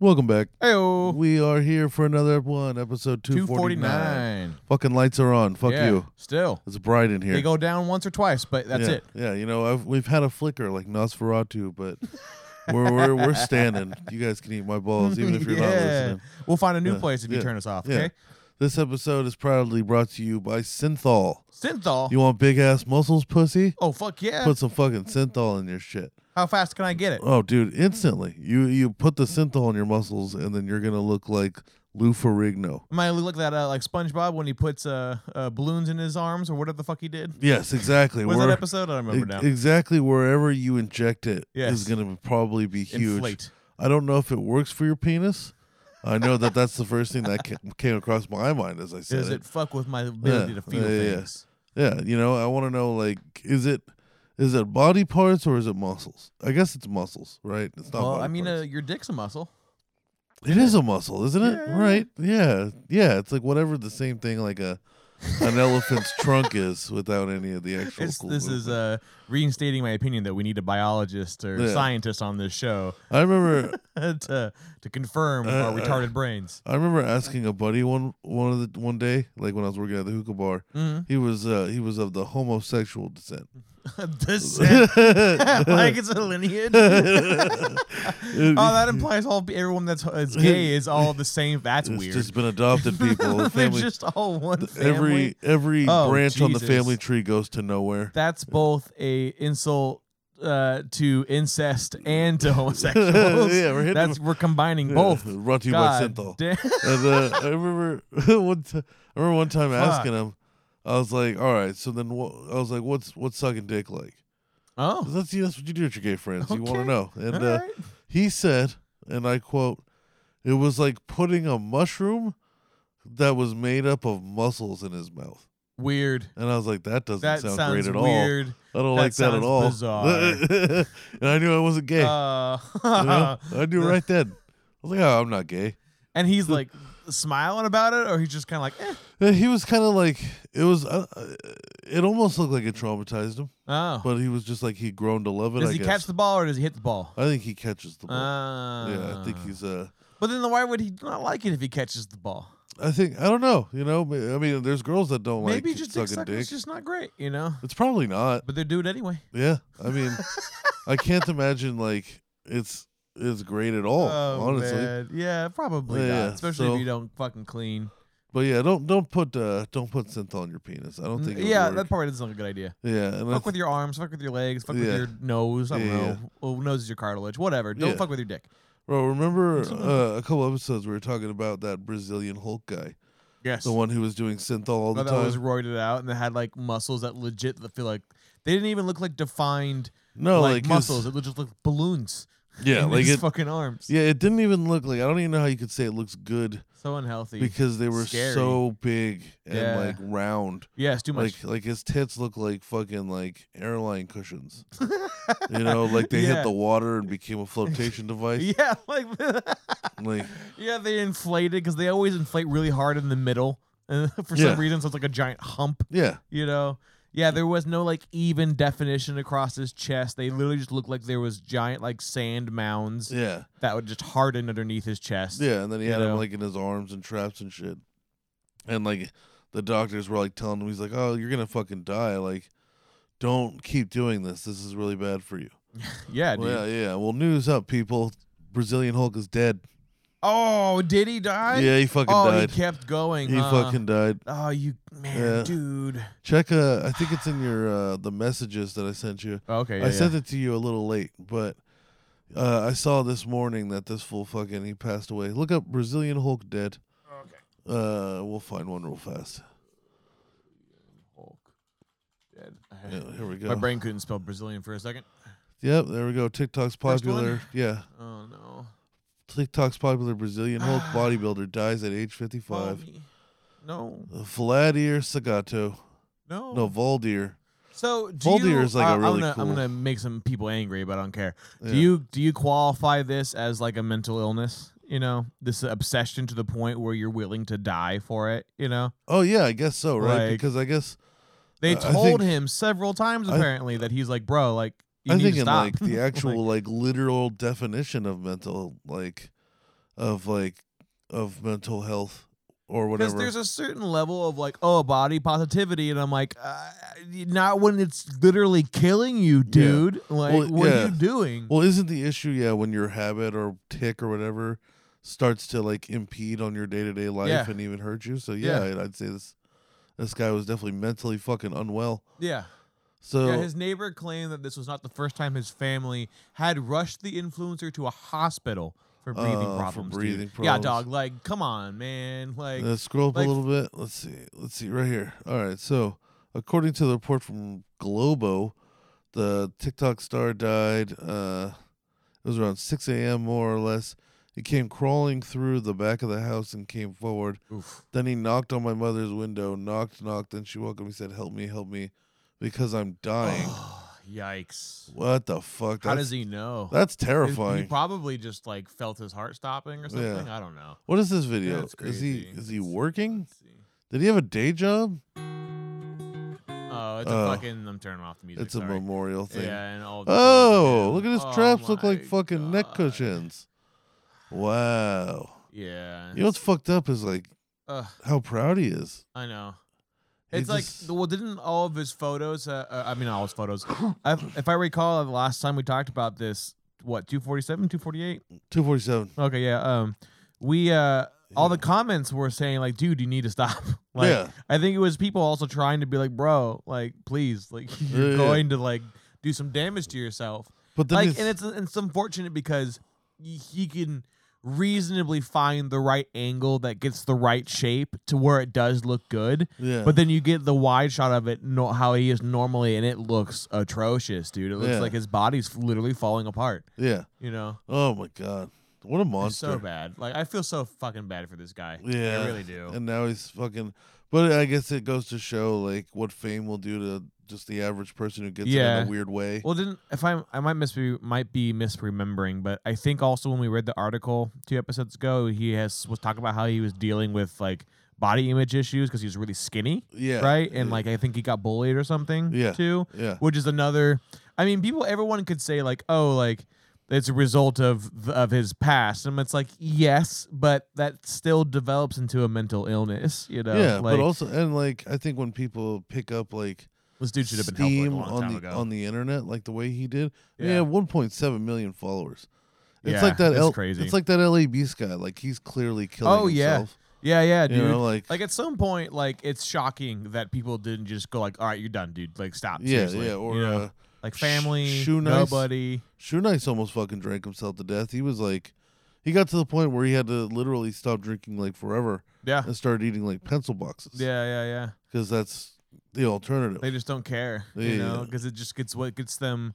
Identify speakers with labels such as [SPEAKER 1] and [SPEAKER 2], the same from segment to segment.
[SPEAKER 1] Welcome back.
[SPEAKER 2] Heyo.
[SPEAKER 1] We are here for another one, episode 249.
[SPEAKER 2] 249.
[SPEAKER 1] Fucking lights are on. Fuck
[SPEAKER 2] Yeah,
[SPEAKER 1] you.
[SPEAKER 2] Still.
[SPEAKER 1] It's bright in here.
[SPEAKER 2] They go down once or twice, but that's
[SPEAKER 1] yeah,
[SPEAKER 2] it.
[SPEAKER 1] Yeah, you know, I've, we've had a flicker like Nosferatu, but we're, we're we're standing. You guys can eat my balls, even if you're not listening.
[SPEAKER 2] We'll find a new
[SPEAKER 1] Yeah,
[SPEAKER 2] place if you
[SPEAKER 1] yeah,
[SPEAKER 2] turn us off,
[SPEAKER 1] yeah.
[SPEAKER 2] okay?
[SPEAKER 1] This episode is proudly brought to you by Synthol.
[SPEAKER 2] Synthol.
[SPEAKER 1] You want big ass muscles, pussy?
[SPEAKER 2] oh, fuck yeah.
[SPEAKER 1] Put some fucking Synthol in your shit.
[SPEAKER 2] How fast can I get it?
[SPEAKER 1] Oh, dude, instantly. You you put the Synthol in your muscles, and then you're gonna look like Lou Ferrigno.
[SPEAKER 2] Am I gonna look that uh, like SpongeBob when he puts uh, uh, balloons in his arms or whatever the fuck he did?
[SPEAKER 1] Yes, exactly.
[SPEAKER 2] Was that
[SPEAKER 1] Where-
[SPEAKER 2] episode? I don't remember
[SPEAKER 1] e-
[SPEAKER 2] now.
[SPEAKER 1] Exactly wherever you inject it is
[SPEAKER 2] Yes.
[SPEAKER 1] gonna probably be huge.
[SPEAKER 2] Inflate.
[SPEAKER 1] I don't know if it works for your penis. I know that that's the first thing that ca- came across my mind as I said
[SPEAKER 2] Does it fuck with my ability
[SPEAKER 1] Yeah,
[SPEAKER 2] to feel
[SPEAKER 1] yeah, yeah, yeah.
[SPEAKER 2] things?
[SPEAKER 1] Yeah, you know, I want to know like, is it is it body parts or is it muscles? I guess it's muscles, right? It's not.
[SPEAKER 2] Well,
[SPEAKER 1] body
[SPEAKER 2] I mean, uh,
[SPEAKER 1] parts.
[SPEAKER 2] your dick's a muscle.
[SPEAKER 1] it is a muscle, isn't it?
[SPEAKER 2] Yeah.
[SPEAKER 1] Right? Yeah, yeah. It's like whatever the same thing like a an elephant's trunk is without any of the actual.
[SPEAKER 2] It's,
[SPEAKER 1] cool
[SPEAKER 2] this is
[SPEAKER 1] movement.
[SPEAKER 2] uh, reinstating my opinion that we need a biologist or
[SPEAKER 1] Yeah.
[SPEAKER 2] scientist on this show
[SPEAKER 1] I remember
[SPEAKER 2] to to confirm
[SPEAKER 1] Uh,
[SPEAKER 2] our
[SPEAKER 1] uh,
[SPEAKER 2] retarded brains.
[SPEAKER 1] I remember asking a buddy one one of the one day like when I was working at the hookah bar.
[SPEAKER 2] Mhm.
[SPEAKER 1] He was uh, he was of the homosexual descent.
[SPEAKER 2] Descent. like it's a lineage. oh, that implies all everyone that's is gay is all the same. That's
[SPEAKER 1] it's
[SPEAKER 2] weird.
[SPEAKER 1] just been adopted people. The
[SPEAKER 2] They're
[SPEAKER 1] family-
[SPEAKER 2] just all one family.
[SPEAKER 1] every every
[SPEAKER 2] Oh,
[SPEAKER 1] branch on the
[SPEAKER 2] Jesus.
[SPEAKER 1] family tree goes to nowhere.
[SPEAKER 2] That's both a insult uh, to incest and to homosexuals.
[SPEAKER 1] Yeah, we're hitting
[SPEAKER 2] That's we're combining both.
[SPEAKER 1] Yeah, brought to you by
[SPEAKER 2] God
[SPEAKER 1] Synthol.
[SPEAKER 2] damn.
[SPEAKER 1] and uh, I remember one t- I remember one time
[SPEAKER 2] Fuck.
[SPEAKER 1] asking him. I was like, all right. So then wha- I was like, what's what's sucking dick like?
[SPEAKER 2] Oh,
[SPEAKER 1] That's that's what you do with your gay friends. You want to
[SPEAKER 2] Okay.
[SPEAKER 1] know? And
[SPEAKER 2] all
[SPEAKER 1] uh,
[SPEAKER 2] right.
[SPEAKER 1] he said, and I quote, "It was like putting a mushroom that was made up of muscles in his mouth."
[SPEAKER 2] weird.
[SPEAKER 1] And I was like, "That doesn't
[SPEAKER 2] That
[SPEAKER 1] sound
[SPEAKER 2] sounds
[SPEAKER 1] great at all."
[SPEAKER 2] weird.
[SPEAKER 1] I don't
[SPEAKER 2] That
[SPEAKER 1] like that at
[SPEAKER 2] sounds
[SPEAKER 1] all.
[SPEAKER 2] bizarre.
[SPEAKER 1] and I knew I wasn't gay.
[SPEAKER 2] Uh,
[SPEAKER 1] you know? I knew right then. I was like, oh, I'm not gay.
[SPEAKER 2] and he's like smiling about it, or he's just kind of like, eh.
[SPEAKER 1] And he was kind of like, it was, uh, uh, it almost looked like it traumatized him,
[SPEAKER 2] oh.
[SPEAKER 1] but he was just like, he'd grown to love it.
[SPEAKER 2] does
[SPEAKER 1] I
[SPEAKER 2] he
[SPEAKER 1] guess.
[SPEAKER 2] catch the ball or does he hit the ball?
[SPEAKER 1] I think he catches the ball.
[SPEAKER 2] Uh,
[SPEAKER 1] yeah, I think he's, uh,
[SPEAKER 2] But then why would he not like it if he catches the ball?
[SPEAKER 1] I think, I don't know, you know, ma- I mean, there's girls that don't
[SPEAKER 2] Maybe
[SPEAKER 1] like
[SPEAKER 2] just dick
[SPEAKER 1] sucking
[SPEAKER 2] sucking
[SPEAKER 1] dick.
[SPEAKER 2] is just not great, you know.
[SPEAKER 1] It's probably not.
[SPEAKER 2] But they do it anyway.
[SPEAKER 1] Yeah. I mean, I can't imagine like it's, it's great at all, Oh, honestly.
[SPEAKER 2] Oh, man. yeah, probably
[SPEAKER 1] Yeah,
[SPEAKER 2] not.
[SPEAKER 1] yeah,
[SPEAKER 2] Especially
[SPEAKER 1] so-
[SPEAKER 2] if you don't fucking clean.
[SPEAKER 1] But yeah, don't, don't put, uh, don't put synthol on your penis. I don't think it
[SPEAKER 2] yeah,
[SPEAKER 1] would
[SPEAKER 2] that
[SPEAKER 1] work.
[SPEAKER 2] probably doesn't look a good idea.
[SPEAKER 1] yeah. And I
[SPEAKER 2] Fuck with your arms, fuck with your legs, fuck
[SPEAKER 1] Yeah.
[SPEAKER 2] with your nose. I don't
[SPEAKER 1] Yeah, yeah.
[SPEAKER 2] know. Oh, nose is your cartilage. Whatever. Don't
[SPEAKER 1] Yeah.
[SPEAKER 2] fuck with your dick.
[SPEAKER 1] Bro, remember uh, a couple episodes we were talking about that Brazilian Hulk guy,
[SPEAKER 2] Yes.
[SPEAKER 1] the one who was doing synthol all the
[SPEAKER 2] Oh, that was
[SPEAKER 1] time.
[SPEAKER 2] roided out and they had like muscles that legit that feel like they didn't even look like defined
[SPEAKER 1] No,
[SPEAKER 2] like,
[SPEAKER 1] like, his-
[SPEAKER 2] muscles. It just looked balloons.
[SPEAKER 1] yeah,
[SPEAKER 2] in
[SPEAKER 1] like
[SPEAKER 2] his
[SPEAKER 1] it.
[SPEAKER 2] fucking arms.
[SPEAKER 1] Yeah, it didn't even look like. I don't even know how you could say it looks good
[SPEAKER 2] So unhealthy.
[SPEAKER 1] because they were
[SPEAKER 2] Scary.
[SPEAKER 1] so big and
[SPEAKER 2] Yeah.
[SPEAKER 1] like round.
[SPEAKER 2] yes, too much.
[SPEAKER 1] Like like his tits look like fucking like airline cushions. you know, like they
[SPEAKER 2] Yeah.
[SPEAKER 1] hit the water and became a flotation device.
[SPEAKER 2] yeah, like
[SPEAKER 1] Like
[SPEAKER 2] yeah, they inflated because they always inflate really hard in the middle uh, for
[SPEAKER 1] Yeah.
[SPEAKER 2] some reason. So it's like a giant hump,
[SPEAKER 1] yeah,
[SPEAKER 2] you know. Yeah, there was no like even definition across his chest. They literally just looked like there was giant like sand mounds
[SPEAKER 1] yeah,
[SPEAKER 2] that would just harden underneath his chest.
[SPEAKER 1] yeah. And then he
[SPEAKER 2] You
[SPEAKER 1] had him
[SPEAKER 2] know.
[SPEAKER 1] like in his arms and traps and shit. And like the doctors were like telling him, he's like, "Oh, you're gonna fucking die. Like, don't keep doing this. This is really bad for you."
[SPEAKER 2] yeah, dude.
[SPEAKER 1] Well, yeah, yeah. Well, news up, people. Brazilian Hulk is dead.
[SPEAKER 2] Oh, did he die?
[SPEAKER 1] yeah, he fucking
[SPEAKER 2] oh,
[SPEAKER 1] died.
[SPEAKER 2] he kept going.
[SPEAKER 1] He
[SPEAKER 2] huh?
[SPEAKER 1] fucking died.
[SPEAKER 2] Oh, you man,
[SPEAKER 1] Yeah.
[SPEAKER 2] dude.
[SPEAKER 1] Check. Uh, I think it's in your uh, the messages that I sent you.
[SPEAKER 2] Okay,
[SPEAKER 1] I sent it to you a little late, but uh, I saw this morning that this fool fucking he passed away. Look up Brazilian Hulk dead. Okay. Uh, we'll find one real fast.
[SPEAKER 2] Hulk. Dead.
[SPEAKER 1] Yeah, here we go. uh,
[SPEAKER 2] My brain couldn't spell Brazilian for a second.
[SPEAKER 1] Yep, there we go. TikTok's
[SPEAKER 2] First one?
[SPEAKER 1] popular. Yeah.
[SPEAKER 2] Oh no.
[SPEAKER 1] TikTok's popular Brazilian Hulk bodybuilder dies at age 55.
[SPEAKER 2] Mommy. No.
[SPEAKER 1] Vladir Sagato.
[SPEAKER 2] No.
[SPEAKER 1] No, Valdir.
[SPEAKER 2] So do
[SPEAKER 1] Voldear
[SPEAKER 2] you,
[SPEAKER 1] is, like, a
[SPEAKER 2] I-
[SPEAKER 1] really
[SPEAKER 2] I'm gonna, I'm
[SPEAKER 1] cool-
[SPEAKER 2] gonna make some people angry, but I don't care. Do
[SPEAKER 1] Yeah.
[SPEAKER 2] you do you qualify this as like a mental illness? You know, this obsession to the point where you're willing to die for it. You know,
[SPEAKER 1] Oh, yeah, I guess so, right?
[SPEAKER 2] Like,
[SPEAKER 1] because I guess,
[SPEAKER 2] they
[SPEAKER 1] Uh, I
[SPEAKER 2] told
[SPEAKER 1] think-
[SPEAKER 2] him several times
[SPEAKER 1] I-
[SPEAKER 2] apparently that he's like, bro, like you
[SPEAKER 1] I
[SPEAKER 2] need
[SPEAKER 1] think
[SPEAKER 2] to
[SPEAKER 1] in
[SPEAKER 2] stop.
[SPEAKER 1] like the actual, like, literal definition of mental, like, of like, of mental health or
[SPEAKER 2] because
[SPEAKER 1] whatever.
[SPEAKER 2] there's a certain level of like, oh, body positivity, and I'm like, uh, not when it's literally killing you, dude. Like,
[SPEAKER 1] Well,
[SPEAKER 2] what
[SPEAKER 1] yeah.
[SPEAKER 2] are you doing?
[SPEAKER 1] well, isn't the issue, yeah, when your habit or tick or whatever starts to, like, impede on your day to day life
[SPEAKER 2] Yeah.
[SPEAKER 1] and even hurt you? So, yeah, I'd say this. This guy was definitely mentally fucking unwell.
[SPEAKER 2] yeah.
[SPEAKER 1] So
[SPEAKER 2] Yeah, his neighbor claimed that this was not the first time his family had rushed the influencer to a hospital for breathing
[SPEAKER 1] Oh, for
[SPEAKER 2] problems. dude.
[SPEAKER 1] breathing
[SPEAKER 2] Yeah,
[SPEAKER 1] problems.
[SPEAKER 2] dog. Like, come on, man. Like,
[SPEAKER 1] Uh, scroll up
[SPEAKER 2] like-
[SPEAKER 1] a little bit. Let's see. Let's see right here. All right. So, according to the report from Globo, the TikTok star died. Uh, it was around 6 a.m. more or less. He came crawling through the back of the house and came forward.
[SPEAKER 2] oof.
[SPEAKER 1] Then he knocked on my mother's window. Knocked, knocked. and she woke up. He said, "Help me, help me, because I'm dying."
[SPEAKER 2] yikes.
[SPEAKER 1] what the fuck?
[SPEAKER 2] How
[SPEAKER 1] That's,
[SPEAKER 2] does he know?
[SPEAKER 1] that's
[SPEAKER 2] Is- He
[SPEAKER 1] terrifying.
[SPEAKER 2] probably just like felt his heart stopping or something. I don't know.
[SPEAKER 1] what is this video?
[SPEAKER 2] That's
[SPEAKER 1] is he
[SPEAKER 2] crazy.
[SPEAKER 1] is he
[SPEAKER 2] That's-
[SPEAKER 1] working?
[SPEAKER 2] Let's see.
[SPEAKER 1] Did he have a day job?
[SPEAKER 2] Oh, it's
[SPEAKER 1] Oh.
[SPEAKER 2] a fucking. I'm turning off the music.
[SPEAKER 1] It's a
[SPEAKER 2] sorry.
[SPEAKER 1] memorial thing.
[SPEAKER 2] Yeah, and all. of a
[SPEAKER 1] Oh,
[SPEAKER 2] sudden,
[SPEAKER 1] look at
[SPEAKER 2] yeah.
[SPEAKER 1] his
[SPEAKER 2] Oh
[SPEAKER 1] traps look like
[SPEAKER 2] my
[SPEAKER 1] fucking neck
[SPEAKER 2] God.
[SPEAKER 1] cushions. Wow.
[SPEAKER 2] Yeah.
[SPEAKER 1] You know what's fucked up is like
[SPEAKER 2] Ugh,
[SPEAKER 1] how proud he is.
[SPEAKER 2] I know.
[SPEAKER 1] He
[SPEAKER 2] It's like
[SPEAKER 1] just-
[SPEAKER 2] well, didn't all of his photos? Uh, uh, I mean, all his photos. i if I recall, the last time we talked about this, what two forty seven, two forty eight?
[SPEAKER 1] 247.
[SPEAKER 2] Okay, yeah. Um, we uh, all the comments were saying like, dude, you need to stop. like,
[SPEAKER 1] yeah.
[SPEAKER 2] I think it was people also trying to be like, bro, like, please, like,
[SPEAKER 1] Yeah,
[SPEAKER 2] you're
[SPEAKER 1] yeah.
[SPEAKER 2] going to like do some damage to yourself.
[SPEAKER 1] But then
[SPEAKER 2] Like,
[SPEAKER 1] he's-
[SPEAKER 2] and it's and it's unfortunate because y- he can reasonably find the right angle that gets the right shape to where it does look good.
[SPEAKER 1] yeah.
[SPEAKER 2] But then you get the wide shot of it, no, how he is normally, and it looks atrocious, dude. It looks
[SPEAKER 1] Yeah.
[SPEAKER 2] like his body's literally falling apart.
[SPEAKER 1] yeah.
[SPEAKER 2] You know,
[SPEAKER 1] Oh my god. What a
[SPEAKER 2] it's
[SPEAKER 1] monster.
[SPEAKER 2] so bad. Like I feel so fucking bad for this guy.
[SPEAKER 1] Yeah.
[SPEAKER 2] I really do.
[SPEAKER 1] And now he's fucking but I guess it goes to show like what fame will do to just the average person who gets it
[SPEAKER 2] Yeah.
[SPEAKER 1] in a weird way.
[SPEAKER 2] well, didn't if I I might mis might be misremembering, but I think also when we read the article two episodes ago, he has was talking about how he was dealing with like body image issues because he was really skinny,
[SPEAKER 1] yeah.
[SPEAKER 2] right? And
[SPEAKER 1] yeah,
[SPEAKER 2] like I think he got bullied or something,
[SPEAKER 1] Yeah.
[SPEAKER 2] too.
[SPEAKER 1] Yeah.
[SPEAKER 2] which is another. I mean, people, everyone could say like, "Oh, like it's a result of th- of his past," and it's like, yes, but that still develops into a mental illness. You know,
[SPEAKER 1] yeah,
[SPEAKER 2] like,
[SPEAKER 1] but also and like I think when people pick up like
[SPEAKER 2] this dude should have been
[SPEAKER 1] steam
[SPEAKER 2] helped like, a long
[SPEAKER 1] on
[SPEAKER 2] time
[SPEAKER 1] the
[SPEAKER 2] ago.
[SPEAKER 1] on the internet like the way he did. Yeah,
[SPEAKER 2] Yeah.
[SPEAKER 1] had 1.7 million followers. It's
[SPEAKER 2] Yeah,
[SPEAKER 1] like that.
[SPEAKER 2] it's
[SPEAKER 1] L-
[SPEAKER 2] crazy.
[SPEAKER 1] It's like that LA Beast guy. Like he's clearly killing
[SPEAKER 2] Oh, yeah.
[SPEAKER 1] himself.
[SPEAKER 2] yeah, yeah,
[SPEAKER 1] You
[SPEAKER 2] dude.
[SPEAKER 1] know, like,
[SPEAKER 2] like at some point, like it's shocking that people didn't just go like, "All right, you're done, dude. Like, stop."
[SPEAKER 1] yeah,
[SPEAKER 2] seriously,"
[SPEAKER 1] yeah. Or
[SPEAKER 2] you know?
[SPEAKER 1] uh,
[SPEAKER 2] like
[SPEAKER 1] Sh-
[SPEAKER 2] family,
[SPEAKER 1] Shoe Nice.
[SPEAKER 2] nobody.
[SPEAKER 1] Shoe Nice almost fucking drank himself to death. He was like, he got to the point where he had to literally stop drinking like forever
[SPEAKER 2] Yeah,
[SPEAKER 1] and started eating like pencil boxes.
[SPEAKER 2] yeah, yeah, yeah.
[SPEAKER 1] because that's the alternative.
[SPEAKER 2] They just don't care, you
[SPEAKER 1] Yeah.
[SPEAKER 2] know, because it just gets what gets them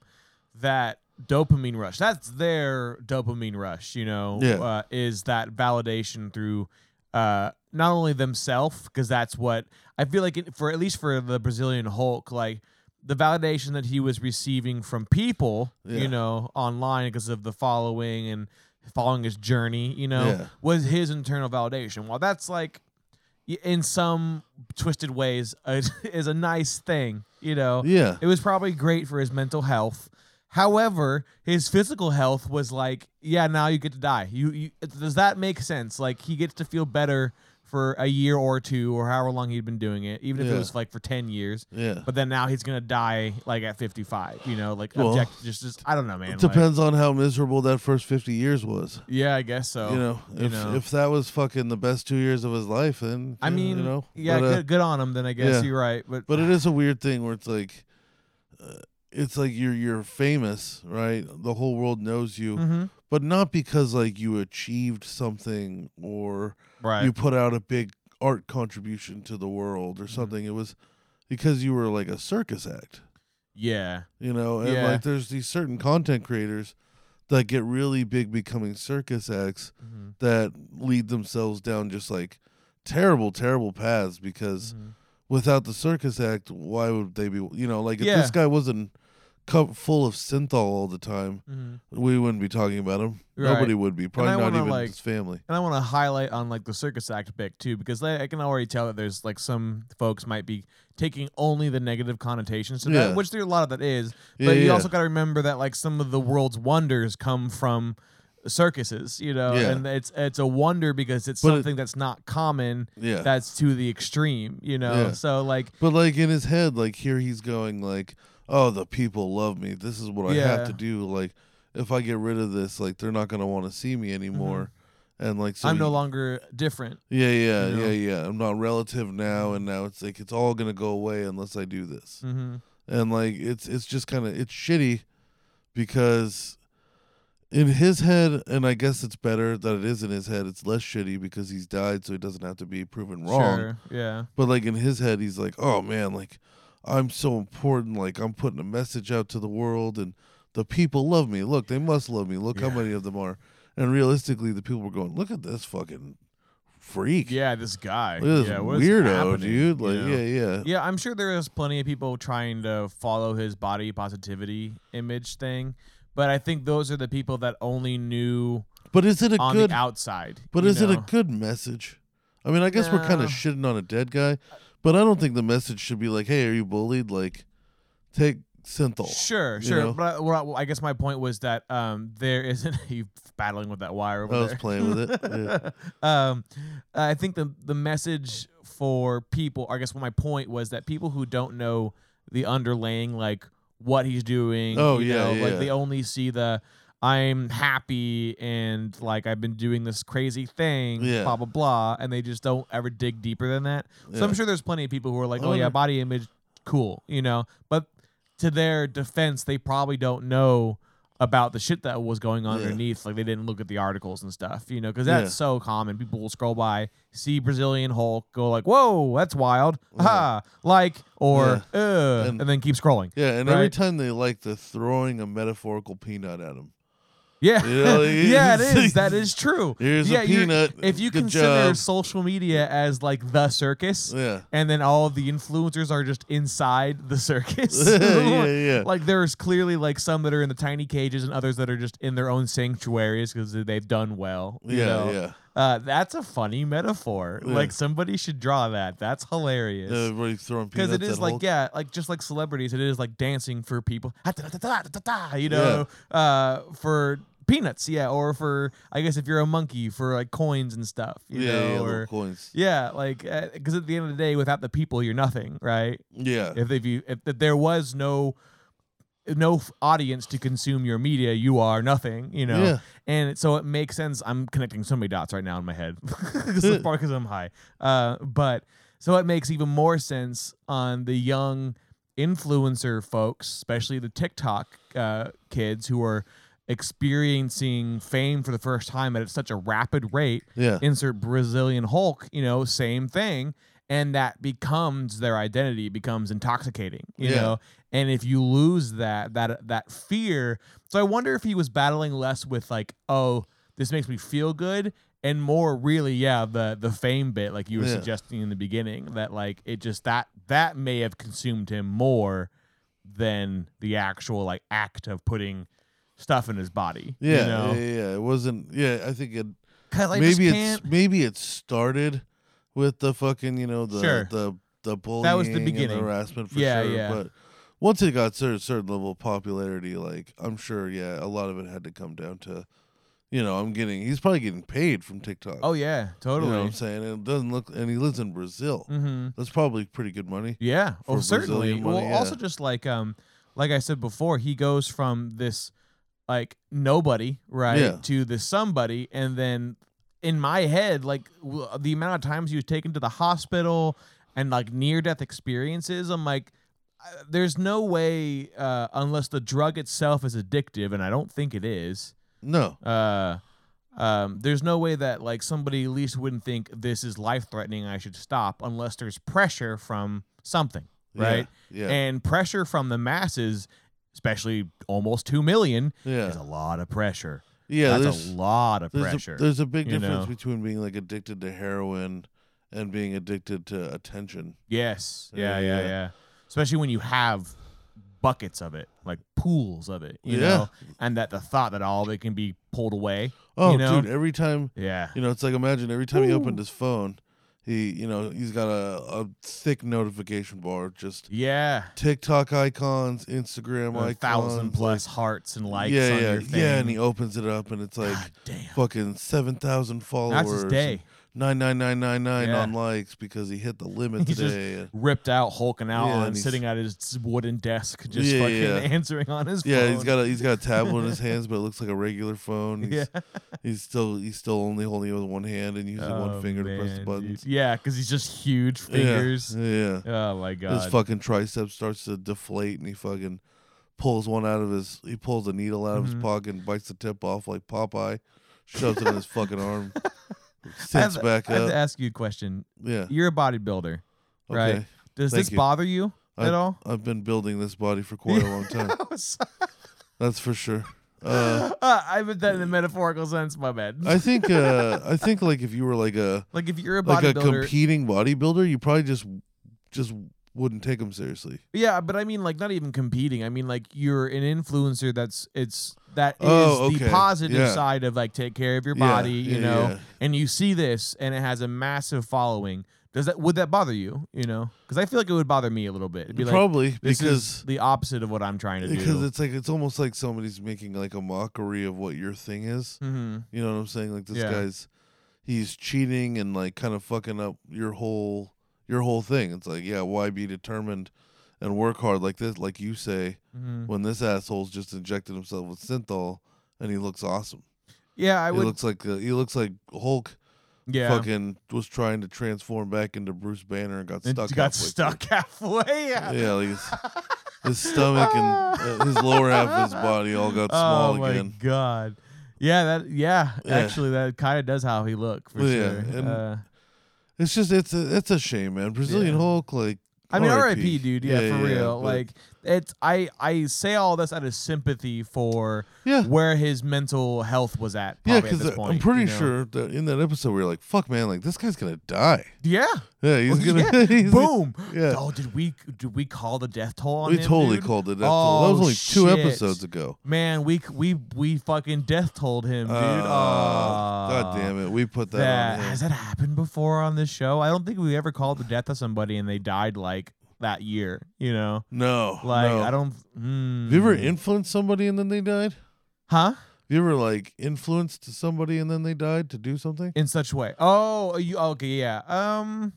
[SPEAKER 2] that dopamine rush. That's their dopamine rush, you know.
[SPEAKER 1] Yeah.
[SPEAKER 2] Uh, is that validation through uh, not only themselves, because that's what I feel like it, for at least for the Brazilian Hulk, like the validation that he was receiving from people,
[SPEAKER 1] Yeah.
[SPEAKER 2] you know, online because of the following and following his journey, you know,
[SPEAKER 1] Yeah.
[SPEAKER 2] was his internal validation. While that's like y- in some twisted ways uh, is a nice thing, you know.
[SPEAKER 1] yeah,
[SPEAKER 2] It was probably great for his mental health. However, his physical health was like, yeah, now you get to die. You, you does that make sense? Like he gets to feel better for a year or two or however long he'd been doing it, even if
[SPEAKER 1] Yeah.
[SPEAKER 2] it was like for 10 years.
[SPEAKER 1] yeah.
[SPEAKER 2] But then now he's going to die like at 55, you know, like
[SPEAKER 1] Well,
[SPEAKER 2] object just just I don't know, man.
[SPEAKER 1] It
[SPEAKER 2] like-
[SPEAKER 1] depends on how miserable that first 50 years was.
[SPEAKER 2] yeah, I guess so.
[SPEAKER 1] you know, if
[SPEAKER 2] you know.
[SPEAKER 1] if that was fucking the best two years of his life, then
[SPEAKER 2] I
[SPEAKER 1] yeah,
[SPEAKER 2] mean,
[SPEAKER 1] you know,
[SPEAKER 2] yeah,
[SPEAKER 1] but, uh,
[SPEAKER 2] good, good on him then I guess
[SPEAKER 1] yeah.
[SPEAKER 2] you're right, but
[SPEAKER 1] But it is a weird thing where it's like, uh, it's like you're you're famous, right? The whole world knows you,
[SPEAKER 2] Mhm.
[SPEAKER 1] but not because like you achieved something or
[SPEAKER 2] right.
[SPEAKER 1] you put out a big art
[SPEAKER 2] Mm.
[SPEAKER 1] contribution to the world or something. It was because you were like a circus act.
[SPEAKER 2] Yeah.
[SPEAKER 1] you know and
[SPEAKER 2] Yeah.
[SPEAKER 1] like there's these certain content creators that get really big becoming circus acts
[SPEAKER 2] Mhm.
[SPEAKER 1] that lead themselves down just like terrible terrible paths because
[SPEAKER 2] Mhm.
[SPEAKER 1] without the circus act why would they be you know like if
[SPEAKER 2] Yeah.
[SPEAKER 1] this guy wasn't cup full of synthol all the time
[SPEAKER 2] Mhm.
[SPEAKER 1] we wouldn't be talking about him
[SPEAKER 2] Right.
[SPEAKER 1] nobody would be probably
[SPEAKER 2] I
[SPEAKER 1] not
[SPEAKER 2] wanna,
[SPEAKER 1] even
[SPEAKER 2] like-
[SPEAKER 1] his family
[SPEAKER 2] And I want to highlight on like the circus act bit too, because I, I can already tell that there's like some folks might be taking only the negative connotations to
[SPEAKER 1] Yeah.
[SPEAKER 2] that, which there a lot of that is. But
[SPEAKER 1] Yeah,
[SPEAKER 2] you
[SPEAKER 1] yeah.
[SPEAKER 2] also got to remember that like some of the world's wonders come from circuses, you know,
[SPEAKER 1] Yeah.
[SPEAKER 2] and it's it's a wonder because it's
[SPEAKER 1] But it-
[SPEAKER 2] something that's not common.
[SPEAKER 1] yeah
[SPEAKER 2] That's to the extreme, you know.
[SPEAKER 1] Yeah.
[SPEAKER 2] So like,
[SPEAKER 1] But like in his head, like here he's going like, "Oh, the people love me. This is what I have
[SPEAKER 2] Yeah.
[SPEAKER 1] to do. Like, if I get rid of this, like they're not gonna want to see me anymore." And like, so
[SPEAKER 2] Mm-hmm. I'm no
[SPEAKER 1] he-
[SPEAKER 2] longer different.
[SPEAKER 1] Yeah, yeah,
[SPEAKER 2] you know?
[SPEAKER 1] yeah, yeah. I'm not relative now, and now it's like it's all gonna go away unless I do this.
[SPEAKER 2] Mm-hmm.
[SPEAKER 1] And like it's it's just kind of it's shitty because in his head, and I guess it's better that it is in his head. It's less shitty because he's died, so he doesn't have to be proven wrong.
[SPEAKER 2] Sure. Yeah.
[SPEAKER 1] But like in his head, he's like, "Oh man, like I'm so important. Like I'm putting a message out to the world, and the people love me. Look, they must love me. Look how
[SPEAKER 2] Yeah.
[SPEAKER 1] many of them are." And realistically, the people were going, "Look at this fucking freak.
[SPEAKER 2] Yeah. This guy.
[SPEAKER 1] Look at this
[SPEAKER 2] yeah. what is
[SPEAKER 1] weirdo,
[SPEAKER 2] happening,
[SPEAKER 1] dude. Like,
[SPEAKER 2] you know?
[SPEAKER 1] yeah, yeah,
[SPEAKER 2] Yeah, I'm sure there is plenty of people trying to follow his body positivity image thing, but I think those are the people that only knew
[SPEAKER 1] But is it a
[SPEAKER 2] on
[SPEAKER 1] good?
[SPEAKER 2] the outside.
[SPEAKER 1] But
[SPEAKER 2] you
[SPEAKER 1] is it a
[SPEAKER 2] know?
[SPEAKER 1] good message? I mean, I guess we're kind
[SPEAKER 2] No.
[SPEAKER 1] of shitting on a dead guy, but I don't think the message should be like, "Hey, are you bullied? Like, take synthol."
[SPEAKER 2] Sure,
[SPEAKER 1] you
[SPEAKER 2] sure.
[SPEAKER 1] know?
[SPEAKER 2] But I, well, I guess my point was that um, there isn't you battling with that wire over
[SPEAKER 1] I was
[SPEAKER 2] there.
[SPEAKER 1] playing with it. Yeah.
[SPEAKER 2] um, I think the the message for people, I guess, what my point was that people who don't know the underlaying, like what he's doing,
[SPEAKER 1] Oh,
[SPEAKER 2] you
[SPEAKER 1] yeah,
[SPEAKER 2] know,
[SPEAKER 1] yeah,
[SPEAKER 2] like
[SPEAKER 1] yeah.
[SPEAKER 2] they only see the I'm happy and like I've been doing this crazy thing,
[SPEAKER 1] Yeah.
[SPEAKER 2] blah blah blah, and they just don't ever dig deeper than that. So
[SPEAKER 1] Yeah.
[SPEAKER 2] I'm sure there's plenty of people who are like,
[SPEAKER 1] I
[SPEAKER 2] oh yeah,
[SPEAKER 1] wonder-
[SPEAKER 2] body image, cool, you know, but to their defense, they probably don't know about the shit that was going on
[SPEAKER 1] Yeah.
[SPEAKER 2] underneath. Like they didn't look at the articles and stuff, you know, because that's
[SPEAKER 1] Yeah.
[SPEAKER 2] so common. People will scroll by, see Brazilian Hulk, go like, "Whoa, that's wild!"
[SPEAKER 1] Yeah.
[SPEAKER 2] Ha, like, or Ugh,
[SPEAKER 1] And-
[SPEAKER 2] and, then keep scrolling.
[SPEAKER 1] Yeah, and every
[SPEAKER 2] Right.
[SPEAKER 1] time they like the throwing a metaphorical peanut at him.
[SPEAKER 2] Yeah,
[SPEAKER 1] You know, like,
[SPEAKER 2] yeah, it
[SPEAKER 1] it's-
[SPEAKER 2] is. That is true.
[SPEAKER 1] Here's a
[SPEAKER 2] yeah, you're-
[SPEAKER 1] peanut.
[SPEAKER 2] If you
[SPEAKER 1] Good
[SPEAKER 2] consider
[SPEAKER 1] job.
[SPEAKER 2] social media as like the circus,
[SPEAKER 1] yeah,
[SPEAKER 2] and then all of the influencers are just inside the circus.
[SPEAKER 1] yeah, yeah,
[SPEAKER 2] Like there's clearly like some that are in the tiny cages and others that are just in their own sanctuaries because they've done well. you
[SPEAKER 1] yeah,
[SPEAKER 2] know?
[SPEAKER 1] yeah.
[SPEAKER 2] Uh, that's a funny metaphor.
[SPEAKER 1] Yeah.
[SPEAKER 2] Like somebody should draw that. That's hilarious.
[SPEAKER 1] Everybody throwing peanuts
[SPEAKER 2] Because it
[SPEAKER 1] at
[SPEAKER 2] is like
[SPEAKER 1] Hulk.
[SPEAKER 2] yeah, like just like celebrities, it is like dancing for people. Ha-da-da-da-da-da-da, You know, uh, for peanuts, yeah, or for I guess if you're a monkey for like coins and stuff. You
[SPEAKER 1] yeah,
[SPEAKER 2] know,
[SPEAKER 1] yeah, little
[SPEAKER 2] or-
[SPEAKER 1] coins.
[SPEAKER 2] yeah, like because at the end of the day, without the people, you're nothing, right?
[SPEAKER 1] Yeah,
[SPEAKER 2] If if you if, if there was no no f- audience to consume your media, you are nothing, you know.
[SPEAKER 1] Yeah.
[SPEAKER 2] And so it makes sense. I'm connecting so many dots right now in my head, because I'm high. Uh, but so it makes even more sense on the young influencer folks, especially the TikTok uh, kids who are experiencing fame for the first time at such a rapid rate
[SPEAKER 1] yeah,
[SPEAKER 2] insert Brazilian Hulk, you know, same thing. And that becomes their identity, becomes intoxicating, you
[SPEAKER 1] Yeah.
[SPEAKER 2] know. And if you lose that, that that fear, so I wonder if he was battling less with like, oh, this makes me feel good, and more really, yeah, the the fame bit, like you were
[SPEAKER 1] Yeah.
[SPEAKER 2] suggesting in the beginning, that like it just that that may have consumed him more than the actual like act of putting stuff in his body.
[SPEAKER 1] yeah,
[SPEAKER 2] you know?
[SPEAKER 1] yeah, yeah. It wasn't. Yeah, I think it.
[SPEAKER 2] 'Cause I just
[SPEAKER 1] maybe it's
[SPEAKER 2] can't-
[SPEAKER 1] maybe it started with the fucking you know the
[SPEAKER 2] Sure.
[SPEAKER 1] the the bullying.
[SPEAKER 2] was the
[SPEAKER 1] and
[SPEAKER 2] beginning.
[SPEAKER 1] harassment for
[SPEAKER 2] Yeah,
[SPEAKER 1] sure.
[SPEAKER 2] yeah.
[SPEAKER 1] But once it got certain certain level of popularity, like I'm sure, yeah, a lot of it had to come down to, you know, I'm getting. He's probably getting paid from TikTok.
[SPEAKER 2] Oh yeah, totally.
[SPEAKER 1] You know what I'm saying? And it doesn't look, and he lives in Brazil.
[SPEAKER 2] mm-hmm.
[SPEAKER 1] That's probably pretty good money.
[SPEAKER 2] Yeah. Oh,
[SPEAKER 1] for
[SPEAKER 2] certainly.
[SPEAKER 1] Brazilian
[SPEAKER 2] well,
[SPEAKER 1] money,
[SPEAKER 2] also
[SPEAKER 1] yeah.
[SPEAKER 2] just like um, like I said before, he goes from this like nobody, right,
[SPEAKER 1] Yeah.
[SPEAKER 2] to this somebody, and then in my head, like w- the amount of times he was taken to the hospital and like near death experiences, I'm like. uh, There's no way, uh, unless the drug itself is addictive, and I don't think it is.
[SPEAKER 1] No,
[SPEAKER 2] Uh, um, there's no way that like somebody at least wouldn't think this is life threatening. I should stop unless there's pressure from something.
[SPEAKER 1] Yeah,
[SPEAKER 2] right?
[SPEAKER 1] Yeah.
[SPEAKER 2] And pressure from the masses, especially almost 2 million,
[SPEAKER 1] yeah.
[SPEAKER 2] is a lot of pressure.
[SPEAKER 1] yeah.
[SPEAKER 2] That's
[SPEAKER 1] there's-
[SPEAKER 2] a lot of
[SPEAKER 1] there's
[SPEAKER 2] pressure.
[SPEAKER 1] A, there's a big
[SPEAKER 2] you
[SPEAKER 1] difference
[SPEAKER 2] know?
[SPEAKER 1] between being like addicted to heroin and being addicted to attention.
[SPEAKER 2] yes.
[SPEAKER 1] Yeah,
[SPEAKER 2] Yeah, yeah,
[SPEAKER 1] yeah.
[SPEAKER 2] yeah, Especially when you have buckets of it, like pools of it, you
[SPEAKER 1] Yeah.
[SPEAKER 2] know, and that the thought that all of it can be pulled away.
[SPEAKER 1] Oh,
[SPEAKER 2] You know?
[SPEAKER 1] dude! Every time
[SPEAKER 2] Yeah.
[SPEAKER 1] you know, it's like imagine every time he opened his phone, he you know he's got a, a thick notification bar, just
[SPEAKER 2] Yeah.
[SPEAKER 1] TikTok icons, Instagram
[SPEAKER 2] A
[SPEAKER 1] icons,
[SPEAKER 2] thousand
[SPEAKER 1] like- um,
[SPEAKER 2] plus hearts and likes
[SPEAKER 1] yeah,
[SPEAKER 2] on
[SPEAKER 1] yeah,
[SPEAKER 2] your thing.
[SPEAKER 1] yeah. And he opens it up, and it's like
[SPEAKER 2] God damn.
[SPEAKER 1] fucking seven thousand followers.
[SPEAKER 2] That's his day.
[SPEAKER 1] Nine nine nine nine nine
[SPEAKER 2] Yeah.
[SPEAKER 1] on likes because he hit the limit
[SPEAKER 2] He's just
[SPEAKER 1] today.
[SPEAKER 2] ripped out, hulking out,
[SPEAKER 1] Yeah, and
[SPEAKER 2] and
[SPEAKER 1] he's-
[SPEAKER 2] sitting at his wooden desk, just
[SPEAKER 1] Yeah,
[SPEAKER 2] fucking
[SPEAKER 1] yeah.
[SPEAKER 2] answering on his
[SPEAKER 1] yeah,
[SPEAKER 2] phone.
[SPEAKER 1] he's got a he's got a tablet in his hands, but it looks like a regular phone. He's,
[SPEAKER 2] yeah,
[SPEAKER 1] he's still he's still only holding it with one hand and using one
[SPEAKER 2] Oh,
[SPEAKER 1] finger to press the
[SPEAKER 2] man,
[SPEAKER 1] buttons.
[SPEAKER 2] dude. Yeah, because he's just huge
[SPEAKER 1] Yeah,
[SPEAKER 2] fingers.
[SPEAKER 1] yeah.
[SPEAKER 2] Oh my god.
[SPEAKER 1] his fucking tricep starts to deflate and he fucking pulls one out of his he pulls a needle out of his
[SPEAKER 2] Mhm.
[SPEAKER 1] pocket and bites the tip off like Popeye, shoves it in his fucking arm,
[SPEAKER 2] I have,
[SPEAKER 1] sits back
[SPEAKER 2] I have
[SPEAKER 1] up.
[SPEAKER 2] to ask you a question.
[SPEAKER 1] yeah.
[SPEAKER 2] You're a bodybuilder, right?
[SPEAKER 1] Okay.
[SPEAKER 2] Does
[SPEAKER 1] Thank
[SPEAKER 2] this
[SPEAKER 1] you.
[SPEAKER 2] bother you
[SPEAKER 1] I-
[SPEAKER 2] at all?
[SPEAKER 1] I've been building this body for quite a long time.
[SPEAKER 2] I was-
[SPEAKER 1] That's for sure. Uh,
[SPEAKER 2] Ah, I meant that in a metaphorical sense. My bad.
[SPEAKER 1] I think uh, I think like if you were like a
[SPEAKER 2] like if you're a
[SPEAKER 1] like a
[SPEAKER 2] bodybuilder,
[SPEAKER 1] competing bodybuilder, you probably just just wouldn't take him seriously.
[SPEAKER 2] yeah, but I mean like not even competing. I mean like you're an influencer. That's it's that is
[SPEAKER 1] Oh,
[SPEAKER 2] the
[SPEAKER 1] okay.
[SPEAKER 2] positive
[SPEAKER 1] Yeah.
[SPEAKER 2] side of like take care of your
[SPEAKER 1] Yeah,
[SPEAKER 2] body.
[SPEAKER 1] yeah,
[SPEAKER 2] you know,
[SPEAKER 1] yeah.
[SPEAKER 2] and you see this and it has a massive following. Does that would that bother you? You know, because I feel like it would bother me a little bit. It'd be like
[SPEAKER 1] probably
[SPEAKER 2] this
[SPEAKER 1] because
[SPEAKER 2] is the opposite of what I'm trying to do.
[SPEAKER 1] because it's like it's almost like somebody's making like a mockery of what your thing is.
[SPEAKER 2] hmm
[SPEAKER 1] You know what I'm saying? Like this
[SPEAKER 2] Yeah.
[SPEAKER 1] guy's he's cheating and like kind of fucking up your whole your whole thing. It's like, yeah, why be determined and work hard like this like you say
[SPEAKER 2] hmm
[SPEAKER 1] when this asshole's just injected himself with synthol and he looks awesome.
[SPEAKER 2] Yeah, I
[SPEAKER 1] he
[SPEAKER 2] would.
[SPEAKER 1] looks like uh, he looks like Hulk
[SPEAKER 2] yeah,
[SPEAKER 1] fucking was trying to transform back into Bruce Banner and got
[SPEAKER 2] it
[SPEAKER 1] stuck. halfway
[SPEAKER 2] got
[SPEAKER 1] through.
[SPEAKER 2] stuck halfway. Yeah.
[SPEAKER 1] Yeah, like his, his stomach and uh, his lower half of his body all got small
[SPEAKER 2] oh my
[SPEAKER 1] again.
[SPEAKER 2] god. Yeah, that yeah,
[SPEAKER 1] Yeah.
[SPEAKER 2] Actually, that kind of does how he look for
[SPEAKER 1] Yeah,
[SPEAKER 2] sure.
[SPEAKER 1] and-
[SPEAKER 2] uh,
[SPEAKER 1] It's just it's a it's a shame, man. Brazilian
[SPEAKER 2] Yeah.
[SPEAKER 1] Hulk, like
[SPEAKER 2] I mean,
[SPEAKER 1] RIP.
[SPEAKER 2] R.I.P. Dude. Yeah, for
[SPEAKER 1] yeah,
[SPEAKER 2] real.
[SPEAKER 1] but-
[SPEAKER 2] like it's I I say all this out of sympathy for
[SPEAKER 1] yeah,
[SPEAKER 2] where his mental health was at.
[SPEAKER 1] yeah,
[SPEAKER 2] Probably at this point,
[SPEAKER 1] I'm pretty
[SPEAKER 2] you know?
[SPEAKER 1] sure that in that episode we were like, "Fuck, man, like this guy's gonna die."
[SPEAKER 2] Yeah.
[SPEAKER 1] Yeah, he's
[SPEAKER 2] Well,
[SPEAKER 1] gonna
[SPEAKER 2] yeah.
[SPEAKER 1] he's gonna-
[SPEAKER 2] Boom.
[SPEAKER 1] yeah.
[SPEAKER 2] Oh, did we did we call the death toll on
[SPEAKER 1] we
[SPEAKER 2] him,
[SPEAKER 1] totally
[SPEAKER 2] dude?
[SPEAKER 1] called it. That, oh, that was
[SPEAKER 2] Oh,
[SPEAKER 1] only two
[SPEAKER 2] shit.
[SPEAKER 1] episodes ago.
[SPEAKER 2] Man, we we we fucking death told him, dude.
[SPEAKER 1] Uh, God
[SPEAKER 2] Ah.
[SPEAKER 1] damn it, we put that.
[SPEAKER 2] that
[SPEAKER 1] on him.
[SPEAKER 2] has that happened before on this show. I don't think we ever called the death of somebody and they died like that year. You know,
[SPEAKER 1] no,
[SPEAKER 2] like
[SPEAKER 1] no.
[SPEAKER 2] I don't. Mm,
[SPEAKER 1] Have you ever influenced somebody and then they died?
[SPEAKER 2] huh?
[SPEAKER 1] Have you ever like influenced somebody and then they died to do something?
[SPEAKER 2] In such way? Oh, you okay? Yeah. Um,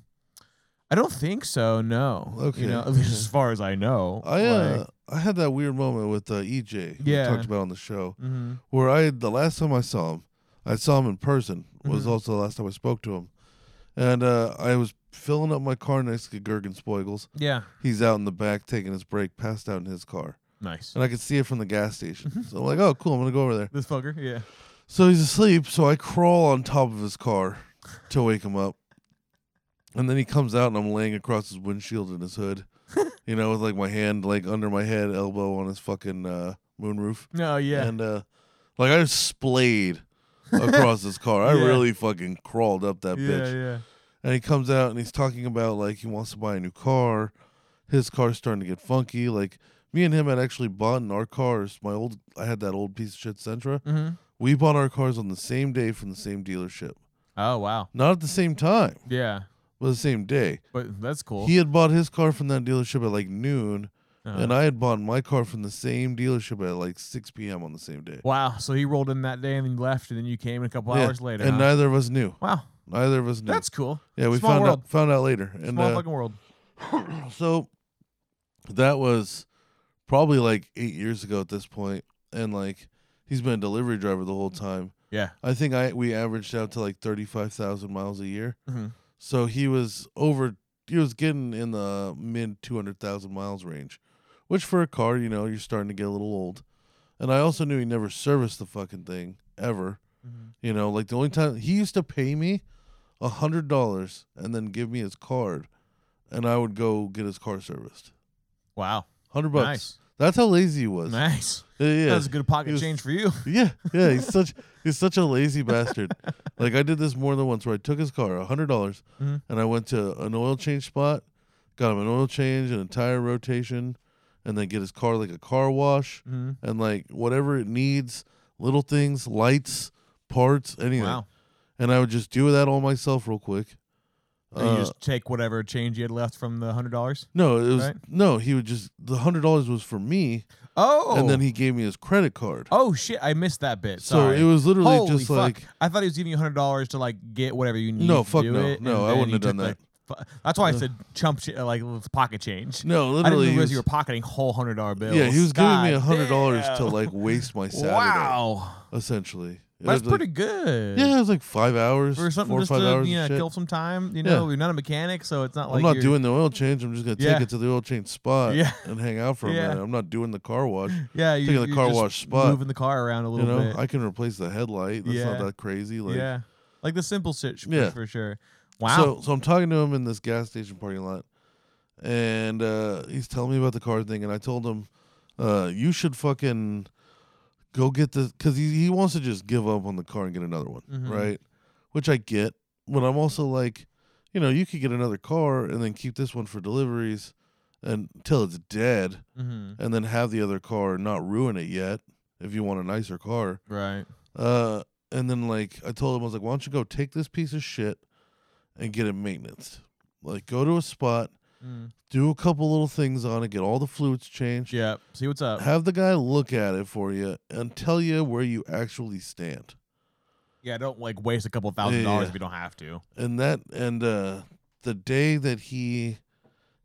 [SPEAKER 2] I don't think so. No.
[SPEAKER 1] Okay,
[SPEAKER 2] You know, at
[SPEAKER 1] okay.
[SPEAKER 2] least as far as I know.
[SPEAKER 1] I uh,
[SPEAKER 2] like-
[SPEAKER 1] I had that weird moment with uh, EJ. who we
[SPEAKER 2] Yeah.
[SPEAKER 1] talked about on the show
[SPEAKER 2] Mhm.
[SPEAKER 1] where I the last time I saw him, I saw him in person. Was
[SPEAKER 2] Mhm.
[SPEAKER 1] also the last time I spoke to him, and uh, I was filling up my car next to Gergen Spoigels.
[SPEAKER 2] Yeah.
[SPEAKER 1] He's out in the back taking his break, passed out in his car,
[SPEAKER 2] Nice.
[SPEAKER 1] and I could see it from the gas
[SPEAKER 2] Mm-hmm.
[SPEAKER 1] station. so I'm like, oh cool, I'm gonna go over there.
[SPEAKER 2] This fucker. Yeah.
[SPEAKER 1] So he's asleep, so I crawl on top of his car to wake him up. And then he comes out and I'm laying across his windshield in his hood. you know, with like my hand like under my head, elbow on his fucking uh moonroof.
[SPEAKER 2] No. Yeah.
[SPEAKER 1] And uh like I splayed across his car. I
[SPEAKER 2] Yeah.
[SPEAKER 1] really fucking crawled up that
[SPEAKER 2] yeah.
[SPEAKER 1] bitch.
[SPEAKER 2] Yeah.
[SPEAKER 1] And he comes out and he's talking about like he wants to buy a new car. His car's starting to get funky. Like me and him had actually bought our cars. My old I had that old piece of shit Sentra.
[SPEAKER 2] hmm
[SPEAKER 1] We bought our cars on the same day from the same dealership.
[SPEAKER 2] Oh wow.
[SPEAKER 1] Not at the same time,
[SPEAKER 2] Yeah.
[SPEAKER 1] but the same day.
[SPEAKER 2] But that's cool.
[SPEAKER 1] He had bought his car from that dealership at like noon,
[SPEAKER 2] Uh,
[SPEAKER 1] and I had bought my car from the same dealership at like 6 p.m. on the same day.
[SPEAKER 2] wow. So he rolled in that day and then left, and then you came in a couple
[SPEAKER 1] Yeah,
[SPEAKER 2] hours later.
[SPEAKER 1] And
[SPEAKER 2] huh?
[SPEAKER 1] neither of us knew.
[SPEAKER 2] wow.
[SPEAKER 1] Neither of us knew.
[SPEAKER 2] That's cool.
[SPEAKER 1] yeah, we
[SPEAKER 2] small
[SPEAKER 1] found
[SPEAKER 2] world.
[SPEAKER 1] out, found out later. And
[SPEAKER 2] Small
[SPEAKER 1] uh,
[SPEAKER 2] fucking world.
[SPEAKER 1] so that was probably like eight years ago at this point, and like he's been a delivery driver the whole time.
[SPEAKER 2] Yeah.
[SPEAKER 1] I think I we averaged out to like 35,000 miles a year.
[SPEAKER 2] hmm
[SPEAKER 1] So he was over. He was getting in the mid two hundred thousand miles range, which for a car, you know, you're starting to get a little old. And I also knew he never serviced the fucking thing ever.
[SPEAKER 2] Mm-hmm.
[SPEAKER 1] You know, like the only time he used to pay me a hundred dollars and then give me his card and I would go get his car serviced.
[SPEAKER 2] Wow.
[SPEAKER 1] Hundred bucks.
[SPEAKER 2] Nice.
[SPEAKER 1] That's how lazy he was.
[SPEAKER 2] Nice.
[SPEAKER 1] Yeah, yeah.
[SPEAKER 2] That was a good pocket
[SPEAKER 1] He was-
[SPEAKER 2] change for you.
[SPEAKER 1] Yeah, yeah, he's such he's such a lazy bastard. Like I did this more than once, where I took his car, a hundred dollars,
[SPEAKER 2] Mhm.
[SPEAKER 1] and I went to an oil change spot, got him an oil change, an entire rotation, and then get his car like a car wash
[SPEAKER 2] Mhm.
[SPEAKER 1] and like whatever it needs, little things, lights, parts, anything.
[SPEAKER 2] Wow.
[SPEAKER 1] And I would just do that all myself real quick.
[SPEAKER 2] So you
[SPEAKER 1] Uh,
[SPEAKER 2] just take whatever change you had left from the hundred dollars.
[SPEAKER 1] no, it was
[SPEAKER 2] right?
[SPEAKER 1] no. He would just the hundred dollars was for me,
[SPEAKER 2] Oh.
[SPEAKER 1] and then he gave me his credit card.
[SPEAKER 2] Oh shit! I missed that bit.
[SPEAKER 1] so
[SPEAKER 2] Sorry.
[SPEAKER 1] it was literally
[SPEAKER 2] Holy
[SPEAKER 1] just
[SPEAKER 2] fuck.
[SPEAKER 1] like
[SPEAKER 2] I thought he was giving you hundred dollars to like get whatever you need.
[SPEAKER 1] No,
[SPEAKER 2] to
[SPEAKER 1] fuck
[SPEAKER 2] do
[SPEAKER 1] no.
[SPEAKER 2] it,
[SPEAKER 1] No,
[SPEAKER 2] and
[SPEAKER 1] I
[SPEAKER 2] then
[SPEAKER 1] wouldn't
[SPEAKER 2] you
[SPEAKER 1] have done
[SPEAKER 2] took, like, fu- that's why I said chump shit, like with pocket
[SPEAKER 1] no,
[SPEAKER 2] change. I didn't
[SPEAKER 1] literally. he
[SPEAKER 2] realize
[SPEAKER 1] was-
[SPEAKER 2] you were pocketing whole hundred dollar bills.
[SPEAKER 1] Yeah, he was giving me
[SPEAKER 2] God
[SPEAKER 1] a hundred dollars to
[SPEAKER 2] damn.
[SPEAKER 1] like waste my Saturday.
[SPEAKER 2] Wow,
[SPEAKER 1] Essentially, It was
[SPEAKER 2] that's
[SPEAKER 1] like-
[SPEAKER 2] pretty good.
[SPEAKER 1] Yeah, it was like five hours,
[SPEAKER 2] for something
[SPEAKER 1] four or
[SPEAKER 2] just
[SPEAKER 1] five
[SPEAKER 2] to
[SPEAKER 1] hours.
[SPEAKER 2] you know,
[SPEAKER 1] and shit.
[SPEAKER 2] kill some time. You
[SPEAKER 1] Yeah.
[SPEAKER 2] know, you're not a mechanic, so it's not like
[SPEAKER 1] I'm not
[SPEAKER 2] you're-
[SPEAKER 1] doing the oil change. I'm just gonna
[SPEAKER 2] Yeah.
[SPEAKER 1] take it to the oil change spot
[SPEAKER 2] Yeah.
[SPEAKER 1] and hang out for a
[SPEAKER 2] Yeah.
[SPEAKER 1] minute. I'm not doing the car wash.
[SPEAKER 2] Yeah, you,
[SPEAKER 1] taking the
[SPEAKER 2] you're
[SPEAKER 1] car
[SPEAKER 2] just
[SPEAKER 1] wash spot.
[SPEAKER 2] moving the car around a
[SPEAKER 1] You
[SPEAKER 2] little
[SPEAKER 1] know,
[SPEAKER 2] bit.
[SPEAKER 1] I can replace the headlight. That's
[SPEAKER 2] Yeah.
[SPEAKER 1] not that crazy. Like,
[SPEAKER 2] yeah, like the simple shit sh-
[SPEAKER 1] Yeah.
[SPEAKER 2] for sure. Wow.
[SPEAKER 1] So, so I'm talking to him in this gas station parking lot, and uh, he's telling me about the car thing, and I told him, uh, "You should fucking go get the," because he he wants to just give up on the car and get another one,
[SPEAKER 2] Mhm.
[SPEAKER 1] right? Which I get, but I'm also like, you know, you could get another car and then keep this one for deliveries until it's dead,
[SPEAKER 2] hmm
[SPEAKER 1] and then have the other car and not ruin it yet if you want a nicer car.
[SPEAKER 2] Right.
[SPEAKER 1] Uh, and then like I told him, I was like, why don't you go take this piece of shit and get it maintenance? Like go to a spot,
[SPEAKER 2] Mm.
[SPEAKER 1] do a couple little things on it, get all the fluids changed.
[SPEAKER 2] Yeah. See what's up.
[SPEAKER 1] Have the guy look at it for you and tell you where you actually stand.
[SPEAKER 2] Yeah, don't like waste a couple thousand
[SPEAKER 1] Yeah,
[SPEAKER 2] dollars
[SPEAKER 1] yeah.
[SPEAKER 2] if you don't have to.
[SPEAKER 1] And that and uh the day that he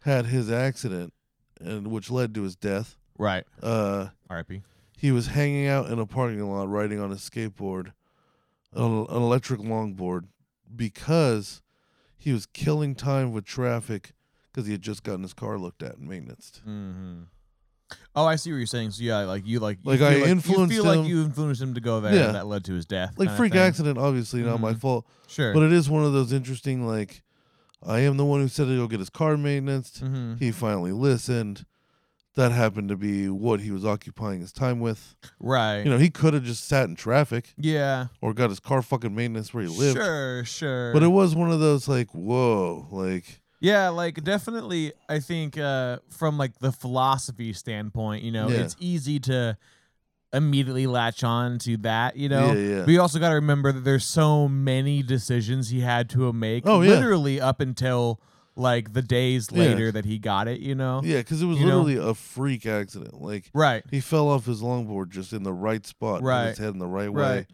[SPEAKER 1] had his accident and which led to his death,
[SPEAKER 2] Right.
[SPEAKER 1] uh
[SPEAKER 2] R.I.P.
[SPEAKER 1] he was hanging out in a parking lot riding on a skateboard, an, an electric longboard, because he was killing time with traffic because he had just gotten his car looked at and maintenanced.
[SPEAKER 2] Mm-hmm. Oh, I see what you're saying. So yeah, like you like you
[SPEAKER 1] Like, I
[SPEAKER 2] feel
[SPEAKER 1] influenced
[SPEAKER 2] you feel
[SPEAKER 1] him.
[SPEAKER 2] like you influenced him to go there,
[SPEAKER 1] Yeah.
[SPEAKER 2] and that led to his death.
[SPEAKER 1] Like
[SPEAKER 2] kinda
[SPEAKER 1] freak
[SPEAKER 2] thing.
[SPEAKER 1] accident, obviously not my
[SPEAKER 2] Mhm.
[SPEAKER 1] fault,
[SPEAKER 2] Sure.
[SPEAKER 1] but it is one of those interesting. Like, I am the one who said to go get his car maintenanced.
[SPEAKER 2] hmm
[SPEAKER 1] He finally listened. That happened to be what he was occupying his time with.
[SPEAKER 2] Right.
[SPEAKER 1] You know, he could have just sat in traffic
[SPEAKER 2] yeah.
[SPEAKER 1] or got his car fucking maintenance where he lived.
[SPEAKER 2] Sure. Sure.
[SPEAKER 1] But it was one of those like, whoa, like
[SPEAKER 2] Yeah, like definitely I think uh from like the philosophy standpoint, you know,
[SPEAKER 1] Yeah.
[SPEAKER 2] it's easy to immediately latch on to that, you know.
[SPEAKER 1] Yeah, yeah.
[SPEAKER 2] But you also got to remember that there's so many decisions he had to make
[SPEAKER 1] Oh, yeah.
[SPEAKER 2] literally up until like the days
[SPEAKER 1] Yeah.
[SPEAKER 2] later that he got it, you know.
[SPEAKER 1] yeah, because it was
[SPEAKER 2] You know?
[SPEAKER 1] literally a freak accident. Like
[SPEAKER 2] Right.
[SPEAKER 1] he fell off his longboard just in the right spot, with
[SPEAKER 2] Right.
[SPEAKER 1] his head in the right, way.
[SPEAKER 2] Right.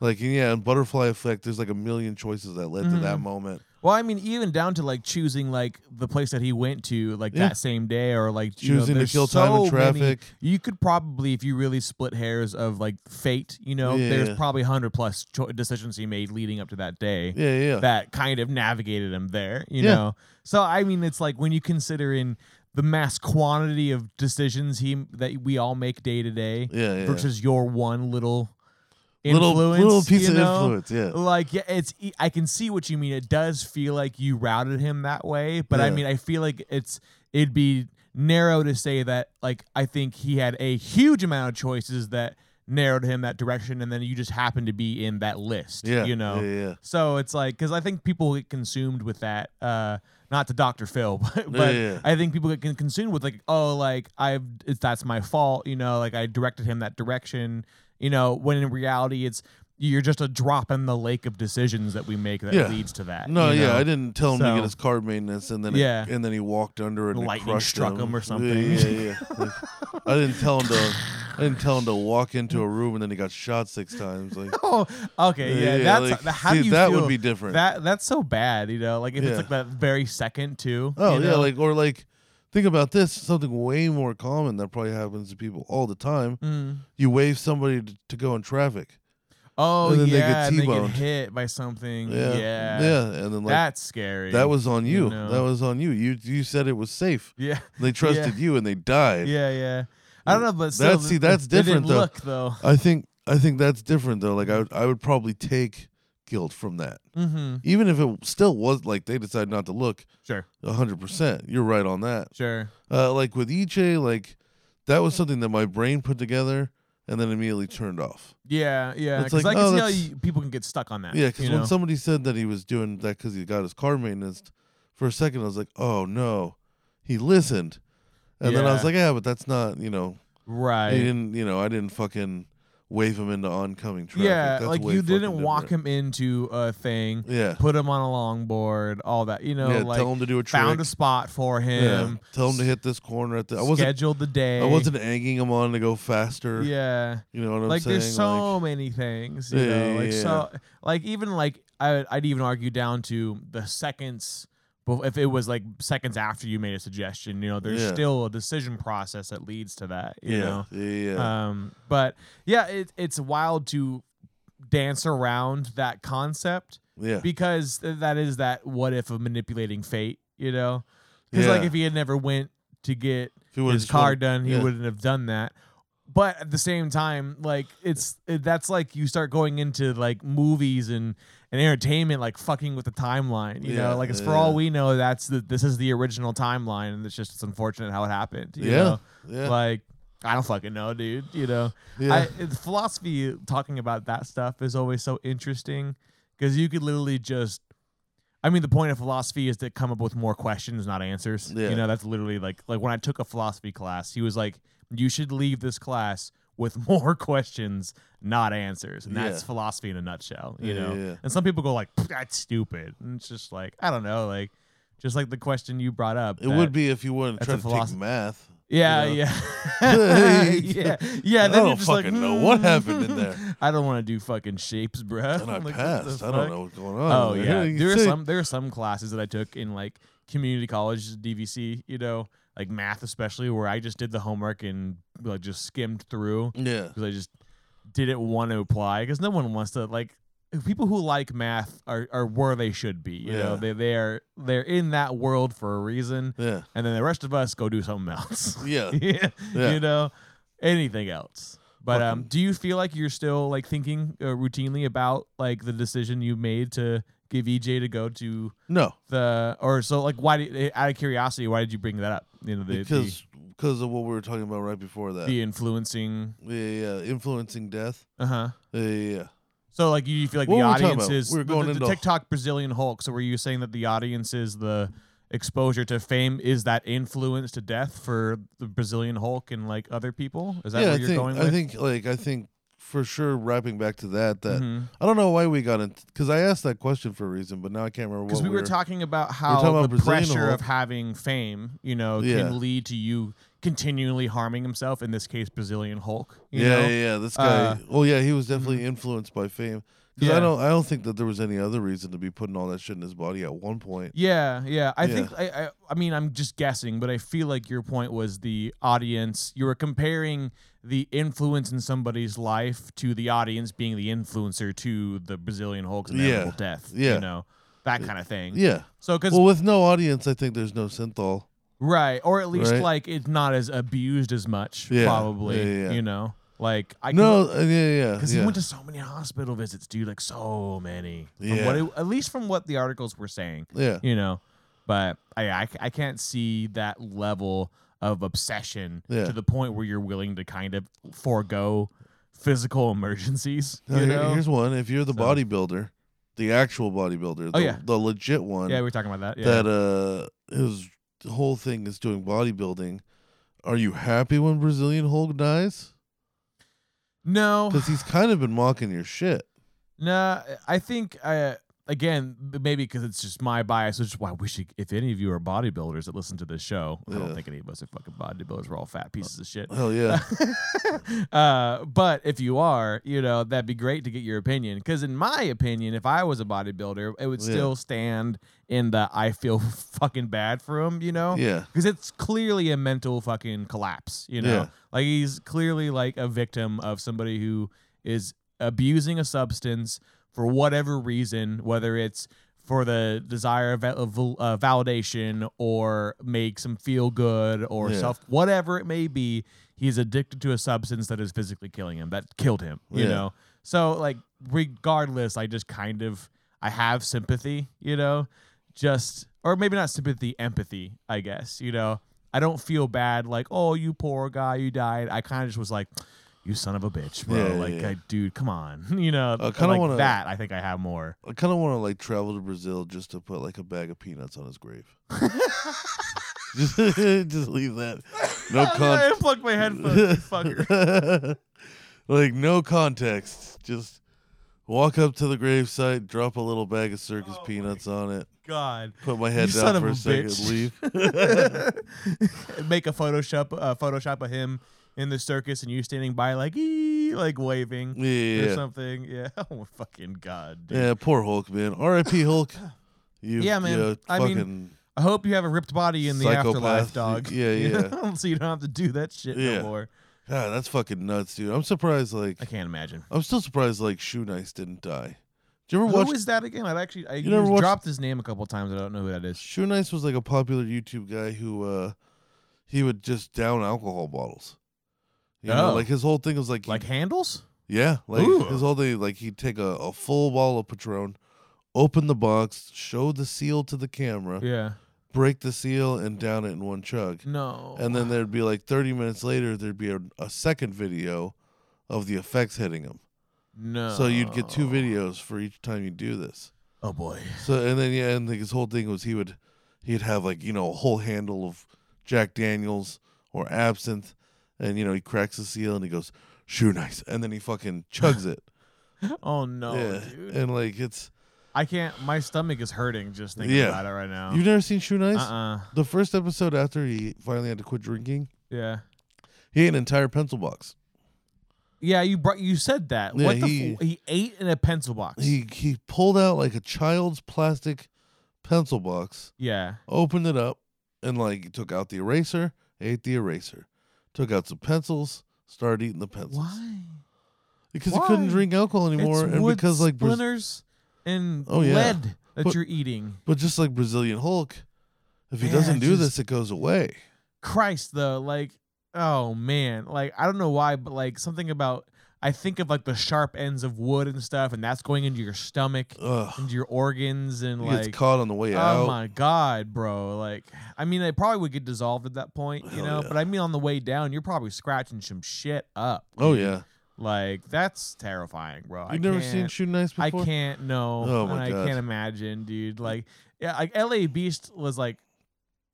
[SPEAKER 1] Like and yeah, and butterfly effect. There's like a million choices that led to
[SPEAKER 2] Mm.
[SPEAKER 1] that moment.
[SPEAKER 2] Well, I mean even down to like choosing like the place that he went to like
[SPEAKER 1] Yeah.
[SPEAKER 2] that same day or like you know,
[SPEAKER 1] Choosing to
[SPEAKER 2] there's
[SPEAKER 1] kill time in
[SPEAKER 2] so many-
[SPEAKER 1] traffic.
[SPEAKER 2] you could probably if you really split hairs of like fate you know
[SPEAKER 1] Yeah.
[SPEAKER 2] there's probably 100 plus cho- decisions he made leading up to that day
[SPEAKER 1] Yeah, yeah,
[SPEAKER 2] that kind of navigated him there you
[SPEAKER 1] Yeah.
[SPEAKER 2] know so i mean it's like when you consider in the mass quantity of decisions he that we all make day to day
[SPEAKER 1] yeah, yeah.
[SPEAKER 2] versus your one little
[SPEAKER 1] little
[SPEAKER 2] influence
[SPEAKER 1] little piece
[SPEAKER 2] you
[SPEAKER 1] of
[SPEAKER 2] know?
[SPEAKER 1] influence. Yeah,
[SPEAKER 2] like yeah it's e- i can see what you mean it does feel like you routed him that way but i
[SPEAKER 1] Yeah.
[SPEAKER 2] mean i feel like it's it'd be narrow to say that like i think he had a huge amount of choices that narrowed him that direction and then you just happened to be in that list
[SPEAKER 1] yeah,
[SPEAKER 2] you know
[SPEAKER 1] yeah, yeah.
[SPEAKER 2] so it's like because i think people get consumed with that uh not to dr phil but,
[SPEAKER 1] Yeah,
[SPEAKER 2] but
[SPEAKER 1] yeah, yeah.
[SPEAKER 2] i think people get con- consumed with like oh like i've it's, that's my fault you know like i directed him that direction you know when in reality it's you're just a drop in the lake of decisions that we make that
[SPEAKER 1] Yeah.
[SPEAKER 2] leads to that
[SPEAKER 1] No,
[SPEAKER 2] Uh, you
[SPEAKER 1] yeah,
[SPEAKER 2] know?
[SPEAKER 1] I didn't tell him to
[SPEAKER 2] So-
[SPEAKER 1] get his car maintenance, and then it-
[SPEAKER 2] Yeah.
[SPEAKER 1] and then he walked under and it
[SPEAKER 2] Lightning
[SPEAKER 1] crushed
[SPEAKER 2] struck him or
[SPEAKER 1] Yeah,
[SPEAKER 2] something.
[SPEAKER 1] Yeah, yeah. Like, I didn't tell him to. I didn't tell him to walk into a room and then he got shot six times. Like,
[SPEAKER 2] Oh, okay,
[SPEAKER 1] Yeah,
[SPEAKER 2] yeah.
[SPEAKER 1] yeah,
[SPEAKER 2] that's
[SPEAKER 1] like,
[SPEAKER 2] the- how
[SPEAKER 1] see,
[SPEAKER 2] do you
[SPEAKER 1] that would
[SPEAKER 2] feel-
[SPEAKER 1] be different.
[SPEAKER 2] That that's so bad, you know. Like if
[SPEAKER 1] Yeah.
[SPEAKER 2] it's like that very second too.
[SPEAKER 1] oh
[SPEAKER 2] you
[SPEAKER 1] yeah,
[SPEAKER 2] know?
[SPEAKER 1] like or like, think about this. Something way more common that probably happens to people all the time.
[SPEAKER 2] Mm.
[SPEAKER 1] You wave somebody to, to go in traffic.
[SPEAKER 2] oh
[SPEAKER 1] And then they get
[SPEAKER 2] yeah, and they get
[SPEAKER 1] T-boned.
[SPEAKER 2] hit by something.
[SPEAKER 1] Yeah, yeah, and then like
[SPEAKER 2] That's scary.
[SPEAKER 1] that was on you.
[SPEAKER 2] you know.
[SPEAKER 1] That was on you. You you said it was safe.
[SPEAKER 2] yeah,
[SPEAKER 1] They trusted you and they died.
[SPEAKER 2] yeah, yeah. I don't know, but still,
[SPEAKER 1] That's- see,
[SPEAKER 2] th-
[SPEAKER 1] that's
[SPEAKER 2] they didn't
[SPEAKER 1] different, though.
[SPEAKER 2] Look though,
[SPEAKER 1] I think I think that's different though. Like I would, I would probably take guilt from that.
[SPEAKER 2] Mm-hmm.
[SPEAKER 1] Even if it still was like they decided not to look
[SPEAKER 2] Sure.
[SPEAKER 1] 100%. You're right on that.
[SPEAKER 2] Sure.
[SPEAKER 1] Uh, like with EJ, like that was something that my brain put together and then immediately turned off.
[SPEAKER 2] Yeah. Yeah.
[SPEAKER 1] It's
[SPEAKER 2] Because
[SPEAKER 1] like,
[SPEAKER 2] I can
[SPEAKER 1] oh,
[SPEAKER 2] see how
[SPEAKER 1] that's-
[SPEAKER 2] you, people can get stuck on that.
[SPEAKER 1] Yeah, because
[SPEAKER 2] you
[SPEAKER 1] when
[SPEAKER 2] know?
[SPEAKER 1] somebody said that he was doing that because he got his car maintenance, for a second I was like, oh no, he listened, and then I was
[SPEAKER 2] Yeah.
[SPEAKER 1] like, yeah, but that's not you know
[SPEAKER 2] right.
[SPEAKER 1] he didn't you know I didn't fucking wave him into oncoming traffic.
[SPEAKER 2] yeah.
[SPEAKER 1] That's
[SPEAKER 2] Like
[SPEAKER 1] way
[SPEAKER 2] you
[SPEAKER 1] fucking
[SPEAKER 2] didn't walk
[SPEAKER 1] different.
[SPEAKER 2] him into a thing.
[SPEAKER 1] Yeah,
[SPEAKER 2] Put him on a longboard. All that. You know.
[SPEAKER 1] yeah.
[SPEAKER 2] like
[SPEAKER 1] tell him to do a trick.
[SPEAKER 2] found a spot for
[SPEAKER 1] yeah.
[SPEAKER 2] him.
[SPEAKER 1] Tell him to hit this corner at the. I wasn't.
[SPEAKER 2] scheduled the day.
[SPEAKER 1] I wasn't egging him on to go faster.
[SPEAKER 2] Yeah.
[SPEAKER 1] You know what I'm
[SPEAKER 2] like
[SPEAKER 1] saying?
[SPEAKER 2] there's so many things you
[SPEAKER 1] Yeah,
[SPEAKER 2] know like
[SPEAKER 1] yeah,
[SPEAKER 2] so like even like I, i'd even argue down to the seconds bef- if it was like seconds after you made a suggestion you know there's
[SPEAKER 1] Yeah.
[SPEAKER 2] still a decision process that leads to that you
[SPEAKER 1] yeah,
[SPEAKER 2] know
[SPEAKER 1] yeah, yeah.
[SPEAKER 2] um but yeah it, it's wild to dance around that concept
[SPEAKER 1] yeah.
[SPEAKER 2] because th- that is that what if of manipulating fate you know because like
[SPEAKER 1] Yeah.
[SPEAKER 2] if he had never went to get
[SPEAKER 1] If he would've
[SPEAKER 2] his
[SPEAKER 1] just
[SPEAKER 2] car
[SPEAKER 1] went-
[SPEAKER 2] done, he
[SPEAKER 1] yeah.
[SPEAKER 2] wouldn't have done that. But at the same time, like it's it, that's like you start going into like movies and and entertainment, like fucking with the timeline. You
[SPEAKER 1] Yeah,
[SPEAKER 2] know, like it's for
[SPEAKER 1] yeah.
[SPEAKER 2] all we know that's the this is the original timeline, and it's just it's unfortunate how it happened. you
[SPEAKER 1] Yeah,
[SPEAKER 2] know?
[SPEAKER 1] yeah,
[SPEAKER 2] like I don't fucking know, dude. You know,
[SPEAKER 1] yeah.
[SPEAKER 2] I, it's philosophy uh, talking about that stuff is always so interesting because you could literally just. I mean, the point of philosophy is to come up with more questions, not answers.
[SPEAKER 1] Yeah.
[SPEAKER 2] You know, that's literally like like when I took a philosophy class, he was like, "You should leave this class with more questions, not answers," and that's
[SPEAKER 1] Yeah.
[SPEAKER 2] philosophy in a nutshell. You
[SPEAKER 1] Yeah,
[SPEAKER 2] know,
[SPEAKER 1] yeah, yeah.
[SPEAKER 2] and some people go like, "Pfft, "That's stupid," and it's just like I don't know, like just like the question you brought up.
[SPEAKER 1] it
[SPEAKER 2] that-
[SPEAKER 1] would be if you wouldn't
[SPEAKER 2] that's
[SPEAKER 1] try
[SPEAKER 2] a
[SPEAKER 1] to
[SPEAKER 2] philosoph-
[SPEAKER 1] take math.
[SPEAKER 2] yeah,
[SPEAKER 1] you know?
[SPEAKER 2] yeah. yeah, yeah.
[SPEAKER 1] I
[SPEAKER 2] Then you're
[SPEAKER 1] don't
[SPEAKER 2] just like,
[SPEAKER 1] fucking know what
[SPEAKER 2] "Hmm,
[SPEAKER 1] happened in there."
[SPEAKER 2] I don't want to do fucking shapes, bruh.
[SPEAKER 1] And I
[SPEAKER 2] Like, what the
[SPEAKER 1] passed. I don't
[SPEAKER 2] fuck?
[SPEAKER 1] know what's going on.
[SPEAKER 2] Oh
[SPEAKER 1] over
[SPEAKER 2] yeah,
[SPEAKER 1] You
[SPEAKER 2] there are
[SPEAKER 1] see-
[SPEAKER 2] some there are some classes that I took in like community college, DVC, you know, like math especially, where I just did the homework and like just skimmed through
[SPEAKER 1] Yeah.
[SPEAKER 2] because I just didn't want to apply because no one wants to like people who like math are, are where they should be. You
[SPEAKER 1] Yeah.
[SPEAKER 2] know, they they are they're in that world for a reason,
[SPEAKER 1] Yeah.
[SPEAKER 2] and then the rest of us go do something else.
[SPEAKER 1] Yeah.
[SPEAKER 2] yeah,
[SPEAKER 1] Yeah.
[SPEAKER 2] you know, anything else. But um,
[SPEAKER 1] Fucking-
[SPEAKER 2] do you feel like you're still like thinking uh, routinely about like the decision you made to give EJ to go to
[SPEAKER 1] No.
[SPEAKER 2] the or so like why did, eh, out of curiosity why did you bring that up? You know the
[SPEAKER 1] Because uh, because of what we were talking about right before that.
[SPEAKER 2] the, the influencing.
[SPEAKER 1] yeah, yeah, yeah. Influencing death.
[SPEAKER 2] Uh huh.
[SPEAKER 1] Yeah, yeah, yeah.
[SPEAKER 2] So like you feel like
[SPEAKER 1] What
[SPEAKER 2] the
[SPEAKER 1] were we talking
[SPEAKER 2] audience
[SPEAKER 1] about?
[SPEAKER 2] is
[SPEAKER 1] We were
[SPEAKER 2] the-
[SPEAKER 1] going
[SPEAKER 2] the, the
[SPEAKER 1] into-
[SPEAKER 2] TikTok Brazilian Hulk. So were you saying that the audience is the exposure to fame is that influence to death for the Brazilian Hulk and like other people? Is that
[SPEAKER 1] yeah
[SPEAKER 2] where
[SPEAKER 1] I
[SPEAKER 2] you're
[SPEAKER 1] think
[SPEAKER 2] going
[SPEAKER 1] I
[SPEAKER 2] with?
[SPEAKER 1] think like I think for sure wrapping back to that that
[SPEAKER 2] Mhm.
[SPEAKER 1] I don't know why we got into because I asked that question for a reason, but now I can't remember what
[SPEAKER 2] because we were talking about how
[SPEAKER 1] talking about
[SPEAKER 2] the
[SPEAKER 1] Brazilian
[SPEAKER 2] pressure
[SPEAKER 1] Hulk.
[SPEAKER 2] of having fame, you know,
[SPEAKER 1] Yeah.
[SPEAKER 2] can lead to you continually harming himself. In this case, Brazilian Hulk. You
[SPEAKER 1] yeah,
[SPEAKER 2] know?
[SPEAKER 1] yeah, yeah. This guy.
[SPEAKER 2] Uh,
[SPEAKER 1] well, yeah, he was definitely influenced by fame. Because I
[SPEAKER 2] Yeah.
[SPEAKER 1] don't, I don't think that there was any other reason to be putting all that shit in his body at one point.
[SPEAKER 2] Yeah, yeah. I
[SPEAKER 1] Yeah.
[SPEAKER 2] think I, I I mean I'm just guessing, but I feel like your point was the audience. You were comparing the influence in somebody's life to the audience being the influencer to the Brazilian Hulk's
[SPEAKER 1] Yeah,
[SPEAKER 2] inevitable death.
[SPEAKER 1] yeah.
[SPEAKER 2] You know, that kind of thing.
[SPEAKER 1] Yeah.
[SPEAKER 2] So cuz
[SPEAKER 1] Well, with no audience, I think there's no synthol.
[SPEAKER 2] right, or at least
[SPEAKER 1] Right.
[SPEAKER 2] like it's not as abused as much
[SPEAKER 1] Yeah,
[SPEAKER 2] probably,
[SPEAKER 1] yeah, yeah, yeah.
[SPEAKER 2] you know. Like I can
[SPEAKER 1] No, uh, yeah, yeah,
[SPEAKER 2] Because
[SPEAKER 1] yeah.
[SPEAKER 2] he went to so many hospital visits, dude. Like so many. From
[SPEAKER 1] Yeah.
[SPEAKER 2] What it, at least from what the articles were saying,
[SPEAKER 1] yeah.
[SPEAKER 2] you know. But I, I, I can't see that level of obsession
[SPEAKER 1] Yeah.
[SPEAKER 2] to the point where you're willing to kind of forego physical emergencies.
[SPEAKER 1] No,
[SPEAKER 2] You
[SPEAKER 1] here-
[SPEAKER 2] know?
[SPEAKER 1] Here's one. If you're the
[SPEAKER 2] So-
[SPEAKER 1] bodybuilder, the actual bodybuilder, the,
[SPEAKER 2] Oh, yeah.
[SPEAKER 1] the legit one,
[SPEAKER 2] yeah, we were talking about that. Yeah.
[SPEAKER 1] that uh his whole thing is doing bodybuilding. Are you happy when Brazilian Hulk dies?
[SPEAKER 2] no,
[SPEAKER 1] Because he's kind of been mocking your shit.
[SPEAKER 2] no. I think uh, again b- maybe because it's just my bias, which is why we should. If any of you are bodybuilders that listen to this show, I
[SPEAKER 1] Yeah.
[SPEAKER 2] don't think any of us are fucking bodybuilders. We're all fat pieces of shit.
[SPEAKER 1] Hell yeah,
[SPEAKER 2] uh, but if you are, you know, that'd be great to get your opinion. Because in my opinion, if I was a bodybuilder, it would
[SPEAKER 1] Yeah.
[SPEAKER 2] still stand in the I feel fucking bad for him, you know?
[SPEAKER 1] yeah,
[SPEAKER 2] Because it's clearly a mental fucking collapse, you know?
[SPEAKER 1] Yeah.
[SPEAKER 2] Like he's clearly like a victim of somebody who is abusing a substance for whatever reason, whether it's for the desire of, of uh, validation or makes him feel good or
[SPEAKER 1] Yeah.
[SPEAKER 2] self, whatever it may be. he's addicted to a substance that is physically killing him, that killed him, you
[SPEAKER 1] Yeah.
[SPEAKER 2] know? So, like, regardless, I just kind of, I have sympathy, you know? Just, or maybe not sympathy, empathy, I guess, you know? I don't feel bad, like, oh, you poor guy, you died. I kind of just was like, you son of a bitch, bro.
[SPEAKER 1] Yeah, yeah,
[SPEAKER 2] like,
[SPEAKER 1] yeah.
[SPEAKER 2] I, dude, come on, you know?
[SPEAKER 1] I kinda
[SPEAKER 2] like
[SPEAKER 1] wanna-
[SPEAKER 2] that, I think I have more.
[SPEAKER 1] I kind of want to like travel to Brazil just to put like a bag of peanuts on his grave. just, just leave that. No
[SPEAKER 2] I
[SPEAKER 1] con-
[SPEAKER 2] unplugged my headphones, you fucker.
[SPEAKER 1] like no context. Just walk up to the gravesite, drop a little bag of circus
[SPEAKER 2] Oh my-
[SPEAKER 1] peanuts on it,
[SPEAKER 2] God.
[SPEAKER 1] put my head
[SPEAKER 2] You son
[SPEAKER 1] down
[SPEAKER 2] of
[SPEAKER 1] for a,
[SPEAKER 2] a
[SPEAKER 1] second,
[SPEAKER 2] bitch.
[SPEAKER 1] leave.
[SPEAKER 2] Make a Photoshop, uh, Photoshop of him in the circus and you standing by, like, "Ee," like waving
[SPEAKER 1] Yeah,
[SPEAKER 2] or
[SPEAKER 1] yeah, yeah.
[SPEAKER 2] something. Yeah. Oh, fucking God, dude.
[SPEAKER 1] Yeah, poor Hulk, man. R.I.P. Hulk. You,
[SPEAKER 2] Yeah, man.
[SPEAKER 1] you
[SPEAKER 2] I mean,
[SPEAKER 1] fucking-
[SPEAKER 2] I hope you have a ripped body in the
[SPEAKER 1] Psychopath.
[SPEAKER 2] afterlife, dog.
[SPEAKER 1] Yeah,
[SPEAKER 2] You
[SPEAKER 1] yeah.
[SPEAKER 2] know? so you don't have to do that shit
[SPEAKER 1] Yeah.
[SPEAKER 2] no more.
[SPEAKER 1] God, ah, that's fucking nuts, dude. I'm surprised. Like,
[SPEAKER 2] I can't imagine.
[SPEAKER 1] I'm still surprised. Like, Shoe Nice didn't die. Did you ever
[SPEAKER 2] Who
[SPEAKER 1] watch
[SPEAKER 2] is that again? I've actually, I
[SPEAKER 1] You never
[SPEAKER 2] he's
[SPEAKER 1] watched-
[SPEAKER 2] dropped his name a couple times. I don't know who that is.
[SPEAKER 1] Shoe Nice was like a popular YouTube guy who uh he would just down alcohol bottles. You know,
[SPEAKER 2] Oh.
[SPEAKER 1] like his whole thing was like, he-
[SPEAKER 2] Like handles?
[SPEAKER 1] yeah, like
[SPEAKER 2] Ooh.
[SPEAKER 1] his whole thing like he'd take a, a full bottle of Patron, open the box, show the seal to the camera,
[SPEAKER 2] Yeah.
[SPEAKER 1] break the seal, and down it in one chug.
[SPEAKER 2] No.
[SPEAKER 1] And then there'd be like 30 minutes later, there'd be a, a second video of the effects hitting him.
[SPEAKER 2] no.
[SPEAKER 1] So you'd get two videos for each time you do this.
[SPEAKER 2] Oh boy.
[SPEAKER 1] So and then yeah, and like his whole thing was he would he'd have like you know a whole handle of Jack Daniels or absinthe, and you know he cracks the seal and he goes shoe nice, and then he fucking chugs it.
[SPEAKER 2] Oh no,
[SPEAKER 1] yeah,
[SPEAKER 2] dude.
[SPEAKER 1] and like it's
[SPEAKER 2] I can't. My stomach is hurting just thinking
[SPEAKER 1] Yeah.
[SPEAKER 2] about it right now.
[SPEAKER 1] you've never seen shoe nice.
[SPEAKER 2] Uh uh
[SPEAKER 1] The first episode after he finally had to quit drinking,
[SPEAKER 2] Yeah.
[SPEAKER 1] he ate an entire pencil box.
[SPEAKER 2] Yeah, you brought. You said that.
[SPEAKER 1] Yeah,
[SPEAKER 2] what the?
[SPEAKER 1] he-
[SPEAKER 2] f- he ate in a pencil box.
[SPEAKER 1] He he pulled out like a child's plastic pencil box,
[SPEAKER 2] yeah.
[SPEAKER 1] opened it up, and like took out the eraser, ate the eraser, took out some pencils, started eating the pencils.
[SPEAKER 2] Why?
[SPEAKER 1] because he couldn't
[SPEAKER 2] Why?
[SPEAKER 1] drink alcohol anymore,
[SPEAKER 2] it's
[SPEAKER 1] and
[SPEAKER 2] wood
[SPEAKER 1] because like Braz-
[SPEAKER 2] splinters and
[SPEAKER 1] Oh, yeah.
[SPEAKER 2] lead that
[SPEAKER 1] But-
[SPEAKER 2] you're eating.
[SPEAKER 1] but just like Brazilian Hulk, if he
[SPEAKER 2] Yeah,
[SPEAKER 1] doesn't do
[SPEAKER 2] just-
[SPEAKER 1] this, it goes away.
[SPEAKER 2] Christ, though, like, oh man, like I don't know why, but like something about I think of like the sharp ends of wood and stuff, and that's going into your stomach,
[SPEAKER 1] Ugh,
[SPEAKER 2] into your organs, and
[SPEAKER 1] he
[SPEAKER 2] like
[SPEAKER 1] gets caught on the way
[SPEAKER 2] Oh
[SPEAKER 1] out.
[SPEAKER 2] my god, bro! Like, I mean, it probably would get dissolved at that point, you
[SPEAKER 1] Hell
[SPEAKER 2] know.
[SPEAKER 1] yeah.
[SPEAKER 2] But I mean, on the way down, you're probably scratching some shit up.
[SPEAKER 1] oh
[SPEAKER 2] dude.
[SPEAKER 1] yeah,
[SPEAKER 2] like that's terrifying, bro. I
[SPEAKER 1] you've never seen
[SPEAKER 2] can't-
[SPEAKER 1] Shooting Nice
[SPEAKER 2] I
[SPEAKER 1] before.
[SPEAKER 2] can't know,
[SPEAKER 1] Oh
[SPEAKER 2] and
[SPEAKER 1] my
[SPEAKER 2] I
[SPEAKER 1] God.
[SPEAKER 2] can't imagine, dude. Like, yeah, like L.A. Beast was like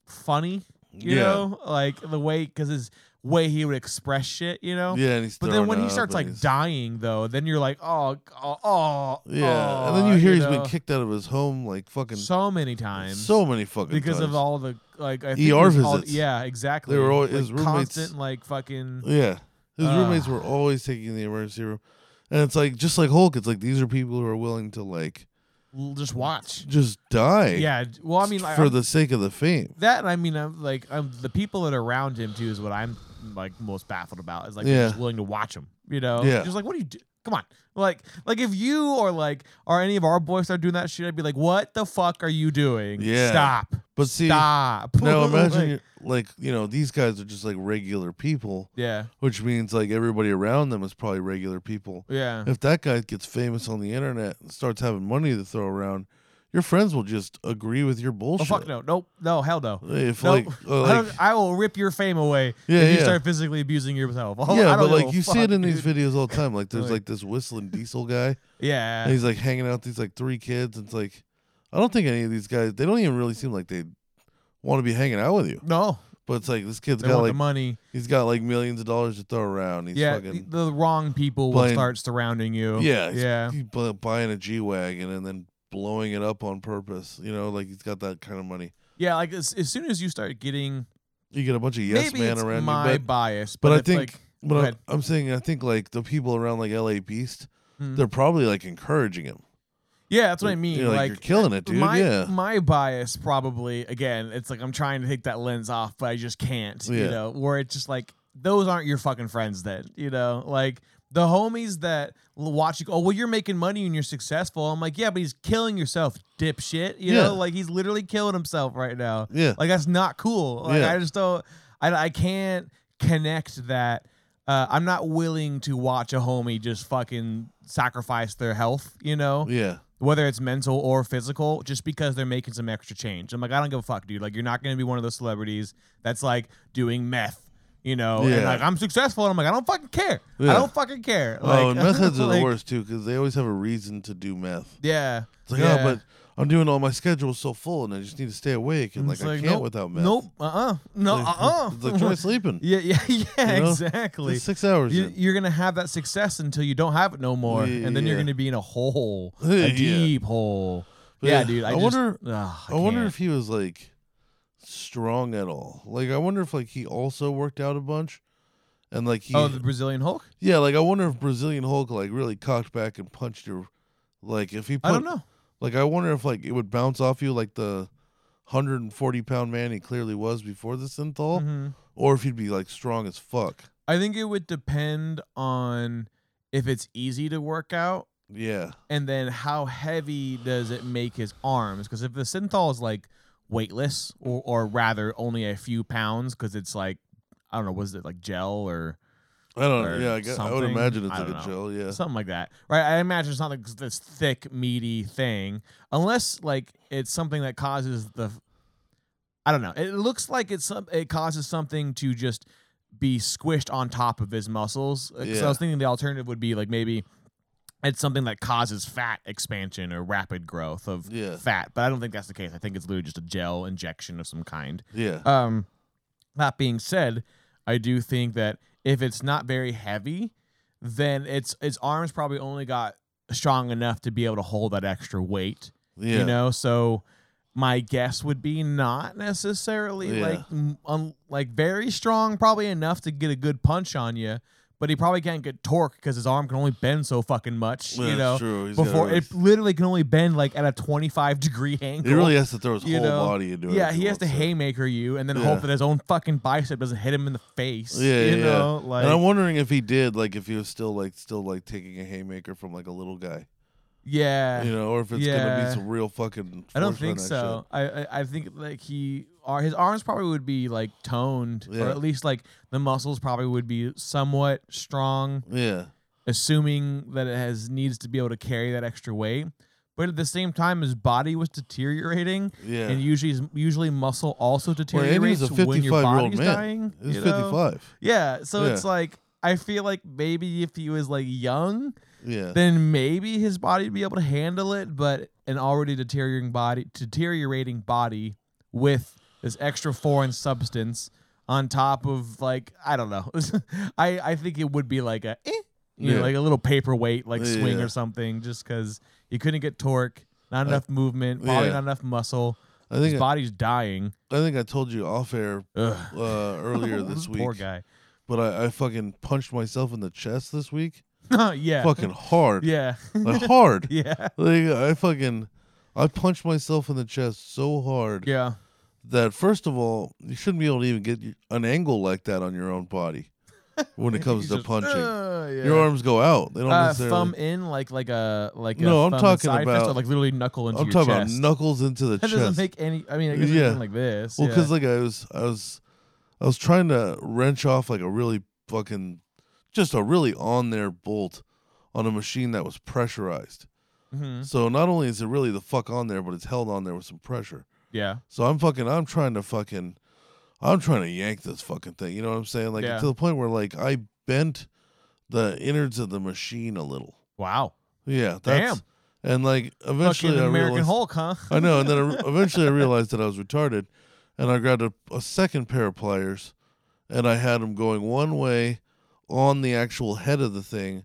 [SPEAKER 2] funny, you
[SPEAKER 1] yeah,
[SPEAKER 2] know, like the way because his way he would express shit, you know.
[SPEAKER 1] yeah, and he's
[SPEAKER 2] But then
[SPEAKER 1] throwing
[SPEAKER 2] when he
[SPEAKER 1] up,
[SPEAKER 2] starts
[SPEAKER 1] and
[SPEAKER 2] like
[SPEAKER 1] he's-
[SPEAKER 2] dying, though, then you're like, oh, oh, oh
[SPEAKER 1] yeah, and
[SPEAKER 2] oh,
[SPEAKER 1] then you hear he's
[SPEAKER 2] know,
[SPEAKER 1] been kicked out of his home like fucking so,
[SPEAKER 2] so many times
[SPEAKER 1] many fucking
[SPEAKER 2] because
[SPEAKER 1] times.
[SPEAKER 2] of all the like I think
[SPEAKER 1] ER
[SPEAKER 2] it was all-
[SPEAKER 1] visits.
[SPEAKER 2] yeah, exactly.
[SPEAKER 1] They were all-
[SPEAKER 2] like,
[SPEAKER 1] his roommates-
[SPEAKER 2] constant like fucking
[SPEAKER 1] yeah, his
[SPEAKER 2] Ugh.
[SPEAKER 1] roommates were always taking the emergency room, and it's like just like Hulk, it's like these are people who are willing to like
[SPEAKER 2] l- just watch.
[SPEAKER 1] just die.
[SPEAKER 2] Yeah, well, I mean, like,
[SPEAKER 1] for
[SPEAKER 2] I'm-
[SPEAKER 1] the sake of the fame.
[SPEAKER 2] that and I mean, I'm like, I'm the people that are around him too is what I'm like most baffled about. Is like
[SPEAKER 1] Yeah.
[SPEAKER 2] they're just willing to watch him, you know?
[SPEAKER 1] Yeah.
[SPEAKER 2] Just like, what do you do? Come on, like, like if you or like or any of our boys start doing that shit, I'd be like, what the fuck are you doing?
[SPEAKER 1] Yeah.
[SPEAKER 2] Stop,
[SPEAKER 1] But see,
[SPEAKER 2] stop.
[SPEAKER 1] Now
[SPEAKER 2] Like,
[SPEAKER 1] imagine you're, like you know these guys are just like regular people,
[SPEAKER 2] yeah,
[SPEAKER 1] which means like everybody around them is probably regular people.
[SPEAKER 2] yeah.
[SPEAKER 1] If that guy gets famous on the internet and starts having money to throw around, your friends will just agree with your
[SPEAKER 2] Oh
[SPEAKER 1] bullshit.
[SPEAKER 2] fuck no, nope, no, hell no.
[SPEAKER 1] If
[SPEAKER 2] No,
[SPEAKER 1] like, uh,
[SPEAKER 2] I,
[SPEAKER 1] like
[SPEAKER 2] don't, I will rip your fame away
[SPEAKER 1] Yeah,
[SPEAKER 2] if you
[SPEAKER 1] yeah.
[SPEAKER 2] start physically abusing yourself. Oh,
[SPEAKER 1] yeah,
[SPEAKER 2] I don't
[SPEAKER 1] but
[SPEAKER 2] give
[SPEAKER 1] like
[SPEAKER 2] a
[SPEAKER 1] you see it
[SPEAKER 2] fuck,
[SPEAKER 1] in these
[SPEAKER 2] dude.
[SPEAKER 1] videos all the time. Like there's
[SPEAKER 2] Like-
[SPEAKER 1] like this whistling diesel guy, and
[SPEAKER 2] Yeah,
[SPEAKER 1] he's like hanging out with these like three kids. And it's like I don't think any of these guys. They don't even really seem like they want to be hanging out with you.
[SPEAKER 2] no,
[SPEAKER 1] But it's like this kid's
[SPEAKER 2] they
[SPEAKER 1] got
[SPEAKER 2] want
[SPEAKER 1] like
[SPEAKER 2] the money.
[SPEAKER 1] he's got like millions of dollars to throw around. He's
[SPEAKER 2] Yeah,
[SPEAKER 1] fucking
[SPEAKER 2] the the wrong people will
[SPEAKER 1] playing-
[SPEAKER 2] start surrounding you.
[SPEAKER 1] Yeah, he's-
[SPEAKER 2] yeah,
[SPEAKER 1] He's bu- buying a G wagon and then blowing it up on purpose. You know, like he's got that kind of money.
[SPEAKER 2] yeah. Like as, as soon as you start getting,
[SPEAKER 1] You get a bunch of yes
[SPEAKER 2] maybe
[SPEAKER 1] man
[SPEAKER 2] it's
[SPEAKER 1] around
[SPEAKER 2] my
[SPEAKER 1] you, but,
[SPEAKER 2] bias,
[SPEAKER 1] but
[SPEAKER 2] but,
[SPEAKER 1] I
[SPEAKER 2] it's
[SPEAKER 1] think-
[SPEAKER 2] like,
[SPEAKER 1] but
[SPEAKER 2] go
[SPEAKER 1] I'm,
[SPEAKER 2] ahead.
[SPEAKER 1] I'm saying I think like the people around like L.A. Beast,
[SPEAKER 2] Hmm.
[SPEAKER 1] they're probably like encouraging him.
[SPEAKER 2] yeah, that's what I
[SPEAKER 1] Like,
[SPEAKER 2] mean.
[SPEAKER 1] you know, like,
[SPEAKER 2] like
[SPEAKER 1] you're killing it, dude.
[SPEAKER 2] My
[SPEAKER 1] yeah,
[SPEAKER 2] my bias probably again. It's like I'm trying to take that lens off, but I just can't.
[SPEAKER 1] Yeah.
[SPEAKER 2] You know, where it's just like those aren't your fucking friends. Then you know, like the homies that l- watch you. go, Oh well, you're making money and you're successful. I'm like, yeah, but he's killing yourself, dipshit. You
[SPEAKER 1] Yeah.
[SPEAKER 2] know, like he's literally killing himself right now.
[SPEAKER 1] yeah.
[SPEAKER 2] Like that's not cool. Like
[SPEAKER 1] Yeah.
[SPEAKER 2] I just don't. I I can't connect that uh, I'm not willing to watch a homie just fucking sacrifice their health, you know,
[SPEAKER 1] Yeah.
[SPEAKER 2] whether it's mental or physical, just because they're making some extra change. I'm like, I don't give a fuck, dude. Like, you're not gonna be one of those celebrities that's like doing meth, you know, and
[SPEAKER 1] Yeah.
[SPEAKER 2] like I'm successful, and I'm like, I don't fucking care.
[SPEAKER 1] Yeah.
[SPEAKER 2] I don't fucking care.
[SPEAKER 1] oh,
[SPEAKER 2] Like,
[SPEAKER 1] and meth heads are the
[SPEAKER 2] like,
[SPEAKER 1] worst too because they always have a reason to do meth.
[SPEAKER 2] Yeah.
[SPEAKER 1] It's like,
[SPEAKER 2] yeah.
[SPEAKER 1] oh, but I'm doing all my schedule's so full, and I just need to stay awake, and like,
[SPEAKER 2] It's
[SPEAKER 1] I can't
[SPEAKER 2] nope,
[SPEAKER 1] without meth.
[SPEAKER 2] Nope. Uh. uh No. Uh.
[SPEAKER 1] It's like-
[SPEAKER 2] uh
[SPEAKER 1] It's like try sleeping.
[SPEAKER 2] yeah. Yeah. Yeah.
[SPEAKER 1] know?
[SPEAKER 2] Exactly.
[SPEAKER 1] It's Six hours.
[SPEAKER 2] You,
[SPEAKER 1] in.
[SPEAKER 2] you're gonna have that success until you don't have it no more,
[SPEAKER 1] Yeah,
[SPEAKER 2] and then you're
[SPEAKER 1] yeah.
[SPEAKER 2] gonna be in a hole,
[SPEAKER 1] Yeah.
[SPEAKER 2] a deep hole.
[SPEAKER 1] But
[SPEAKER 2] Yeah,
[SPEAKER 1] yeah,
[SPEAKER 2] dude. I,
[SPEAKER 1] I
[SPEAKER 2] just,
[SPEAKER 1] wonder-
[SPEAKER 2] ugh, I,
[SPEAKER 1] I wonder
[SPEAKER 2] can't.
[SPEAKER 1] if he was like strong at all. Like, I wonder if like he also worked out a bunch, and like he,
[SPEAKER 2] Oh, the Brazilian Hulk.
[SPEAKER 1] yeah, like I wonder if Brazilian Hulk like really cocked back and punched your, like if he, put,
[SPEAKER 2] I don't know.
[SPEAKER 1] Like, I wonder if like it would bounce off you like the. 140 pound man he clearly was before the synthol
[SPEAKER 2] Mhm.
[SPEAKER 1] or if he'd be like strong as fuck
[SPEAKER 2] I think it would depend on if it's easy to work out,
[SPEAKER 1] yeah
[SPEAKER 2] and then how heavy does it make his arms? Because if the synthol is like weightless, or or rather only a few pounds, because it's like I don't know, was it like gel or
[SPEAKER 1] I don't know.
[SPEAKER 2] or
[SPEAKER 1] Yeah, I, gu- I would
[SPEAKER 2] something.
[SPEAKER 1] imagine it's
[SPEAKER 2] I
[SPEAKER 1] like a
[SPEAKER 2] don't know.
[SPEAKER 1] gel. Yeah.
[SPEAKER 2] something like that, right? I imagine it's not like this thick, meaty thing, unless like it's something that causes the. I don't know. It looks like it's some. It causes something to just be squished on top of his muscles. Uh, 'cause I
[SPEAKER 1] Yeah.
[SPEAKER 2] was thinking the alternative would be like maybe it's something that causes fat expansion or rapid growth of
[SPEAKER 1] Yeah.
[SPEAKER 2] fat, but I don't think that's the case. I think it's literally just a gel injection of some kind.
[SPEAKER 1] yeah.
[SPEAKER 2] Um, that being said, I do think that if it's not very heavy, then its its arms probably only got strong enough to be able to hold that extra weight.
[SPEAKER 1] yeah.
[SPEAKER 2] You know, so my guess would be not necessarily
[SPEAKER 1] Yeah.
[SPEAKER 2] like m- un, like very strong, probably enough to get a good punch on you. But he probably can't get torque because his arm can only bend so fucking much,
[SPEAKER 1] Yeah,
[SPEAKER 2] you
[SPEAKER 1] it's
[SPEAKER 2] know.
[SPEAKER 1] true. He's gotta
[SPEAKER 2] Before
[SPEAKER 1] really-
[SPEAKER 2] it literally can only bend like at a twenty five degree angle.
[SPEAKER 1] He really has to throw his
[SPEAKER 2] You
[SPEAKER 1] whole
[SPEAKER 2] know?
[SPEAKER 1] body into it.
[SPEAKER 2] Yeah,
[SPEAKER 1] if
[SPEAKER 2] he has to
[SPEAKER 1] wants
[SPEAKER 2] haymaker you and then
[SPEAKER 1] Yeah.
[SPEAKER 2] hope that his own fucking bicep doesn't hit him in the face.
[SPEAKER 1] Yeah,
[SPEAKER 2] you
[SPEAKER 1] yeah.
[SPEAKER 2] know, like
[SPEAKER 1] and I'm wondering if he did, like, if he was still, like, still, like, taking a haymaker from like a little guy,
[SPEAKER 2] yeah.
[SPEAKER 1] you know, or if it's gonna
[SPEAKER 2] Yeah.
[SPEAKER 1] be some real fucking.
[SPEAKER 2] I don't
[SPEAKER 1] force behind
[SPEAKER 2] think
[SPEAKER 1] that
[SPEAKER 2] so. I, I I think like he are his arms probably would be like toned
[SPEAKER 1] Yeah.
[SPEAKER 2] or at least like the muscles probably would be somewhat strong,
[SPEAKER 1] shit. Yeah.
[SPEAKER 2] assuming that it has needs to be able to carry that extra weight. But at the same time, his body was deteriorating,
[SPEAKER 1] Yeah.
[SPEAKER 2] and usually usually muscle also
[SPEAKER 1] Well, and
[SPEAKER 2] deteriorates
[SPEAKER 1] he's a
[SPEAKER 2] when
[SPEAKER 1] 55 year
[SPEAKER 2] your
[SPEAKER 1] old
[SPEAKER 2] body's
[SPEAKER 1] man.
[SPEAKER 2] dying.
[SPEAKER 1] he's
[SPEAKER 2] you know?
[SPEAKER 1] 55.
[SPEAKER 2] Yeah, so
[SPEAKER 1] Yeah.
[SPEAKER 2] it's like I feel like maybe if he was like young,
[SPEAKER 1] Yeah.
[SPEAKER 2] then maybe his body would be able to handle it, but an already deteriorating body deteriorating body with this extra foreign substance on top of like I don't know. I I think it would be like a eh, you know,
[SPEAKER 1] Yeah.
[SPEAKER 2] like a little paperweight like swing
[SPEAKER 1] Yeah.
[SPEAKER 2] or something just cuz he couldn't get torque, not enough movement, probably
[SPEAKER 1] yeah.
[SPEAKER 2] not enough muscle.
[SPEAKER 1] I
[SPEAKER 2] His
[SPEAKER 1] think I,
[SPEAKER 2] body's dying.
[SPEAKER 1] think I told you off air
[SPEAKER 2] Ugh.
[SPEAKER 1] uh, earlier this week,
[SPEAKER 2] Poor guy.
[SPEAKER 1] but I, I fucking punched myself in the chest this week,
[SPEAKER 2] yeah.
[SPEAKER 1] fucking hard,
[SPEAKER 2] Yeah.
[SPEAKER 1] like hard.
[SPEAKER 2] yeah.
[SPEAKER 1] Like I fucking, I punched myself in the chest so hard
[SPEAKER 2] Yeah.
[SPEAKER 1] that first of all, you shouldn't be able to even get y- an angle like that on your own body when it comes
[SPEAKER 2] He's
[SPEAKER 1] to
[SPEAKER 2] just,
[SPEAKER 1] punching.
[SPEAKER 2] "Uh, yeah."
[SPEAKER 1] Your arms go out. They don't
[SPEAKER 2] Uh,
[SPEAKER 1] necessarily.
[SPEAKER 2] thumb in, like like a like.
[SPEAKER 1] No,
[SPEAKER 2] a
[SPEAKER 1] I'm
[SPEAKER 2] thumb
[SPEAKER 1] talking
[SPEAKER 2] side fist, or
[SPEAKER 1] about-
[SPEAKER 2] like literally knuckle into
[SPEAKER 1] I'm
[SPEAKER 2] your
[SPEAKER 1] talking about
[SPEAKER 2] chest.
[SPEAKER 1] knuckles into the
[SPEAKER 2] that
[SPEAKER 1] chest.
[SPEAKER 2] doesn't make any. I mean, I guess
[SPEAKER 1] Yeah.
[SPEAKER 2] yeah. like this.
[SPEAKER 1] well, uh,
[SPEAKER 2] yeah.
[SPEAKER 1] because like I was, I was, I was trying to wrench off like a really fucking, just a really on there bolt on a machine that was pressurized.
[SPEAKER 2] Mhm.
[SPEAKER 1] So not only is it really the fuck on there, but it's held on there with some pressure.
[SPEAKER 2] yeah,
[SPEAKER 1] So I'm fucking I'm trying to fucking I'm trying to yank this fucking thing. You know what I'm saying? Like
[SPEAKER 2] Yeah.
[SPEAKER 1] to the point where like I bent the innards of the machine a little.
[SPEAKER 2] wow,
[SPEAKER 1] Yeah, that's and like eventually
[SPEAKER 2] fucking
[SPEAKER 1] I
[SPEAKER 2] American
[SPEAKER 1] realized,
[SPEAKER 2] Hulk, huh?
[SPEAKER 1] I know, and then I, eventually I realized that I was retarded and I grabbed a, a second pair of pliers and I had them going one way on the actual head of the thing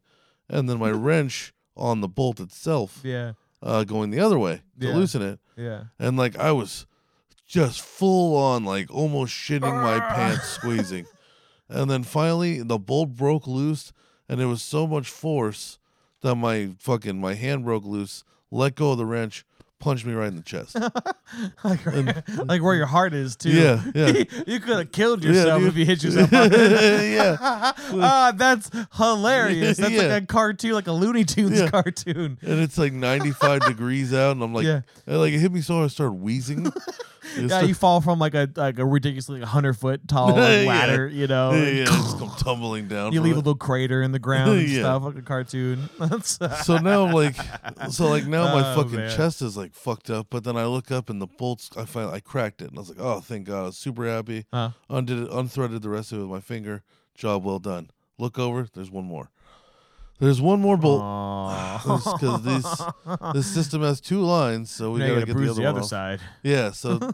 [SPEAKER 1] and then my wrench on the bolt itself
[SPEAKER 2] yeah,
[SPEAKER 1] uh, going the other way to
[SPEAKER 2] Yeah.
[SPEAKER 1] loosen it
[SPEAKER 2] yeah.
[SPEAKER 1] and like I was just full on like almost shitting my pants squeezing. And then finally the bolt broke loose and it was so much force that my fucking my hand broke loose, let go of the wrench, punched me right in the chest.
[SPEAKER 2] like, right- like where your heart is too.
[SPEAKER 1] Yeah, yeah.
[SPEAKER 2] you could have killed
[SPEAKER 1] Yeah,
[SPEAKER 2] yourself
[SPEAKER 1] dude.
[SPEAKER 2] if you hit yourself.
[SPEAKER 1] Yeah.
[SPEAKER 2] ah, that's hilarious. That's
[SPEAKER 1] Yeah.
[SPEAKER 2] like a cartoon, like a Looney Tunes
[SPEAKER 1] Yeah.
[SPEAKER 2] cartoon.
[SPEAKER 1] and it's like 95 degrees out, and I'm like,
[SPEAKER 2] Yeah.
[SPEAKER 1] and, like it hit me so hard, I started wheezing. It's
[SPEAKER 2] Yeah,
[SPEAKER 1] like-
[SPEAKER 2] you fall from like a like a ridiculously hundred foot tall like,
[SPEAKER 1] Yeah.
[SPEAKER 2] ladder, you know.
[SPEAKER 1] yeah,
[SPEAKER 2] and
[SPEAKER 1] yeah, I just come tumbling down.
[SPEAKER 2] You
[SPEAKER 1] from
[SPEAKER 2] leave a
[SPEAKER 1] it.
[SPEAKER 2] little crater in the ground and
[SPEAKER 1] Yeah.
[SPEAKER 2] stuff, like a cartoon. That's
[SPEAKER 1] so now I'm like, so like now my
[SPEAKER 2] Oh,
[SPEAKER 1] fucking
[SPEAKER 2] man.
[SPEAKER 1] chest is like fucked up. But then I look up and the bolts, I find I cracked it, and I was like, oh, thank God, I was super happy.
[SPEAKER 2] Uh.
[SPEAKER 1] Undid it, unthreaded the rest of it with my finger. Job well done. Look over, there's one more. There's one more bolt because this this system has two lines, so we
[SPEAKER 2] now you
[SPEAKER 1] gotta
[SPEAKER 2] gotta
[SPEAKER 1] get the
[SPEAKER 2] bruise
[SPEAKER 1] other,
[SPEAKER 2] the other
[SPEAKER 1] one off.
[SPEAKER 2] side.
[SPEAKER 1] Yeah, so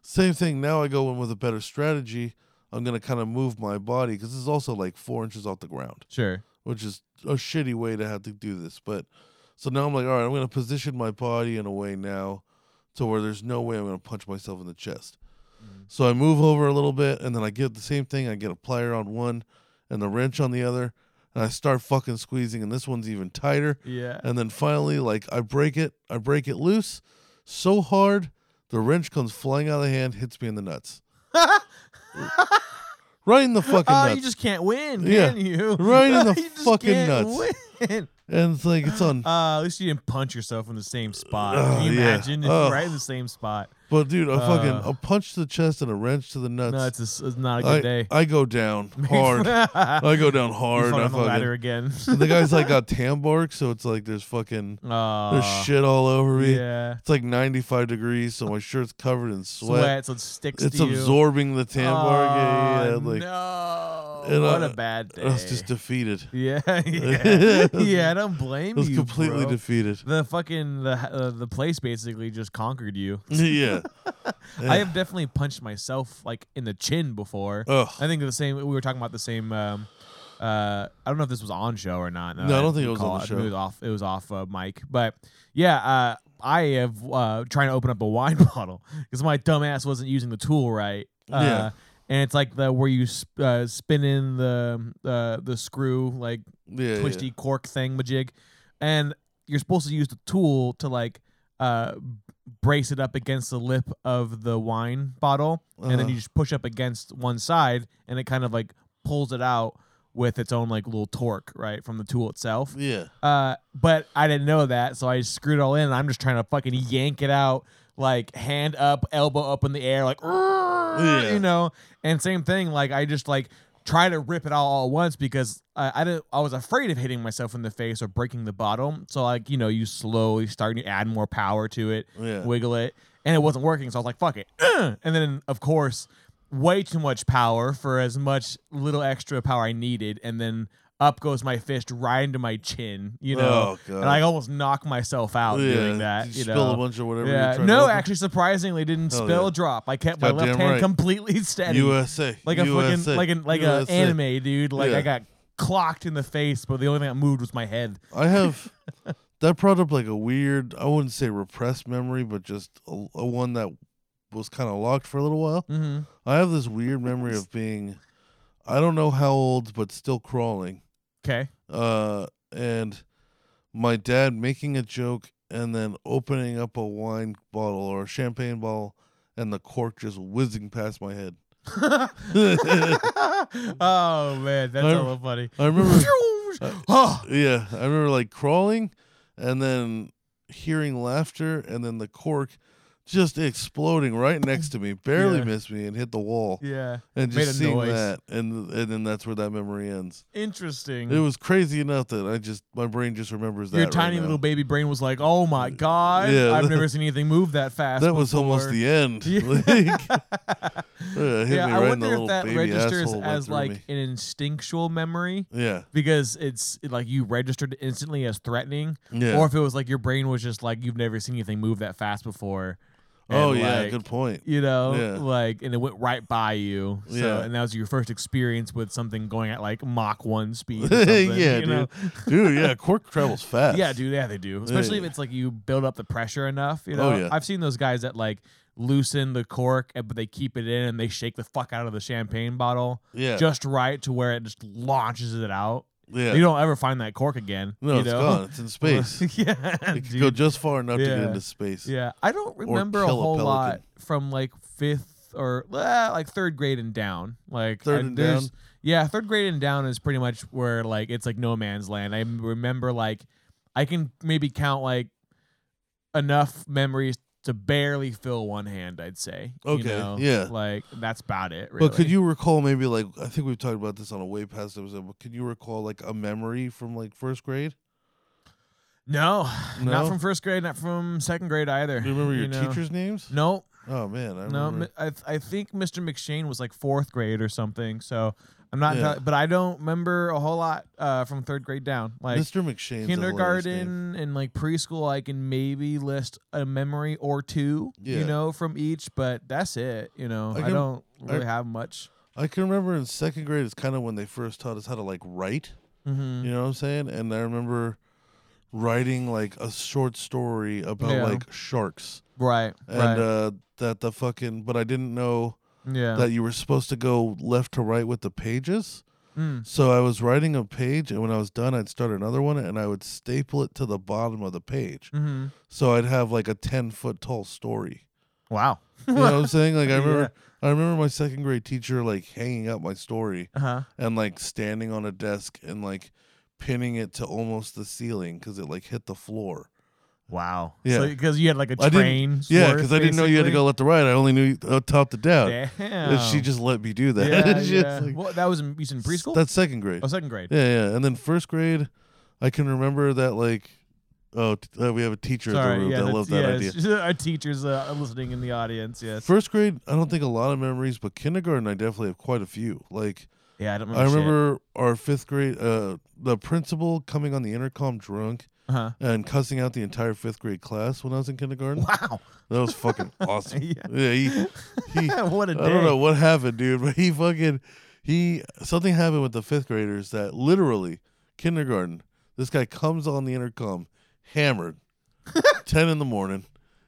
[SPEAKER 1] same thing. Now I go in with a better strategy. I'm gonna kind of move my body because this is also like four inches off the ground
[SPEAKER 2] Sure.
[SPEAKER 1] which is a shitty way to have to do this. But so now I'm like, all right, I'm going to position my body in a way now to where there's no way I'm going to punch myself in the chest.
[SPEAKER 2] Mm-hmm.
[SPEAKER 1] So I move over a little bit and then I get the same thing. I get a plier on one and the wrench on the other. And I start fucking squeezing, and this one's even tighter.
[SPEAKER 2] Yeah.
[SPEAKER 1] And then finally, like, I break it, I break it loose so hard, the wrench comes flying out of the hand, hits me in the nuts. right in the fucking
[SPEAKER 2] Oh,
[SPEAKER 1] nuts.
[SPEAKER 2] you just can't win,
[SPEAKER 1] Yeah.
[SPEAKER 2] can you?
[SPEAKER 1] Right in the
[SPEAKER 2] You just
[SPEAKER 1] fucking
[SPEAKER 2] can't
[SPEAKER 1] nuts.
[SPEAKER 2] win.
[SPEAKER 1] and it's like, it's on.
[SPEAKER 2] Uh, at least you didn't punch yourself in the same spot.
[SPEAKER 1] Oh,
[SPEAKER 2] Can you
[SPEAKER 1] yeah.
[SPEAKER 2] imagine if
[SPEAKER 1] Oh.
[SPEAKER 2] you're right in the same spot?
[SPEAKER 1] But dude, a fucking
[SPEAKER 2] Uh,
[SPEAKER 1] a punch to the chest and a wrench to the nuts.
[SPEAKER 2] No, it's, a s it's not a
[SPEAKER 1] I,
[SPEAKER 2] good day.
[SPEAKER 1] I go down hard.
[SPEAKER 2] Hard.
[SPEAKER 1] I go down hard. I
[SPEAKER 2] on the
[SPEAKER 1] fucking-
[SPEAKER 2] ladder again.
[SPEAKER 1] and the guy's like got tan bark, so it's like there's fucking
[SPEAKER 2] Uh,
[SPEAKER 1] there's shit all over me.
[SPEAKER 2] Yeah.
[SPEAKER 1] It's like 95 degrees, so my shirt's covered in sweat.
[SPEAKER 2] Sweat, so it sticks
[SPEAKER 1] It's
[SPEAKER 2] to you.
[SPEAKER 1] absorbing the tan bark. Yeah, yeah, yeah,
[SPEAKER 2] Oh,
[SPEAKER 1] Like
[SPEAKER 2] no.
[SPEAKER 1] and
[SPEAKER 2] What
[SPEAKER 1] I-
[SPEAKER 2] a bad day.
[SPEAKER 1] I was just defeated.
[SPEAKER 2] yeah, yeah. yeah, I don't blame
[SPEAKER 1] I was
[SPEAKER 2] you.
[SPEAKER 1] completely
[SPEAKER 2] bro.
[SPEAKER 1] defeated.
[SPEAKER 2] the fucking the uh, the place basically just conquered you.
[SPEAKER 1] yeah. Oh,
[SPEAKER 2] I have definitely punched myself like in the chin before.
[SPEAKER 1] Ugh.
[SPEAKER 2] I think the same. We were talking about the same. Um, uh, I don't know if this was on show or not.
[SPEAKER 1] No, I don't think it was
[SPEAKER 2] recall
[SPEAKER 1] on the
[SPEAKER 2] I think It
[SPEAKER 1] show.
[SPEAKER 2] was off. It was off uh, mic. But yeah, uh, I have uh, trying to open up a wine bottle because my dumbass wasn't using the tool right. Uh,
[SPEAKER 1] Yeah.
[SPEAKER 2] And it's like the where you sp- uh, spin in the uh, the screw like
[SPEAKER 1] Yeah.
[SPEAKER 2] twisty cork thing majig and you're supposed to use the tool to like uh brace it up against the lip of the wine bottle and then
[SPEAKER 1] Uh-huh.
[SPEAKER 2] you just push up against one side and it kind of like pulls it out with its own like little torque right from the tool itself
[SPEAKER 1] Yeah.
[SPEAKER 2] uh, but I didn't know that, so I screwed it all in. and I'm just trying to fucking yank it out, like hand up, elbow up in the air, like
[SPEAKER 1] Yeah.
[SPEAKER 2] you know. And same thing, like I just like try to rip it all, all at once because I, I didn't. I was afraid of hitting myself in the face or breaking the bottom. So like you know, you slowly start and you add more power to it,
[SPEAKER 1] Yeah.
[SPEAKER 2] wiggle it, and it wasn't working. So I was like, fuck it. and then of course, way too much power for as much little extra power I needed, and then. Up goes my fist right into my chin, you know,
[SPEAKER 1] Oh, God.
[SPEAKER 2] and I almost knock myself out
[SPEAKER 1] yeah.
[SPEAKER 2] doing that.
[SPEAKER 1] Did
[SPEAKER 2] you
[SPEAKER 1] you spill
[SPEAKER 2] know,
[SPEAKER 1] a bunch of whatever you're
[SPEAKER 2] yeah,
[SPEAKER 1] trying
[SPEAKER 2] no,
[SPEAKER 1] to open?
[SPEAKER 2] actually, surprisingly, didn't
[SPEAKER 1] Hell
[SPEAKER 2] spill
[SPEAKER 1] yeah.
[SPEAKER 2] a drop. I kept my
[SPEAKER 1] Goddamn
[SPEAKER 2] left hand
[SPEAKER 1] right.
[SPEAKER 2] completely steady,
[SPEAKER 1] USA.
[SPEAKER 2] like a
[SPEAKER 1] USA,
[SPEAKER 2] fucking like an like a
[SPEAKER 1] USA.
[SPEAKER 2] anime dude. Like
[SPEAKER 1] Yeah.
[SPEAKER 2] I got clocked in the face, but the only thing that moved was my head.
[SPEAKER 1] I have that brought up like a weird, I wouldn't say repressed memory, but just a, a one that was kind of locked for a little while.
[SPEAKER 2] Mm-hmm.
[SPEAKER 1] I have this weird memory of being, I don't know how old, but still crawling.
[SPEAKER 2] Okay,
[SPEAKER 1] Uh, and my dad making a joke and then opening up a wine bottle or a champagne bottle and the cork just whizzing past my head.
[SPEAKER 2] oh man, that's
[SPEAKER 1] I-
[SPEAKER 2] so funny.
[SPEAKER 1] I remember
[SPEAKER 2] oh,
[SPEAKER 1] Yeah, I remember like crawling and then hearing laughter and then the cork just exploding right next to me, barely
[SPEAKER 2] Yeah.
[SPEAKER 1] missed me and hit the wall.
[SPEAKER 2] yeah,
[SPEAKER 1] And
[SPEAKER 2] Made
[SPEAKER 1] just
[SPEAKER 2] a
[SPEAKER 1] seeing
[SPEAKER 2] noise.
[SPEAKER 1] that and and then that's where that memory ends.
[SPEAKER 2] interesting.
[SPEAKER 1] It was crazy enough that I just my brain just remembers that.
[SPEAKER 2] Your
[SPEAKER 1] right
[SPEAKER 2] tiny
[SPEAKER 1] now.
[SPEAKER 2] little baby brain was like, "Oh my god,
[SPEAKER 1] Yeah.
[SPEAKER 2] I've never seen anything move that fast."
[SPEAKER 1] That was almost
[SPEAKER 2] before."
[SPEAKER 1] the end.
[SPEAKER 2] Yeah.
[SPEAKER 1] Like, uh, hit
[SPEAKER 2] yeah,
[SPEAKER 1] me
[SPEAKER 2] I
[SPEAKER 1] right in the
[SPEAKER 2] wonder
[SPEAKER 1] little
[SPEAKER 2] if that
[SPEAKER 1] baby
[SPEAKER 2] registers
[SPEAKER 1] asshole went
[SPEAKER 2] as
[SPEAKER 1] through
[SPEAKER 2] like
[SPEAKER 1] me.
[SPEAKER 2] an instinctual memory
[SPEAKER 1] Yeah.
[SPEAKER 2] because it's it, like you registered it instantly as threatening,
[SPEAKER 1] Yeah.
[SPEAKER 2] or if it was like your brain was just like you've never seen anything move that fast before. and,
[SPEAKER 1] oh yeah,
[SPEAKER 2] like,
[SPEAKER 1] good point.
[SPEAKER 2] You know,
[SPEAKER 1] Yeah.
[SPEAKER 2] like, and it went right by you. So,
[SPEAKER 1] Yeah.
[SPEAKER 2] and that was your first experience with something going at like Mach one speed. Or something,
[SPEAKER 1] yeah,
[SPEAKER 2] you
[SPEAKER 1] dude.
[SPEAKER 2] know?
[SPEAKER 1] Dude, yeah, cork travels fast.
[SPEAKER 2] Yeah, dude. Yeah, they do. Especially if
[SPEAKER 1] yeah. Oh,
[SPEAKER 2] it's like you build up the pressure enough. You know,
[SPEAKER 1] yeah.
[SPEAKER 2] I've seen those guys that like loosen the cork, eh, but they keep it in and they shake the fuck out of the champagne bottle
[SPEAKER 1] Yeah.
[SPEAKER 2] just right to where it just launches it out.
[SPEAKER 1] Yeah.
[SPEAKER 2] You don't ever find that cork again.
[SPEAKER 1] no,
[SPEAKER 2] you
[SPEAKER 1] it's
[SPEAKER 2] know?
[SPEAKER 1] gone. It's in space.
[SPEAKER 2] yeah,
[SPEAKER 1] it could
[SPEAKER 2] dude.
[SPEAKER 1] go just far enough to
[SPEAKER 2] Yeah.
[SPEAKER 1] get into space.
[SPEAKER 2] yeah. I don't remember a
[SPEAKER 1] kill a
[SPEAKER 2] whole lot
[SPEAKER 1] pelican.
[SPEAKER 2] from like fifth or eh, like third grade and down. Like
[SPEAKER 1] Third
[SPEAKER 2] I-
[SPEAKER 1] and
[SPEAKER 2] there's-
[SPEAKER 1] down?
[SPEAKER 2] Yeah, third grade and down is pretty much where like it's like no man's land. I m- remember like I can maybe count like enough memories to barely fill one hand. I'd say. you
[SPEAKER 1] Okay,
[SPEAKER 2] know?
[SPEAKER 1] yeah.
[SPEAKER 2] Like that's about it. Really.
[SPEAKER 1] But could you recall maybe like I think we've talked about this on a way past episode, but could you recall like a memory from like first grade?
[SPEAKER 2] No, not
[SPEAKER 1] No?
[SPEAKER 2] from first grade, not from second grade either.
[SPEAKER 1] Do you remember your
[SPEAKER 2] know?
[SPEAKER 1] teachers' names?
[SPEAKER 2] No,
[SPEAKER 1] Oh man, I
[SPEAKER 2] no.
[SPEAKER 1] remember.
[SPEAKER 2] mi- I, th- I think Mr. McShane was like fourth grade or something. So I'm not,
[SPEAKER 1] Yeah.
[SPEAKER 2] enti- but I don't remember a whole lot uh, from third grade down. Like
[SPEAKER 1] Mr. McShane's
[SPEAKER 2] kindergarten and like preschool, I can maybe list a memory or two,
[SPEAKER 1] Yeah.
[SPEAKER 2] you know, from each. But that's it. You know,
[SPEAKER 1] I
[SPEAKER 2] I,
[SPEAKER 1] can-
[SPEAKER 2] don't really
[SPEAKER 1] I-
[SPEAKER 2] have much.
[SPEAKER 1] I can remember in second grade is kind of when they first taught us how to like write.
[SPEAKER 2] hmm
[SPEAKER 1] You know what I'm saying? And I remember writing like a short story about
[SPEAKER 2] Yeah.
[SPEAKER 1] like sharks
[SPEAKER 2] Right.
[SPEAKER 1] and
[SPEAKER 2] right.
[SPEAKER 1] uh, that the fucking. But I didn't know
[SPEAKER 2] yeah.
[SPEAKER 1] that you were supposed to go left to right with the pages.
[SPEAKER 2] Mm.
[SPEAKER 1] So I was writing a page, and when I was done, I'd start another one, and I would staple it to the bottom of the page.
[SPEAKER 2] hmm
[SPEAKER 1] So I'd have like a ten foot tall story.
[SPEAKER 2] Wow.
[SPEAKER 1] You know what I'm saying? Like I remember, I remember my second grade teacher like hanging up my story
[SPEAKER 2] Uh huh.
[SPEAKER 1] and like standing on a desk and like pinning it to almost the ceiling because it like hit the floor.
[SPEAKER 2] Wow.
[SPEAKER 1] Yeah.
[SPEAKER 2] Because you had like a
[SPEAKER 1] I didn't-
[SPEAKER 2] train.
[SPEAKER 1] yeah,
[SPEAKER 2] because
[SPEAKER 1] because I didn't know you had to go left to right. I only knew uh, top to down. And
[SPEAKER 2] Damn.
[SPEAKER 1] she just let me do that.
[SPEAKER 2] Yeah,
[SPEAKER 1] She was
[SPEAKER 2] yeah.
[SPEAKER 1] like-
[SPEAKER 2] well, that was in, you said in preschool.
[SPEAKER 1] That's second grade.
[SPEAKER 2] oh, second grade.
[SPEAKER 1] Yeah, yeah. And then first grade, I can remember that like, oh, t- uh, we have a teacher in
[SPEAKER 2] Sorry.
[SPEAKER 1] the room
[SPEAKER 2] yeah,
[SPEAKER 1] that
[SPEAKER 2] that's-
[SPEAKER 1] loves that
[SPEAKER 2] yeah,
[SPEAKER 1] idea.
[SPEAKER 2] it's just Our teachers uh, are listening in the audience. Yes.
[SPEAKER 1] First grade, I don't think a lot of memories, but kindergarten, I definitely have quite a few. Like,
[SPEAKER 2] Yeah, I don't
[SPEAKER 1] I
[SPEAKER 2] remember.
[SPEAKER 1] remember our fifth grade, uh, the principal coming on the intercom drunk
[SPEAKER 2] Uh
[SPEAKER 1] and cussing out the entire fifth grade class when I was in kindergarten.
[SPEAKER 2] huh.
[SPEAKER 1] That was fucking awesome.
[SPEAKER 2] Yeah.
[SPEAKER 1] he, he
[SPEAKER 2] Wow. what a
[SPEAKER 1] I
[SPEAKER 2] day.
[SPEAKER 1] don't know what happened, dude, but he fucking, he, something happened with the fifth graders that literally, kindergarten, this guy comes on the intercom hammered, 10 in the morning,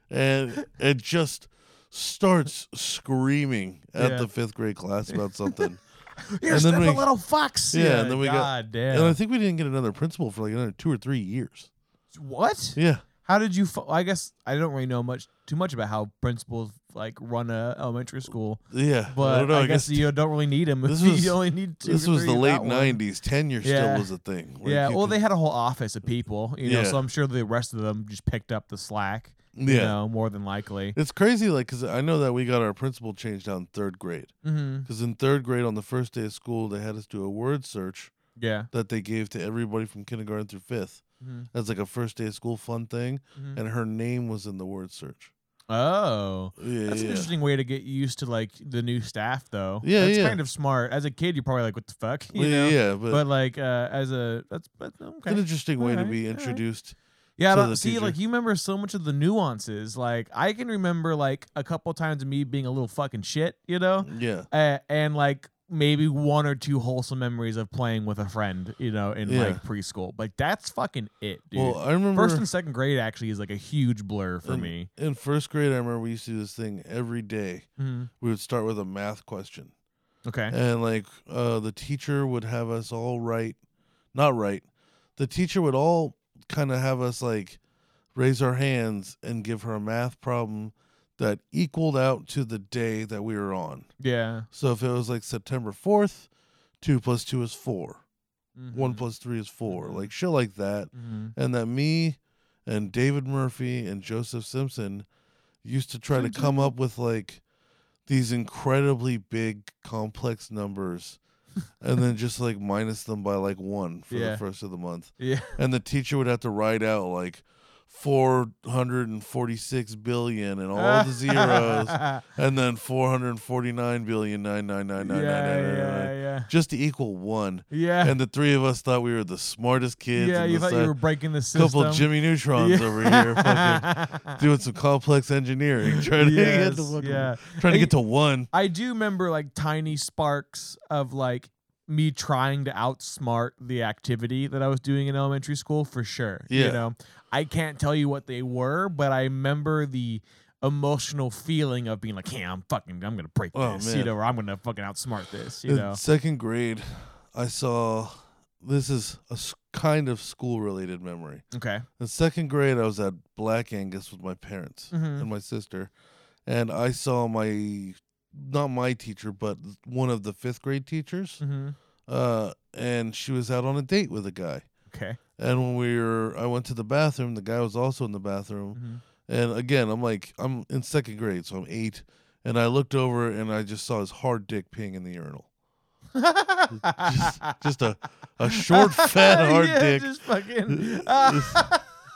[SPEAKER 1] and it just starts screaming at
[SPEAKER 2] Yeah. the
[SPEAKER 1] the fifth grade class about something.
[SPEAKER 2] You're
[SPEAKER 1] and then
[SPEAKER 2] a
[SPEAKER 1] we-
[SPEAKER 2] little fox.
[SPEAKER 1] Yeah, and then we got-
[SPEAKER 2] God
[SPEAKER 1] And I
[SPEAKER 2] damn.
[SPEAKER 1] think we didn't get another principal for like another two or three years.
[SPEAKER 2] What?
[SPEAKER 1] Yeah.
[SPEAKER 2] How did you? Fo- I guess I don't really know much too much about how principals like run a elementary school,
[SPEAKER 1] Yeah.
[SPEAKER 2] but
[SPEAKER 1] I don't know. I, guess,
[SPEAKER 2] you don't really need them.
[SPEAKER 1] This was-
[SPEAKER 2] you only need two.
[SPEAKER 1] this
[SPEAKER 2] or
[SPEAKER 1] was
[SPEAKER 2] three
[SPEAKER 1] the
[SPEAKER 2] at
[SPEAKER 1] late
[SPEAKER 2] that one.
[SPEAKER 1] 90s. Tenure
[SPEAKER 2] Yeah.
[SPEAKER 1] still was a thing. Like,
[SPEAKER 2] yeah,
[SPEAKER 1] you
[SPEAKER 2] well,
[SPEAKER 1] could-
[SPEAKER 2] they had a whole office of people, you know,
[SPEAKER 1] Yeah.
[SPEAKER 2] so I'm sure the rest of them just picked up the slack,
[SPEAKER 1] Yeah.
[SPEAKER 2] you know, more than likely.
[SPEAKER 1] It's crazy, like, because I know that we got our principal changed out in third grade.
[SPEAKER 2] Mm-hmm.
[SPEAKER 1] Because in third grade, on the first day of school, they had us do a word search
[SPEAKER 2] Yeah.
[SPEAKER 1] that they gave to everybody from kindergarten through fifth.
[SPEAKER 2] Mhm.
[SPEAKER 1] That's like a first day of school fun thing.
[SPEAKER 2] Mhm.
[SPEAKER 1] And her name was in the word search.
[SPEAKER 2] Oh.
[SPEAKER 1] Yeah.
[SPEAKER 2] That's an
[SPEAKER 1] yeah.
[SPEAKER 2] interesting way to get used to like the new staff, though.
[SPEAKER 1] Yeah,
[SPEAKER 2] that's
[SPEAKER 1] yeah.
[SPEAKER 2] kind of smart. As a kid, you're probably like, "What the fuck?" You
[SPEAKER 1] Well,
[SPEAKER 2] know?
[SPEAKER 1] yeah, but,
[SPEAKER 2] But like, uh, as a that's but
[SPEAKER 1] an
[SPEAKER 2] okay.
[SPEAKER 1] interesting way to
[SPEAKER 2] Alright,
[SPEAKER 1] be
[SPEAKER 2] alright.
[SPEAKER 1] introduced.
[SPEAKER 2] Yeah, I
[SPEAKER 1] to
[SPEAKER 2] don't
[SPEAKER 1] the
[SPEAKER 2] see
[SPEAKER 1] teacher.
[SPEAKER 2] like you remember so much of the nuances. Like I can remember like a couple times of me being a little fucking shit, you know.
[SPEAKER 1] Yeah.
[SPEAKER 2] uh, and like maybe one or two wholesome memories of playing with a friend, you know, in
[SPEAKER 1] Yeah.
[SPEAKER 2] like preschool. Like that's fucking it, dude.
[SPEAKER 1] Well, I remember.
[SPEAKER 2] First and second grade actually is like a huge blur for
[SPEAKER 1] in,
[SPEAKER 2] me.
[SPEAKER 1] In first grade, I remember we used to do this thing every day.
[SPEAKER 2] Mhm.
[SPEAKER 1] We would start with a math question,
[SPEAKER 2] Okay.
[SPEAKER 1] Mm-hmm. and like uh, the teacher would have us all write, not write. The teacher would all kind of have us like raise our hands and give her a math problem that equaled out to the day that we were on.
[SPEAKER 2] yeah.
[SPEAKER 1] So if it was like September fourth, two plus two is 4 one
[SPEAKER 2] Mhm.
[SPEAKER 1] plus three is 4
[SPEAKER 2] Mhm.
[SPEAKER 1] like shit like that
[SPEAKER 2] Mhm.
[SPEAKER 1] and that me and David Murphy and Joseph Simpson used to try to come up with like these incredibly big complex numbers and then just like minus them by like one for
[SPEAKER 2] Yeah.
[SPEAKER 1] the first of the month
[SPEAKER 2] Yeah.
[SPEAKER 1] and the teacher would have to write out like 446 billion and all the zeros
[SPEAKER 2] yeah,
[SPEAKER 1] and then 449 billion nine nine nine nine nine nine nine nine
[SPEAKER 2] yeah, yeah.
[SPEAKER 1] just to equal one
[SPEAKER 2] Yeah.
[SPEAKER 1] and the three of us thought we were the smartest kids
[SPEAKER 2] yeah,
[SPEAKER 1] in
[SPEAKER 2] you
[SPEAKER 1] the
[SPEAKER 2] thought
[SPEAKER 1] sci-
[SPEAKER 2] you were breaking the system.
[SPEAKER 1] uh, couple Jimmy Neutrons
[SPEAKER 2] Yeah.
[SPEAKER 1] over here, fucking doing some complex engineering, trying to get to
[SPEAKER 2] Yes,
[SPEAKER 1] fucking-
[SPEAKER 2] yeah.
[SPEAKER 1] trying to
[SPEAKER 2] Hey,
[SPEAKER 1] get to one.
[SPEAKER 2] I do remember like tiny sparks of like me trying to outsmart the activity that I was doing in elementary school for sure.
[SPEAKER 1] Yeah.
[SPEAKER 2] You know, I can't tell you what they were, but I remember the emotional feeling of being like, yeah, I'm fucking, I'm going to break
[SPEAKER 1] Oh,
[SPEAKER 2] this,
[SPEAKER 1] man.
[SPEAKER 2] you know, or I'm going to fucking outsmart this, you
[SPEAKER 1] In
[SPEAKER 2] know.
[SPEAKER 1] second grade, I saw this is a s- kind of school related memory.
[SPEAKER 2] Okay.
[SPEAKER 1] In second grade, I was at Black Angus with my parents
[SPEAKER 2] Mhm.
[SPEAKER 1] and my sister, and I saw my not my teacher, but one of the fifth grade teachers.
[SPEAKER 2] Mm-hmm.
[SPEAKER 1] Uh, and she was out on a date with a guy.
[SPEAKER 2] Okay.
[SPEAKER 1] And when we were, I went to the bathroom. The guy was also in the bathroom.
[SPEAKER 2] hmm
[SPEAKER 1] And again, I'm like, I'm in second grade, so I'm eight. And I looked over and I just saw his hard dick peeing in the urinal. Just, just a, a short, fat, hard
[SPEAKER 2] yeah,
[SPEAKER 1] dick.
[SPEAKER 2] Just fucking.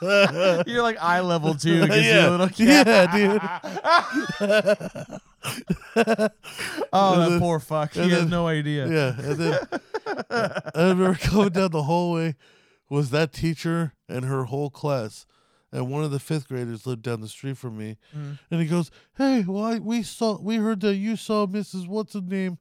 [SPEAKER 2] you're like eye level too. 'cause you're
[SPEAKER 1] Yeah.
[SPEAKER 2] a little kid.
[SPEAKER 1] Yeah,
[SPEAKER 2] oh,
[SPEAKER 1] And
[SPEAKER 2] that
[SPEAKER 1] then-
[SPEAKER 2] poor fuck. He
[SPEAKER 1] and
[SPEAKER 2] has
[SPEAKER 1] then-
[SPEAKER 2] no idea.
[SPEAKER 1] yeah. And then I remember coming down the hallway was that teacher and her whole class. And one of the fifth graders lived down the street from me.
[SPEAKER 2] Mhm.
[SPEAKER 1] And he goes, Hey, well, I, we saw, we heard that you saw Mrs. What's her name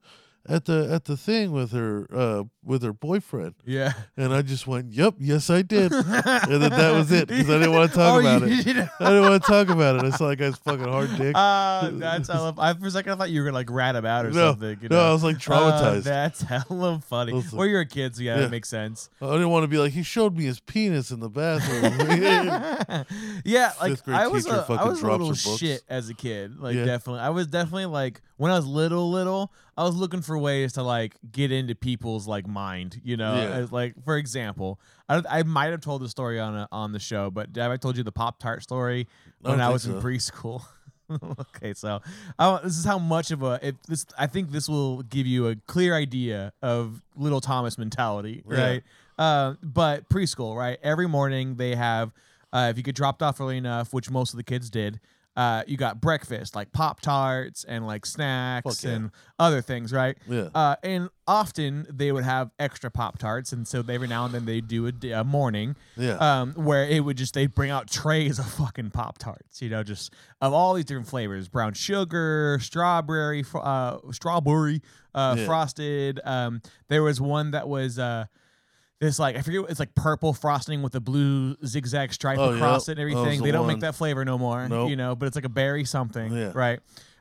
[SPEAKER 1] at the, at the thing with her, uh, with her boyfriend.
[SPEAKER 2] Yeah.
[SPEAKER 1] And I just went, Yep, yes, I did. and then that was it because I didn't want to talk
[SPEAKER 2] Oh,
[SPEAKER 1] about
[SPEAKER 2] you
[SPEAKER 1] it.
[SPEAKER 2] didn't-
[SPEAKER 1] I didn't want to talk about it. I saw that guy's fucking hard dick.
[SPEAKER 2] Uh, that's hella. I for a second I thought you were gonna like rat about or
[SPEAKER 1] no,
[SPEAKER 2] something. You
[SPEAKER 1] no, I
[SPEAKER 2] know?
[SPEAKER 1] was like
[SPEAKER 2] Uh,
[SPEAKER 1] traumatized.
[SPEAKER 2] that's hella funny.
[SPEAKER 1] Listen.
[SPEAKER 2] Or you're a kid, so yeah,
[SPEAKER 1] Yeah.
[SPEAKER 2] that makes sense.
[SPEAKER 1] I didn't want to be like he showed me his penis in the bathroom.
[SPEAKER 2] yeah, like
[SPEAKER 1] Fifth grade
[SPEAKER 2] I was,
[SPEAKER 1] teacher
[SPEAKER 2] a, I
[SPEAKER 1] fucking
[SPEAKER 2] was a
[SPEAKER 1] drops
[SPEAKER 2] little
[SPEAKER 1] her books.
[SPEAKER 2] shit as a kid. Like
[SPEAKER 1] Yeah.
[SPEAKER 2] definitely, I was definitely like when I was little, little, I was looking for ways to like get into people's like mind. You know,
[SPEAKER 1] Yeah.
[SPEAKER 2] As, like for example, I, I might have told the story on a, on the show, but have I told you the Pop Tart story
[SPEAKER 1] I don't
[SPEAKER 2] when I
[SPEAKER 1] think
[SPEAKER 2] was in
[SPEAKER 1] so.
[SPEAKER 2] preschool? okay, so I, this is how much of a if this. I think this will give you a clear idea of Little Thomas mentality,
[SPEAKER 1] Yeah.
[SPEAKER 2] right? Uh, but preschool, right? Every morning they have, uh, if you get dropped off early enough, which most of the kids did, uh, you got breakfast like Pop Tarts and like snacks
[SPEAKER 1] Fuck yeah.
[SPEAKER 2] and other things, right?
[SPEAKER 1] Yeah.
[SPEAKER 2] Uh, and often they would have extra Pop Tarts, and so every now and then they do a, d- a morning
[SPEAKER 1] yeah.
[SPEAKER 2] um, where it would just they bring out trays of fucking pop tarts, you know, just of all these different flavors: brown sugar, strawberry, fr- uh, strawberry, uh,
[SPEAKER 1] Yeah.
[SPEAKER 2] frosted. Um, there was one that was. Uh, this like I forget it's like purple frosting with a blue zigzag stripe
[SPEAKER 1] Oh,
[SPEAKER 2] across
[SPEAKER 1] yep.
[SPEAKER 2] it and
[SPEAKER 1] That was
[SPEAKER 2] everything.
[SPEAKER 1] the
[SPEAKER 2] They don't
[SPEAKER 1] one.
[SPEAKER 2] make that flavor no more,
[SPEAKER 1] Nope.
[SPEAKER 2] you know. But it's like a berry something,
[SPEAKER 1] Yeah.
[SPEAKER 2] right?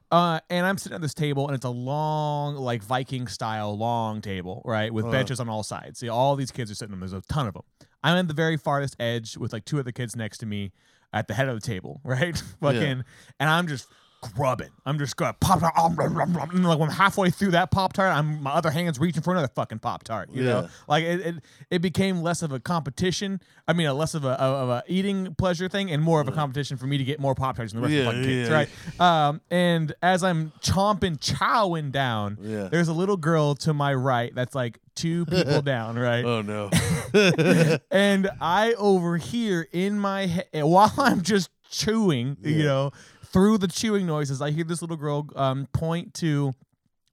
[SPEAKER 2] Uh, and I'm sitting at this table, and it's a long, like Viking style, long table, right, with
[SPEAKER 1] Uh.
[SPEAKER 2] benches on all sides. See, all these kids are sitting. on There's a ton of them. I'm at the very farthest edge with like two other kids next to me at the head of the table, right? Fucking, and I'm just grubbing. I'm just going pop tart. Um, rum, rum, rum. And, like when I'm halfway through that pop tart, I'm my other hand's reaching for another fucking pop tart. You
[SPEAKER 1] Yeah.
[SPEAKER 2] know, like it, it, it became less of a competition. I mean, a less of a of a eating pleasure thing, and more of a competition for me to get more pop tarts than the rest
[SPEAKER 1] Yeah,
[SPEAKER 2] of the fucking kids,
[SPEAKER 1] yeah.
[SPEAKER 2] right? Um, and as I'm chomping, chowing down,
[SPEAKER 1] Yeah.
[SPEAKER 2] there's a little girl to my right that's like two people down, right?
[SPEAKER 1] oh no.
[SPEAKER 2] and I overhear in my head while I'm just chewing, you
[SPEAKER 1] Yeah.
[SPEAKER 2] know, through the chewing noises, I hear this little girl um, point to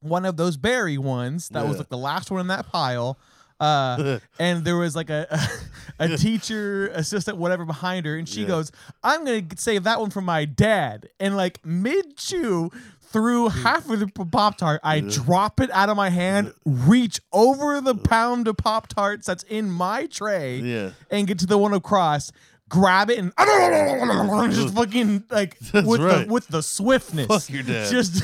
[SPEAKER 2] one of those berry ones that was
[SPEAKER 1] Yeah.
[SPEAKER 2] like the last one in that pile. Uh, and there was like a a, teacher assistant whatever behind her, and she
[SPEAKER 1] Yeah.
[SPEAKER 2] goes, "I'm gonna g- save that one for my dad." And like mid chew through half of the pop tart, I drop it out of my hand, reach over the pound of pop tarts that's in my tray,
[SPEAKER 1] Yeah.
[SPEAKER 2] and get to the one across, grab it, and just fucking like
[SPEAKER 1] That's
[SPEAKER 2] with
[SPEAKER 1] right.
[SPEAKER 2] the with the swiftness.
[SPEAKER 1] Fuck your dad.
[SPEAKER 2] Just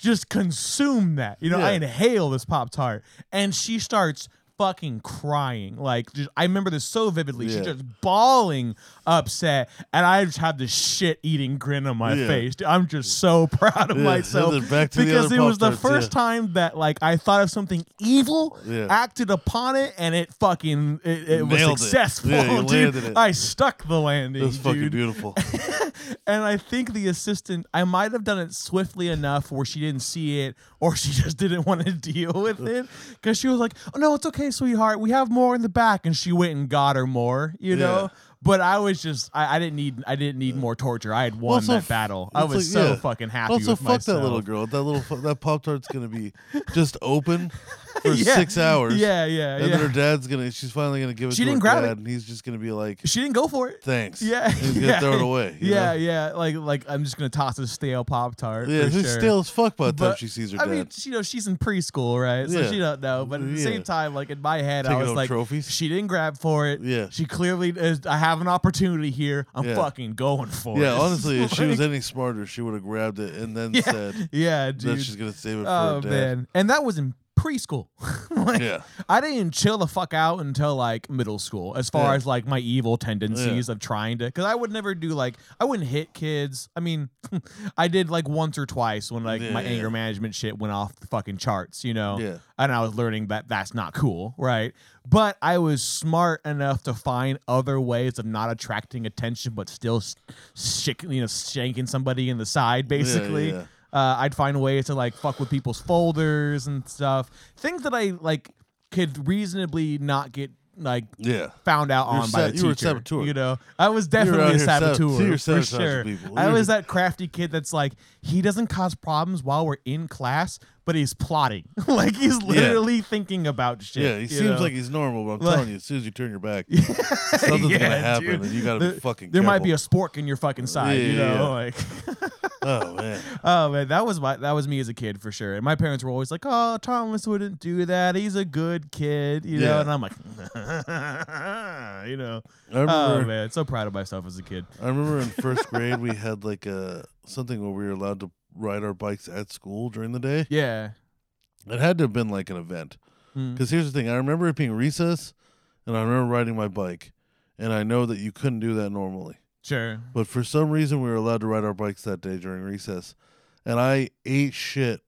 [SPEAKER 2] just consume that. You know, I
[SPEAKER 1] Yeah.
[SPEAKER 2] inhale this Pop Tart. And she starts fucking crying. Like just, I remember this so vividly. She's
[SPEAKER 1] Yeah.
[SPEAKER 2] just bawling upset. And I just have this shit eating grin on my
[SPEAKER 1] Yeah.
[SPEAKER 2] face. Dude, I'm just so proud of
[SPEAKER 1] Yeah,
[SPEAKER 2] myself.
[SPEAKER 1] and then back to the
[SPEAKER 2] because
[SPEAKER 1] other
[SPEAKER 2] it was the
[SPEAKER 1] Pop-Tarts,
[SPEAKER 2] first
[SPEAKER 1] yeah.
[SPEAKER 2] time that like I thought of something evil,
[SPEAKER 1] Yeah.
[SPEAKER 2] acted upon it, and it fucking it, it was
[SPEAKER 1] Nailed it.
[SPEAKER 2] successful.
[SPEAKER 1] Yeah, you
[SPEAKER 2] dude.
[SPEAKER 1] landed it.
[SPEAKER 2] I stuck the landing.
[SPEAKER 1] It was fucking
[SPEAKER 2] dude
[SPEAKER 1] beautiful.
[SPEAKER 2] and I think the assistant, I might have done it swiftly enough where she didn't see it or she just didn't want to deal with it because she was like, oh, no, it's okay, sweetheart. We have more in the back. And she went and got her more, you know?
[SPEAKER 1] Yeah.
[SPEAKER 2] But I was just, I, I didn't need, I didn't need more torture. I had won
[SPEAKER 1] Also,
[SPEAKER 2] that battle. I
[SPEAKER 1] it's
[SPEAKER 2] was
[SPEAKER 1] like,
[SPEAKER 2] so
[SPEAKER 1] yeah.
[SPEAKER 2] fucking happy
[SPEAKER 1] also,
[SPEAKER 2] with
[SPEAKER 1] fuck
[SPEAKER 2] myself.
[SPEAKER 1] that little girl. That little fu- that pop tart's gonna be just open for
[SPEAKER 2] Yeah.
[SPEAKER 1] six hours.
[SPEAKER 2] Yeah, yeah,
[SPEAKER 1] And
[SPEAKER 2] yeah.
[SPEAKER 1] then her dad's gonna. She's finally gonna give it
[SPEAKER 2] She
[SPEAKER 1] to
[SPEAKER 2] didn't
[SPEAKER 1] her
[SPEAKER 2] grab
[SPEAKER 1] dad,
[SPEAKER 2] it.
[SPEAKER 1] and he's just gonna be like,
[SPEAKER 2] she didn't go for it.
[SPEAKER 1] "Thanks."
[SPEAKER 2] Yeah,
[SPEAKER 1] And he's gonna
[SPEAKER 2] yeah,
[SPEAKER 1] throw it away. you
[SPEAKER 2] Yeah,
[SPEAKER 1] know?
[SPEAKER 2] yeah. Like, like I'm just gonna toss a stale pop tart.
[SPEAKER 1] Yeah.
[SPEAKER 2] for
[SPEAKER 1] Who's
[SPEAKER 2] sure.
[SPEAKER 1] stale as fuck by the time
[SPEAKER 2] But,
[SPEAKER 1] she sees her
[SPEAKER 2] I
[SPEAKER 1] dad.
[SPEAKER 2] mean, she, you know, she's in preschool, right? So
[SPEAKER 1] Yeah.
[SPEAKER 2] she don't know. But at the
[SPEAKER 1] Yeah.
[SPEAKER 2] same time, like in my head, I
[SPEAKER 1] Taking
[SPEAKER 2] was
[SPEAKER 1] home
[SPEAKER 2] like,
[SPEAKER 1] trophies?
[SPEAKER 2] she didn't grab for it.
[SPEAKER 1] Yeah.
[SPEAKER 2] She clearly is. I have an opportunity here. I'm
[SPEAKER 1] Yeah.
[SPEAKER 2] fucking going for it.
[SPEAKER 1] yeah. Honestly, if she was
[SPEAKER 2] Like,
[SPEAKER 1] any smarter, she would have grabbed it and then
[SPEAKER 2] yeah,
[SPEAKER 1] said
[SPEAKER 2] yeah,
[SPEAKER 1] that
[SPEAKER 2] dude.
[SPEAKER 1] she's gonna save it for
[SPEAKER 2] Oh
[SPEAKER 1] her dad.
[SPEAKER 2] man, and that was in preschool. like,
[SPEAKER 1] Yeah.
[SPEAKER 2] I didn't chill the fuck out until like middle school, as far
[SPEAKER 1] Yeah.
[SPEAKER 2] as like my evil tendencies of trying to, because I would never do like I wouldn't hit kids. I mean, I did like once or twice when like my
[SPEAKER 1] Yeah.
[SPEAKER 2] anger management shit went off the fucking charts, you know.
[SPEAKER 1] Yeah.
[SPEAKER 2] And I was learning that that's not cool, right? But I was smart enough to find other ways of not attracting attention, but still, s- shik- you know, shanking somebody in the side, basically.
[SPEAKER 1] yeah.
[SPEAKER 2] Uh, I'd find ways to like fuck with people's folders and stuff, things that I like could reasonably not get like
[SPEAKER 1] Yeah.
[SPEAKER 2] found out
[SPEAKER 1] You're
[SPEAKER 2] on
[SPEAKER 1] sa-
[SPEAKER 2] by the
[SPEAKER 1] you were a
[SPEAKER 2] teacher.
[SPEAKER 1] saboteur.
[SPEAKER 2] You know, I was
[SPEAKER 1] out
[SPEAKER 2] definitely a
[SPEAKER 1] here sab-
[SPEAKER 2] saboteur
[SPEAKER 1] so you were
[SPEAKER 2] for
[SPEAKER 1] sabotaging
[SPEAKER 2] sure.
[SPEAKER 1] people.
[SPEAKER 2] I
[SPEAKER 1] You
[SPEAKER 2] was
[SPEAKER 1] were-
[SPEAKER 2] that crafty kid that's like he doesn't cause problems while we're in class, but he's plotting. like he's literally thinking about shit.
[SPEAKER 1] Yeah, he
[SPEAKER 2] you
[SPEAKER 1] seems
[SPEAKER 2] know?
[SPEAKER 1] like he's normal, but I'm
[SPEAKER 2] Like-
[SPEAKER 1] telling you, as soon as you turn your back, something's gonna
[SPEAKER 2] Yeah,
[SPEAKER 1] happen,
[SPEAKER 2] dude.
[SPEAKER 1] and you gotta
[SPEAKER 2] There-
[SPEAKER 1] be fucking.
[SPEAKER 2] There might be a
[SPEAKER 1] careful.
[SPEAKER 2] spork in your fucking side,
[SPEAKER 1] Yeah,
[SPEAKER 2] you know.
[SPEAKER 1] yeah, yeah.
[SPEAKER 2] Like,
[SPEAKER 1] Oh man,
[SPEAKER 2] oh man, that was my that was me as a kid for sure. And my parents were always like, "Oh, Thomas wouldn't do that. He's a good kid," you know.
[SPEAKER 1] Yeah.
[SPEAKER 2] And I'm like, you know,
[SPEAKER 1] I
[SPEAKER 2] oh
[SPEAKER 1] remember.
[SPEAKER 2] man, so proud of myself as a kid.
[SPEAKER 1] I remember in first grade we had like a something where we were allowed to ride our bikes at school during the day.
[SPEAKER 2] Yeah.
[SPEAKER 1] It had to have been like an event.
[SPEAKER 2] Mm.
[SPEAKER 1] Because here's the thing: I remember it being recess, and I remember riding my bike, and I know that you couldn't do that normally.
[SPEAKER 2] Sure.
[SPEAKER 1] But for some reason, we were allowed to ride our bikes that day during recess, and I ate shit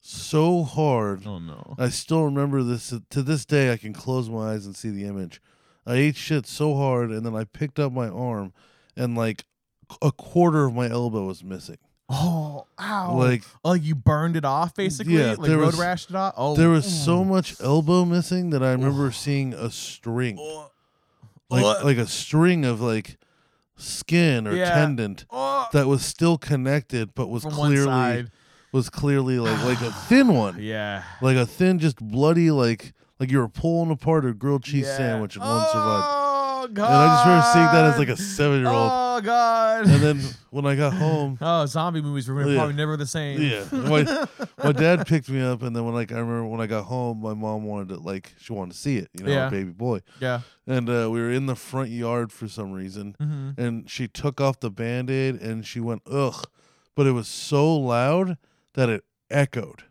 [SPEAKER 1] so hard.
[SPEAKER 2] Oh no.
[SPEAKER 1] I still remember this to this day. I can close my eyes and see the image. I ate shit so hard, and then I picked up my arm, and like a quarter of my elbow was missing.
[SPEAKER 2] Oh, ow.
[SPEAKER 1] Like
[SPEAKER 2] oh, you burned it off basically.
[SPEAKER 1] Yeah,
[SPEAKER 2] like
[SPEAKER 1] there
[SPEAKER 2] road
[SPEAKER 1] was-
[SPEAKER 2] rashed it off. Oh,
[SPEAKER 1] there was
[SPEAKER 2] mm.
[SPEAKER 1] so much elbow missing that I remember seeing a string,
[SPEAKER 2] Oh,
[SPEAKER 1] like
[SPEAKER 2] Ugh.
[SPEAKER 1] like a string of like skin or
[SPEAKER 2] Yeah.
[SPEAKER 1] tendon
[SPEAKER 2] oh,
[SPEAKER 1] that was still connected, but was
[SPEAKER 2] from one
[SPEAKER 1] clearly
[SPEAKER 2] side.
[SPEAKER 1] was clearly like like a thin one,
[SPEAKER 2] Yeah.
[SPEAKER 1] like a thin, just bloody, like like you were pulling apart a grilled cheese
[SPEAKER 2] yeah.
[SPEAKER 1] sandwich and
[SPEAKER 2] oh,
[SPEAKER 1] one survived.
[SPEAKER 2] God.
[SPEAKER 1] And I just remember seeing that as like a seven year old.
[SPEAKER 2] Oh God.
[SPEAKER 1] And then when I got home,
[SPEAKER 2] oh, zombie movies were
[SPEAKER 1] Yeah.
[SPEAKER 2] probably never the same.
[SPEAKER 1] yeah, my, my dad picked me up. And then when like I remember when I got home, my mom wanted to like she wanted to see it, you know,
[SPEAKER 2] Yeah.
[SPEAKER 1] our baby boy.
[SPEAKER 2] Yeah.
[SPEAKER 1] And uh, we were in the front yard for some reason,
[SPEAKER 2] Mm-hmm.
[SPEAKER 1] and she took off the band aid and she went ugh, but it was so loud that it echoed.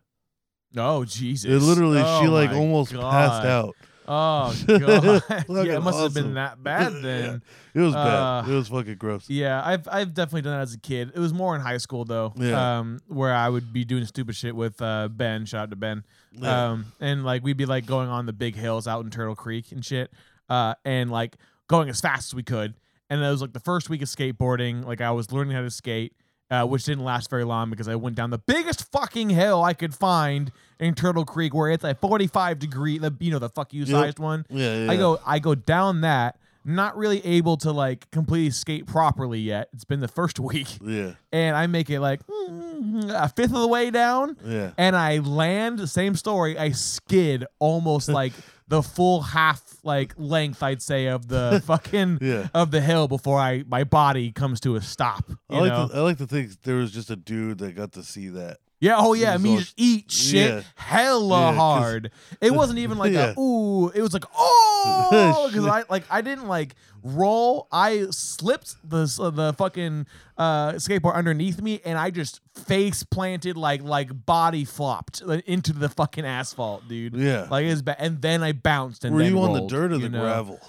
[SPEAKER 2] Oh Jesus!
[SPEAKER 1] It literally she
[SPEAKER 2] Oh,
[SPEAKER 1] like
[SPEAKER 2] my
[SPEAKER 1] almost
[SPEAKER 2] God.
[SPEAKER 1] passed out.
[SPEAKER 2] Oh God!
[SPEAKER 1] Fucking
[SPEAKER 2] yeah, it must have
[SPEAKER 1] awesome.
[SPEAKER 2] been that bad then.
[SPEAKER 1] It was
[SPEAKER 2] Uh,
[SPEAKER 1] bad. It was fucking gross.
[SPEAKER 2] Yeah, I've I've definitely done that as a kid. It was more in high school though,
[SPEAKER 1] Yeah.
[SPEAKER 2] um, where I would be doing stupid shit with uh, Ben. Shout out to Ben.
[SPEAKER 1] Yeah.
[SPEAKER 2] Um, and like we'd be like going on the big hills out in Turtle Creek and shit, uh, and like going as fast as we could. And that was like the first week of skateboarding. Like I was learning how to skate, uh, which didn't last very long because I went down the biggest fucking hill I could find in Turtle Creek, where it's a forty-five degree, the you know the fuck you sized one.
[SPEAKER 1] Yeah, yeah.
[SPEAKER 2] I go I go down that, not really able to like completely skate properly yet. It's been the first week,
[SPEAKER 1] Yeah,
[SPEAKER 2] and I make it like a fifth of the way down,
[SPEAKER 1] yeah.
[SPEAKER 2] and I land. Same story. I skid almost like the full half like length, I'd say, of the fucking
[SPEAKER 1] Yeah.
[SPEAKER 2] of the hill before I my body comes to a stop. You
[SPEAKER 1] I like, uh,
[SPEAKER 2] know?
[SPEAKER 1] to, I like to think there was just a dude that got to see that.
[SPEAKER 2] Yeah, oh yeah,
[SPEAKER 1] He's
[SPEAKER 2] me
[SPEAKER 1] all-
[SPEAKER 2] just eat shit
[SPEAKER 1] yeah.
[SPEAKER 2] hella
[SPEAKER 1] Yeah, 'cause-
[SPEAKER 2] hard. It wasn't even like
[SPEAKER 1] Yeah.
[SPEAKER 2] a ooh, it was like oh, because I like I didn't like roll. I slipped the s- uh, the fucking uh, skateboard underneath me, and I just face planted like like body flopped uh, into the fucking asphalt, dude.
[SPEAKER 1] Yeah.
[SPEAKER 2] like it's bad. And then I bounced and
[SPEAKER 1] Were
[SPEAKER 2] then
[SPEAKER 1] you on
[SPEAKER 2] rolled,
[SPEAKER 1] the dirt or
[SPEAKER 2] you
[SPEAKER 1] the
[SPEAKER 2] know?
[SPEAKER 1] gravel?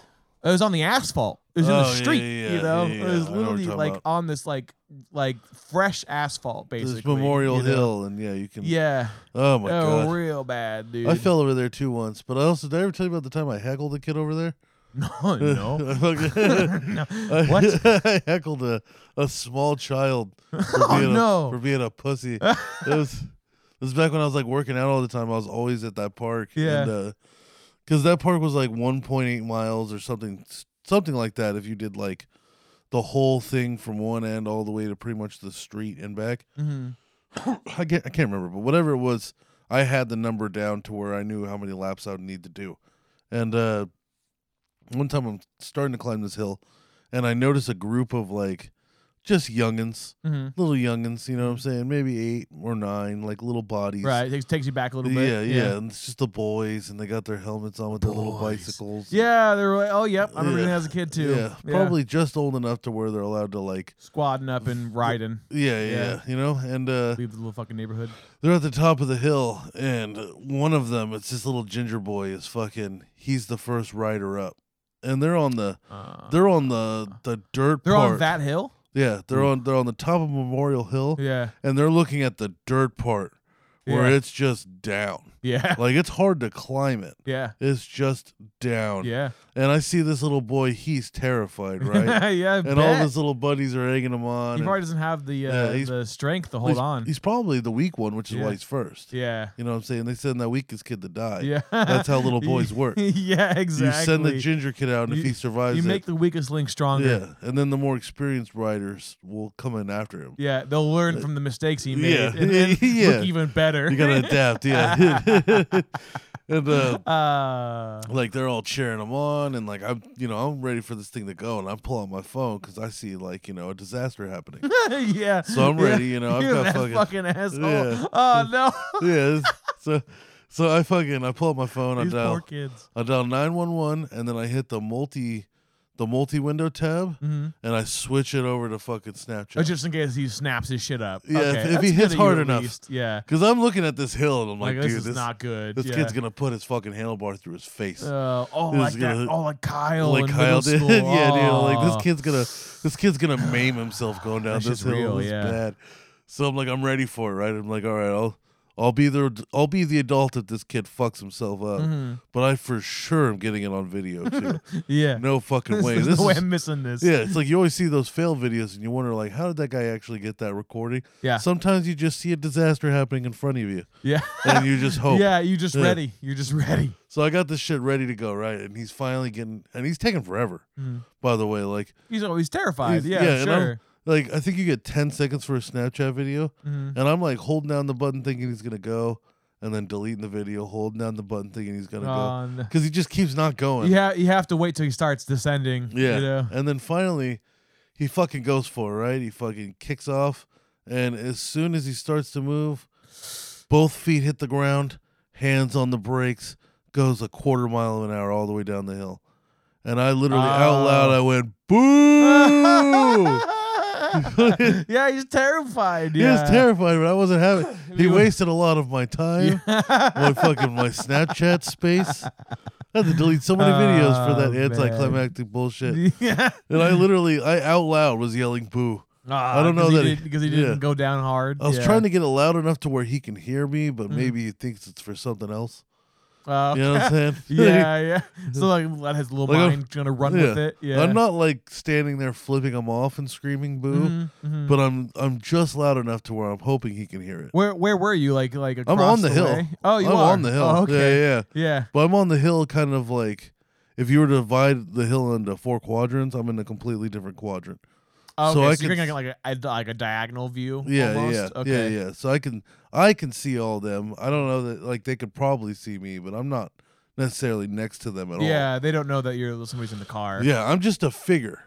[SPEAKER 2] It was on the asphalt. It was in
[SPEAKER 1] Oh,
[SPEAKER 2] the
[SPEAKER 1] yeah,
[SPEAKER 2] street.
[SPEAKER 1] yeah,
[SPEAKER 2] you
[SPEAKER 1] yeah,
[SPEAKER 2] know,
[SPEAKER 1] yeah, yeah.
[SPEAKER 2] it
[SPEAKER 1] I know
[SPEAKER 2] was
[SPEAKER 1] what you're
[SPEAKER 2] literally
[SPEAKER 1] talking
[SPEAKER 2] like
[SPEAKER 1] about.
[SPEAKER 2] on this like like fresh asphalt, basically.
[SPEAKER 1] This Memorial
[SPEAKER 2] you know?
[SPEAKER 1] Hill, and yeah, you can.
[SPEAKER 2] Yeah.
[SPEAKER 1] Oh my
[SPEAKER 2] oh,
[SPEAKER 1] god,
[SPEAKER 2] real bad, dude.
[SPEAKER 1] I fell over there too once. But I also did I ever tell you about the time I heckled a kid over there?
[SPEAKER 2] no, no.
[SPEAKER 1] I fucking-
[SPEAKER 2] no.
[SPEAKER 1] I-
[SPEAKER 2] What?
[SPEAKER 1] I heckled a, a small child for being,
[SPEAKER 2] Oh, no.
[SPEAKER 1] a, for being a pussy. It was it was back when I was like working out all the time. I was always at that park.
[SPEAKER 2] Yeah.
[SPEAKER 1] and, because that park was like 1.8 miles or something, something like that. If you did like the whole thing from one end all the way to pretty much the street and back,
[SPEAKER 2] Mhm.
[SPEAKER 1] I can't, I can't remember, but whatever it was, I had the number down to where I knew how many laps I would need to do. And uh, one time I'm starting to climb this hill, and I notice a group of like just youngins,
[SPEAKER 2] hmm
[SPEAKER 1] little youngins. You know what I'm saying? Maybe eight or nine, like little bodies.
[SPEAKER 2] Right. It takes- takes you back a little bit.
[SPEAKER 1] Yeah, yeah, And it's just the boys, and they got their helmets on with their little
[SPEAKER 2] Boys.
[SPEAKER 1] bicycles.
[SPEAKER 2] Yeah, they're like, oh yep, I remember
[SPEAKER 1] Yeah.
[SPEAKER 2] that as a kid too.
[SPEAKER 1] Yeah, probably just old enough to where they're allowed to like.
[SPEAKER 2] squadding up and riding,
[SPEAKER 1] Yeah, yeah,
[SPEAKER 2] Yeah.
[SPEAKER 1] yeah, you know, and uh,
[SPEAKER 2] leave the little fucking neighborhood.
[SPEAKER 1] they're at the top of the hill, and one of them, it's this little ginger boy, is fucking. He's the first rider up, and they're on the
[SPEAKER 2] Uh,
[SPEAKER 1] they're on the the dirt.
[SPEAKER 2] they're
[SPEAKER 1] part.
[SPEAKER 2] on that hill.
[SPEAKER 1] Yeah, they're on they're on the top of Memorial Hill,
[SPEAKER 2] Yeah,
[SPEAKER 1] and they're looking at the dirt part where
[SPEAKER 2] Yeah.
[SPEAKER 1] it's just down.
[SPEAKER 2] yeah,
[SPEAKER 1] like it's hard to climb it.
[SPEAKER 2] yeah,
[SPEAKER 1] It's just down.
[SPEAKER 2] yeah,
[SPEAKER 1] And I see this little boy, he's terrified, right?
[SPEAKER 2] yeah. I
[SPEAKER 1] and
[SPEAKER 2] bet.
[SPEAKER 1] all his little buddies are egging him on.
[SPEAKER 2] he
[SPEAKER 1] and-
[SPEAKER 2] probably doesn't have the uh,
[SPEAKER 1] Yeah, he's-
[SPEAKER 2] the strength to
[SPEAKER 1] well,
[SPEAKER 2] hold
[SPEAKER 1] he's-
[SPEAKER 2] on.
[SPEAKER 1] He's probably the weak one, which is
[SPEAKER 2] Yeah.
[SPEAKER 1] why he's first.
[SPEAKER 2] yeah,
[SPEAKER 1] You know what I'm saying? They send that weakest kid to die.
[SPEAKER 2] yeah.
[SPEAKER 1] That's how little boys work.
[SPEAKER 2] yeah, exactly.
[SPEAKER 1] You send the ginger kid out, and if
[SPEAKER 2] You-
[SPEAKER 1] he survives
[SPEAKER 2] You
[SPEAKER 1] it,
[SPEAKER 2] make the weakest link stronger.
[SPEAKER 1] yeah. And then the more experienced riders will come in after him.
[SPEAKER 2] Yeah, they'll learn from the mistakes he made
[SPEAKER 1] Uh, yeah,
[SPEAKER 2] and then
[SPEAKER 1] yeah.
[SPEAKER 2] look even better.
[SPEAKER 1] You gotta adapt, yeah. and uh,
[SPEAKER 2] uh,
[SPEAKER 1] like they're all cheering him on and like i'm you know i'm ready for this thing to go and i pull out my phone because i see like you know a disaster happening
[SPEAKER 2] yeah.
[SPEAKER 1] so i'm
[SPEAKER 2] yeah.
[SPEAKER 1] ready you know i've
[SPEAKER 2] You're
[SPEAKER 1] got
[SPEAKER 2] that
[SPEAKER 1] fucking
[SPEAKER 2] asshole.
[SPEAKER 1] Yeah.
[SPEAKER 2] Oh no,
[SPEAKER 1] yeah it's- so so i fucking i pull out my phone i
[SPEAKER 2] these poor
[SPEAKER 1] dial
[SPEAKER 2] kids.
[SPEAKER 1] i dial 911 and then i hit the multi the multi window tab
[SPEAKER 2] Mhm.
[SPEAKER 1] and i switch it over to fucking snapchat
[SPEAKER 2] Oh, just in case he snaps his shit up.
[SPEAKER 1] Yeah, if-
[SPEAKER 2] Okay,
[SPEAKER 1] if he
[SPEAKER 2] that's good
[SPEAKER 1] hits
[SPEAKER 2] of you
[SPEAKER 1] hard
[SPEAKER 2] at
[SPEAKER 1] enough.
[SPEAKER 2] least. Yeah.
[SPEAKER 1] because i'm looking at this hill and i'm like,
[SPEAKER 2] Like,
[SPEAKER 1] dude
[SPEAKER 2] this is
[SPEAKER 1] this,
[SPEAKER 2] not good.
[SPEAKER 1] this
[SPEAKER 2] yeah.
[SPEAKER 1] kid's gonna put his fucking handlebar through his face
[SPEAKER 2] Uh, oh,
[SPEAKER 1] this
[SPEAKER 2] like
[SPEAKER 1] is
[SPEAKER 2] that.
[SPEAKER 1] gonna-
[SPEAKER 2] Oh, like Kyle.
[SPEAKER 1] like
[SPEAKER 2] in
[SPEAKER 1] Kyle
[SPEAKER 2] middle
[SPEAKER 1] did.
[SPEAKER 2] School.
[SPEAKER 1] yeah, dude. Like
[SPEAKER 2] Oh.
[SPEAKER 1] this kid's gonna this kid's gonna maim himself going down
[SPEAKER 2] That's
[SPEAKER 1] this
[SPEAKER 2] just
[SPEAKER 1] hill.
[SPEAKER 2] real,
[SPEAKER 1] it was
[SPEAKER 2] yeah.
[SPEAKER 1] bad. So I'm like, I'm ready for it, right? I'm like, all right, I'll I'll be the I'll be the adult if this kid fucks himself up.
[SPEAKER 2] Mhm.
[SPEAKER 1] But I for sure am getting it on video too.
[SPEAKER 2] Yeah.
[SPEAKER 1] no fucking way.
[SPEAKER 2] There's
[SPEAKER 1] this
[SPEAKER 2] no way
[SPEAKER 1] is,
[SPEAKER 2] I'm missing this.
[SPEAKER 1] yeah, it's like you always see those fail videos and you wonder like, how did that guy actually get that recording?
[SPEAKER 2] Yeah.
[SPEAKER 1] Sometimes you just see a disaster happening in front of you
[SPEAKER 2] Yeah.
[SPEAKER 1] and you just hope.
[SPEAKER 2] Yeah. You just
[SPEAKER 1] oh. Yeah.
[SPEAKER 2] ready. You're just ready.
[SPEAKER 1] So I got this shit ready to go, right? And he's finally getting and he's taking forever.
[SPEAKER 2] Mhm.
[SPEAKER 1] By the way, like
[SPEAKER 2] He's always terrified.
[SPEAKER 1] He's-
[SPEAKER 2] Yeah.
[SPEAKER 1] yeah, and I'm-
[SPEAKER 2] sure.
[SPEAKER 1] like I think you get ten seconds for a Snapchat video,
[SPEAKER 2] Mhm.
[SPEAKER 1] and I'm like holding down the button thinking he's gonna go, and then deleting the video, holding down the button thinking he's gonna go,
[SPEAKER 2] Oh, no.
[SPEAKER 1] because he just keeps not going.
[SPEAKER 2] You, ha- you have to wait till he starts descending.
[SPEAKER 1] yeah.
[SPEAKER 2] You know?
[SPEAKER 1] And then finally, he fucking goes for it, right? He fucking kicks off, and as soon as he starts to move, both feet hit the ground, hands on the brakes, goes a quarter mile an hour all the way down the hill, and I literally out
[SPEAKER 2] Oh.
[SPEAKER 1] loud I went boo.
[SPEAKER 2] yeah, he's terrified.
[SPEAKER 1] He
[SPEAKER 2] Yeah.
[SPEAKER 1] was terrified, but I wasn't having. He
[SPEAKER 2] You-
[SPEAKER 1] wasted a lot of my time, my fucking my Snapchat space. I had to delete so many videos for
[SPEAKER 2] Oh,
[SPEAKER 1] that
[SPEAKER 2] man.
[SPEAKER 1] anticlimactic bullshit.
[SPEAKER 2] yeah.
[SPEAKER 1] And I literally, I out loud was yelling "boo."
[SPEAKER 2] Ah,
[SPEAKER 1] don't
[SPEAKER 2] 'cause
[SPEAKER 1] know
[SPEAKER 2] he
[SPEAKER 1] that he-
[SPEAKER 2] did- because he
[SPEAKER 1] yeah.
[SPEAKER 2] didn't go down hard.
[SPEAKER 1] I was
[SPEAKER 2] yeah. Mm-hmm.
[SPEAKER 1] trying to get it loud enough to where he can hear me, but maybe he thinks it's for something else.
[SPEAKER 2] Uh,
[SPEAKER 1] You know what I'm saying?
[SPEAKER 2] yeah, yeah. So like, let his little
[SPEAKER 1] Like, I'm-
[SPEAKER 2] mind gonna run with it. Yeah.
[SPEAKER 1] I'm not like standing there flipping him off and screaming "boo,"
[SPEAKER 2] Mhm, mhm.
[SPEAKER 1] but I'm I'm just loud enough to where I'm hoping he can hear it.
[SPEAKER 2] Where where were you? Like like
[SPEAKER 1] I'm
[SPEAKER 2] across
[SPEAKER 1] on the, hill.
[SPEAKER 2] way? Oh, you
[SPEAKER 1] I'm
[SPEAKER 2] are
[SPEAKER 1] on the hill.
[SPEAKER 2] Oh,
[SPEAKER 1] Yeah,
[SPEAKER 2] okay.
[SPEAKER 1] yeah, yeah.
[SPEAKER 2] yeah.
[SPEAKER 1] But I'm on the hill kind of like if you were to divide the hill into four quadrants, I'm in a completely different quadrant.
[SPEAKER 2] Oh,
[SPEAKER 1] So
[SPEAKER 2] okay,
[SPEAKER 1] I
[SPEAKER 2] so you're
[SPEAKER 1] could
[SPEAKER 2] getting like a a- like a diagonal view.
[SPEAKER 1] Yeah,
[SPEAKER 2] almost?
[SPEAKER 1] yeah,
[SPEAKER 2] Okay.
[SPEAKER 1] yeah, yeah. So I can I can see all them. I don't know that like they could probably see me, but I'm not necessarily next to them at all.
[SPEAKER 2] Yeah, they don't know that you're somebody's in the car. Mm-hmm.
[SPEAKER 1] Yeah, I'm just a figure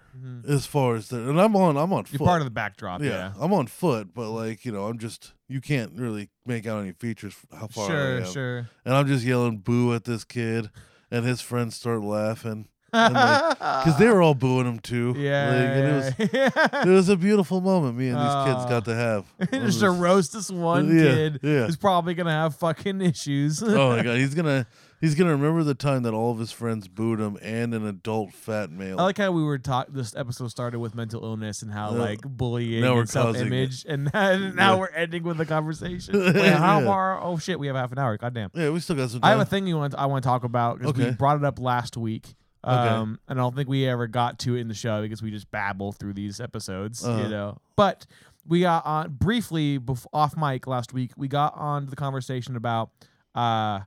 [SPEAKER 1] as far as the and I'm on I'm on
[SPEAKER 2] You're
[SPEAKER 1] foot.
[SPEAKER 2] part of the backdrop. Yeah.
[SPEAKER 1] I'm on foot, but like you know, I'm just you can't really make out any features f- how far I
[SPEAKER 2] Sure,
[SPEAKER 1] am.
[SPEAKER 2] sure.
[SPEAKER 1] And I'm just yelling boo at this kid, and his friends start laughing. And like, because they were all booing him too. Like, and
[SPEAKER 2] Ah. Yeah.
[SPEAKER 1] it was
[SPEAKER 2] yeah.
[SPEAKER 1] it was a beautiful moment me and these kids
[SPEAKER 2] Ah.
[SPEAKER 1] got to have. It
[SPEAKER 2] just
[SPEAKER 1] was-
[SPEAKER 2] to roast this one
[SPEAKER 1] Yeah,
[SPEAKER 2] kid
[SPEAKER 1] yeah.
[SPEAKER 2] who's probably gonna have fucking issues.
[SPEAKER 1] oh my god, he's gonna he's gonna remember the time that all of his friends booed him and an adult fat male.
[SPEAKER 2] I like how we were talk. This episode started with mental illness and how
[SPEAKER 1] Yeah.
[SPEAKER 2] like bullying
[SPEAKER 1] Now we're
[SPEAKER 2] and
[SPEAKER 1] causing it.
[SPEAKER 2] self-image, and and now
[SPEAKER 1] Yeah.
[SPEAKER 2] we're ending with a conversation. Wait, how
[SPEAKER 1] Yeah.
[SPEAKER 2] far? Oh shit, we have half an hour. Goddamn.
[SPEAKER 1] yeah, we still got some time.
[SPEAKER 2] I have a thing you want. I want to talk about because we
[SPEAKER 1] Okay.
[SPEAKER 2] brought it up last week.
[SPEAKER 1] Okay.
[SPEAKER 2] Um, and I don't think we ever got to it in the show because we just babble through these episodes,
[SPEAKER 1] Uh-huh.
[SPEAKER 2] you know. But we got on briefly bef- off mic last week. We got on to the conversation about uh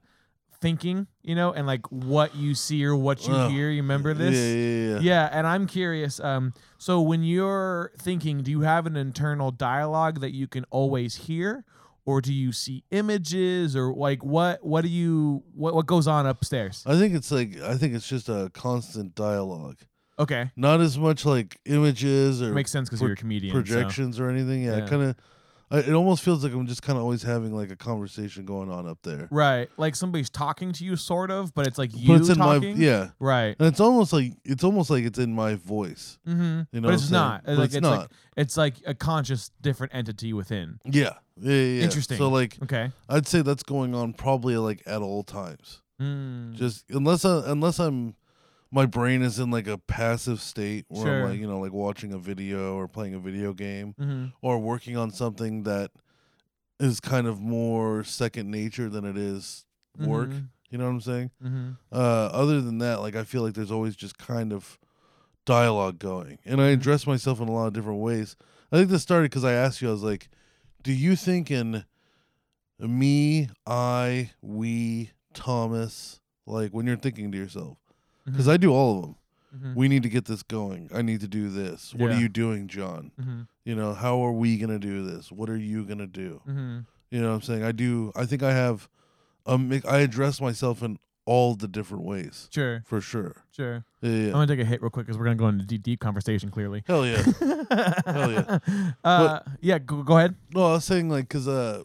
[SPEAKER 2] thinking, you know, and like what you see or what you
[SPEAKER 1] Oh.
[SPEAKER 2] hear. You remember this?
[SPEAKER 1] Yeah, yeah, yeah. yeah.
[SPEAKER 2] Yeah, and I'm curious. Um, so when you're thinking, do you have an internal dialogue that you can always hear, or do you see images, or like what what do you what what goes on upstairs?
[SPEAKER 1] I think it's like I think it's just a constant dialogue.
[SPEAKER 2] Okay.
[SPEAKER 1] Not as much like images or
[SPEAKER 2] Makes sense because
[SPEAKER 1] pro-
[SPEAKER 2] you're a comedian. so-
[SPEAKER 1] projections or anything. Yeah,
[SPEAKER 2] Yeah.
[SPEAKER 1] it kind of. It almost feels like I'm just kind of always having like a conversation going on up there.
[SPEAKER 2] Right. Like somebody's talking to you, sort of, but it's like you
[SPEAKER 1] but it's in
[SPEAKER 2] talking.
[SPEAKER 1] my yeah,
[SPEAKER 2] Right.
[SPEAKER 1] and it's almost like it's almost like it's in my voice.
[SPEAKER 2] Mm-hmm.
[SPEAKER 1] You know,
[SPEAKER 2] but it's
[SPEAKER 1] so-
[SPEAKER 2] not.
[SPEAKER 1] but
[SPEAKER 2] like,
[SPEAKER 1] it's
[SPEAKER 2] it's like
[SPEAKER 1] not.
[SPEAKER 2] it's like a conscious different entity within.
[SPEAKER 1] Yeah. Yeah, yeah, yeah.
[SPEAKER 2] Interesting.
[SPEAKER 1] So like,
[SPEAKER 2] Okay.
[SPEAKER 1] I'd say that's going on probably like at all times.
[SPEAKER 2] Mm.
[SPEAKER 1] Just unless I, unless I'm my brain is in like a passive state where
[SPEAKER 2] Sure.
[SPEAKER 1] I'm like you know like watching a video or playing a video game
[SPEAKER 2] hmm
[SPEAKER 1] or working on something that is kind of more second nature than it is work.
[SPEAKER 2] Mhm.
[SPEAKER 1] You know what I'm saying?
[SPEAKER 2] hmm
[SPEAKER 1] Uh, other than that, like I feel like there's always just kind of dialogue going, and I address myself in a lot of different ways. I think this started because I asked you. I was like, "Do you think in me, I, we, Thomas, like when you're thinking to yourself?" Because I do all of them.
[SPEAKER 2] hmm
[SPEAKER 1] We need to get this going. I need to do this. What
[SPEAKER 2] Yeah.
[SPEAKER 1] are you doing, John?
[SPEAKER 2] hmm
[SPEAKER 1] You know, how are we gonna do this? What are you gonna do?
[SPEAKER 2] hmm
[SPEAKER 1] You know what I'm saying? I do. I think I have. Um, I address myself in all the different ways
[SPEAKER 2] Sure.
[SPEAKER 1] for sure.
[SPEAKER 2] Sure.
[SPEAKER 1] Yeah, yeah.
[SPEAKER 2] I'm gonna take a hit real quick because we're gonna go into deep, deep conversation. Clearly.
[SPEAKER 1] Hell yeah. yeah.
[SPEAKER 2] Uh, yeah. Go, go ahead.
[SPEAKER 1] no, I was saying like because uh,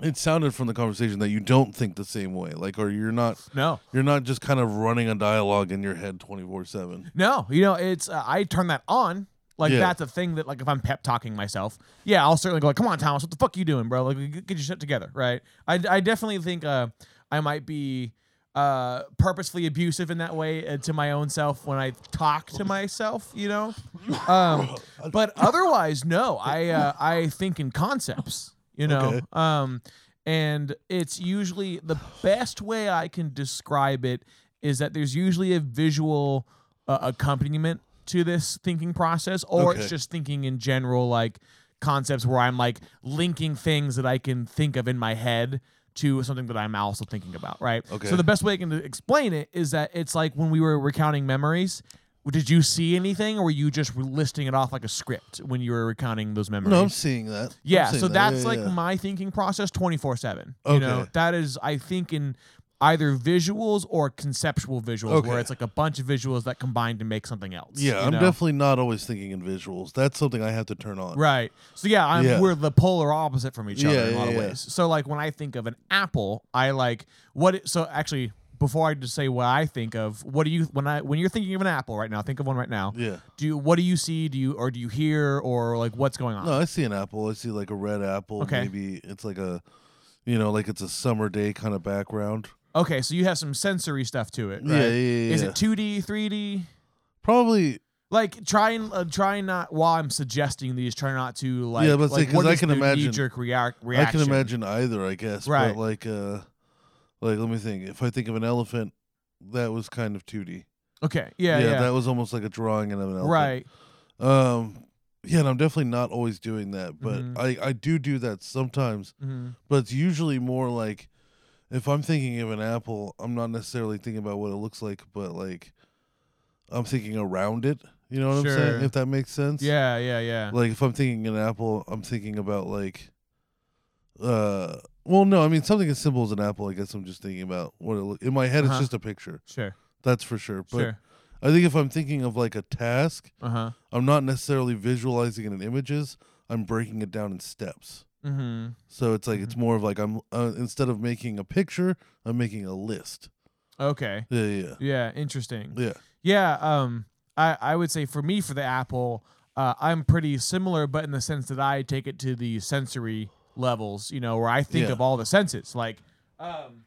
[SPEAKER 1] it sounded from the conversation that you don't think the same way, like, or you're not
[SPEAKER 2] No.
[SPEAKER 1] you're not just kind of running a dialogue in your head twenty four seven.
[SPEAKER 2] No, you know, it's uh, I turn that on. Like
[SPEAKER 1] Yeah.
[SPEAKER 2] that's a thing that like if I'm pep talking myself, yeah, I'll certainly go like, "Come on, Thomas, what the fuck you doing, bro? Like, g- get your shit together, right?" I, I definitely think uh, I might be uh, purposefully abusive in that way uh, to my own self when I talk to myself, you know. Um, but otherwise, no, I uh, I think in concepts, you know.
[SPEAKER 1] Okay.
[SPEAKER 2] Um, and it's usually the best way I can describe it is that there's usually a visual uh, accompaniment to this thinking process, or it's
[SPEAKER 1] Okay.
[SPEAKER 2] just thinking in general, like concepts where I'm like linking things that I can think of in my head to something that I'm also thinking about, right?
[SPEAKER 1] Okay.
[SPEAKER 2] So the best way I can explain it is that it's like when we were recounting memories. Did you see anything, or were you just listing it off like a script when you were recounting those memories?
[SPEAKER 1] No, I'm seeing that. I'm
[SPEAKER 2] Yeah,
[SPEAKER 1] seeing
[SPEAKER 2] so
[SPEAKER 1] that.
[SPEAKER 2] that's
[SPEAKER 1] Yeah,
[SPEAKER 2] like
[SPEAKER 1] yeah.
[SPEAKER 2] my thinking process 24/7. You
[SPEAKER 1] Okay.
[SPEAKER 2] know, that is I think in either visuals or conceptual visuals where
[SPEAKER 1] Okay.
[SPEAKER 2] it's like a bunch of visuals that combine to make something else.
[SPEAKER 1] yeah.
[SPEAKER 2] you
[SPEAKER 1] I'm
[SPEAKER 2] know?
[SPEAKER 1] definitely not always thinking in visuals. That's something I have to turn on.
[SPEAKER 2] Right. So yeah, I'm,
[SPEAKER 1] Yeah.
[SPEAKER 2] we're the polar opposite from each other
[SPEAKER 1] Yeah,
[SPEAKER 2] in a lot
[SPEAKER 1] yeah,
[SPEAKER 2] of
[SPEAKER 1] yeah.
[SPEAKER 2] ways. So like when I think of an apple, I like what. It, so actually, before I just say what I think of, what do you when I when you're thinking of an apple right now? Think of one right now.
[SPEAKER 1] Yeah.
[SPEAKER 2] Do you, what do you see? Do you or do you hear or like what's going on?
[SPEAKER 1] No, I see an apple. I see like a red apple.
[SPEAKER 2] Okay.
[SPEAKER 1] Maybe it's like a, you know, like it's a summer day kind of background.
[SPEAKER 2] Okay, so you have some sensory stuff to it. Right?
[SPEAKER 1] Yeah, yeah, yeah,
[SPEAKER 2] Is
[SPEAKER 1] yeah.
[SPEAKER 2] it 2D, 3D?
[SPEAKER 1] Probably
[SPEAKER 2] Like try and uh, try not while I'm suggesting these, try not to like.
[SPEAKER 1] Yeah, but it's
[SPEAKER 2] like,
[SPEAKER 1] like- 'cause
[SPEAKER 2] what
[SPEAKER 1] I
[SPEAKER 2] is
[SPEAKER 1] can
[SPEAKER 2] their
[SPEAKER 1] imagine-
[SPEAKER 2] knee-jerk rea- reaction.
[SPEAKER 1] I can imagine either, I guess.
[SPEAKER 2] Right.
[SPEAKER 1] But like uh like let me think. If I think of an elephant, that was kind of 2D.
[SPEAKER 2] Okay, yeah, yeah,
[SPEAKER 1] that was almost like a drawing of an elephant.
[SPEAKER 2] right.
[SPEAKER 1] Um yeah, and I'm definitely not always doing that, but
[SPEAKER 2] Mhm.
[SPEAKER 1] I I do do that sometimes,
[SPEAKER 2] hmm
[SPEAKER 1] but it's usually more like if I'm thinking of an apple, I'm not necessarily thinking about what it looks like, but like I'm thinking around it. You know what I'm
[SPEAKER 2] Sure.
[SPEAKER 1] saying? If that makes sense.
[SPEAKER 2] Yeah, yeah, yeah.
[SPEAKER 1] like if I'm thinking an apple, I'm thinking about like uh well no, I mean something as simple as an apple, I guess I'm just thinking about what it look in my head
[SPEAKER 2] Uh-huh.
[SPEAKER 1] it's just a picture.
[SPEAKER 2] Sure,
[SPEAKER 1] That's for sure. But
[SPEAKER 2] sure.
[SPEAKER 1] I think if I'm thinking of like a task,
[SPEAKER 2] Uh huh.
[SPEAKER 1] I'm not necessarily visualizing it in images, I'm breaking it down in steps.
[SPEAKER 2] Mm-hmm.
[SPEAKER 1] So it's like it's more of like I'm uh, instead of making a picture, I'm making a list.
[SPEAKER 2] Okay.
[SPEAKER 1] Yeah, yeah.
[SPEAKER 2] Yeah. Interesting.
[SPEAKER 1] Yeah.
[SPEAKER 2] Yeah. Um. I I would say for me for the Apple, uh, I'm pretty similar, but in the sense that I take it to the sensory levels. You know, where I think
[SPEAKER 1] Yeah.
[SPEAKER 2] of all the senses, like. Um,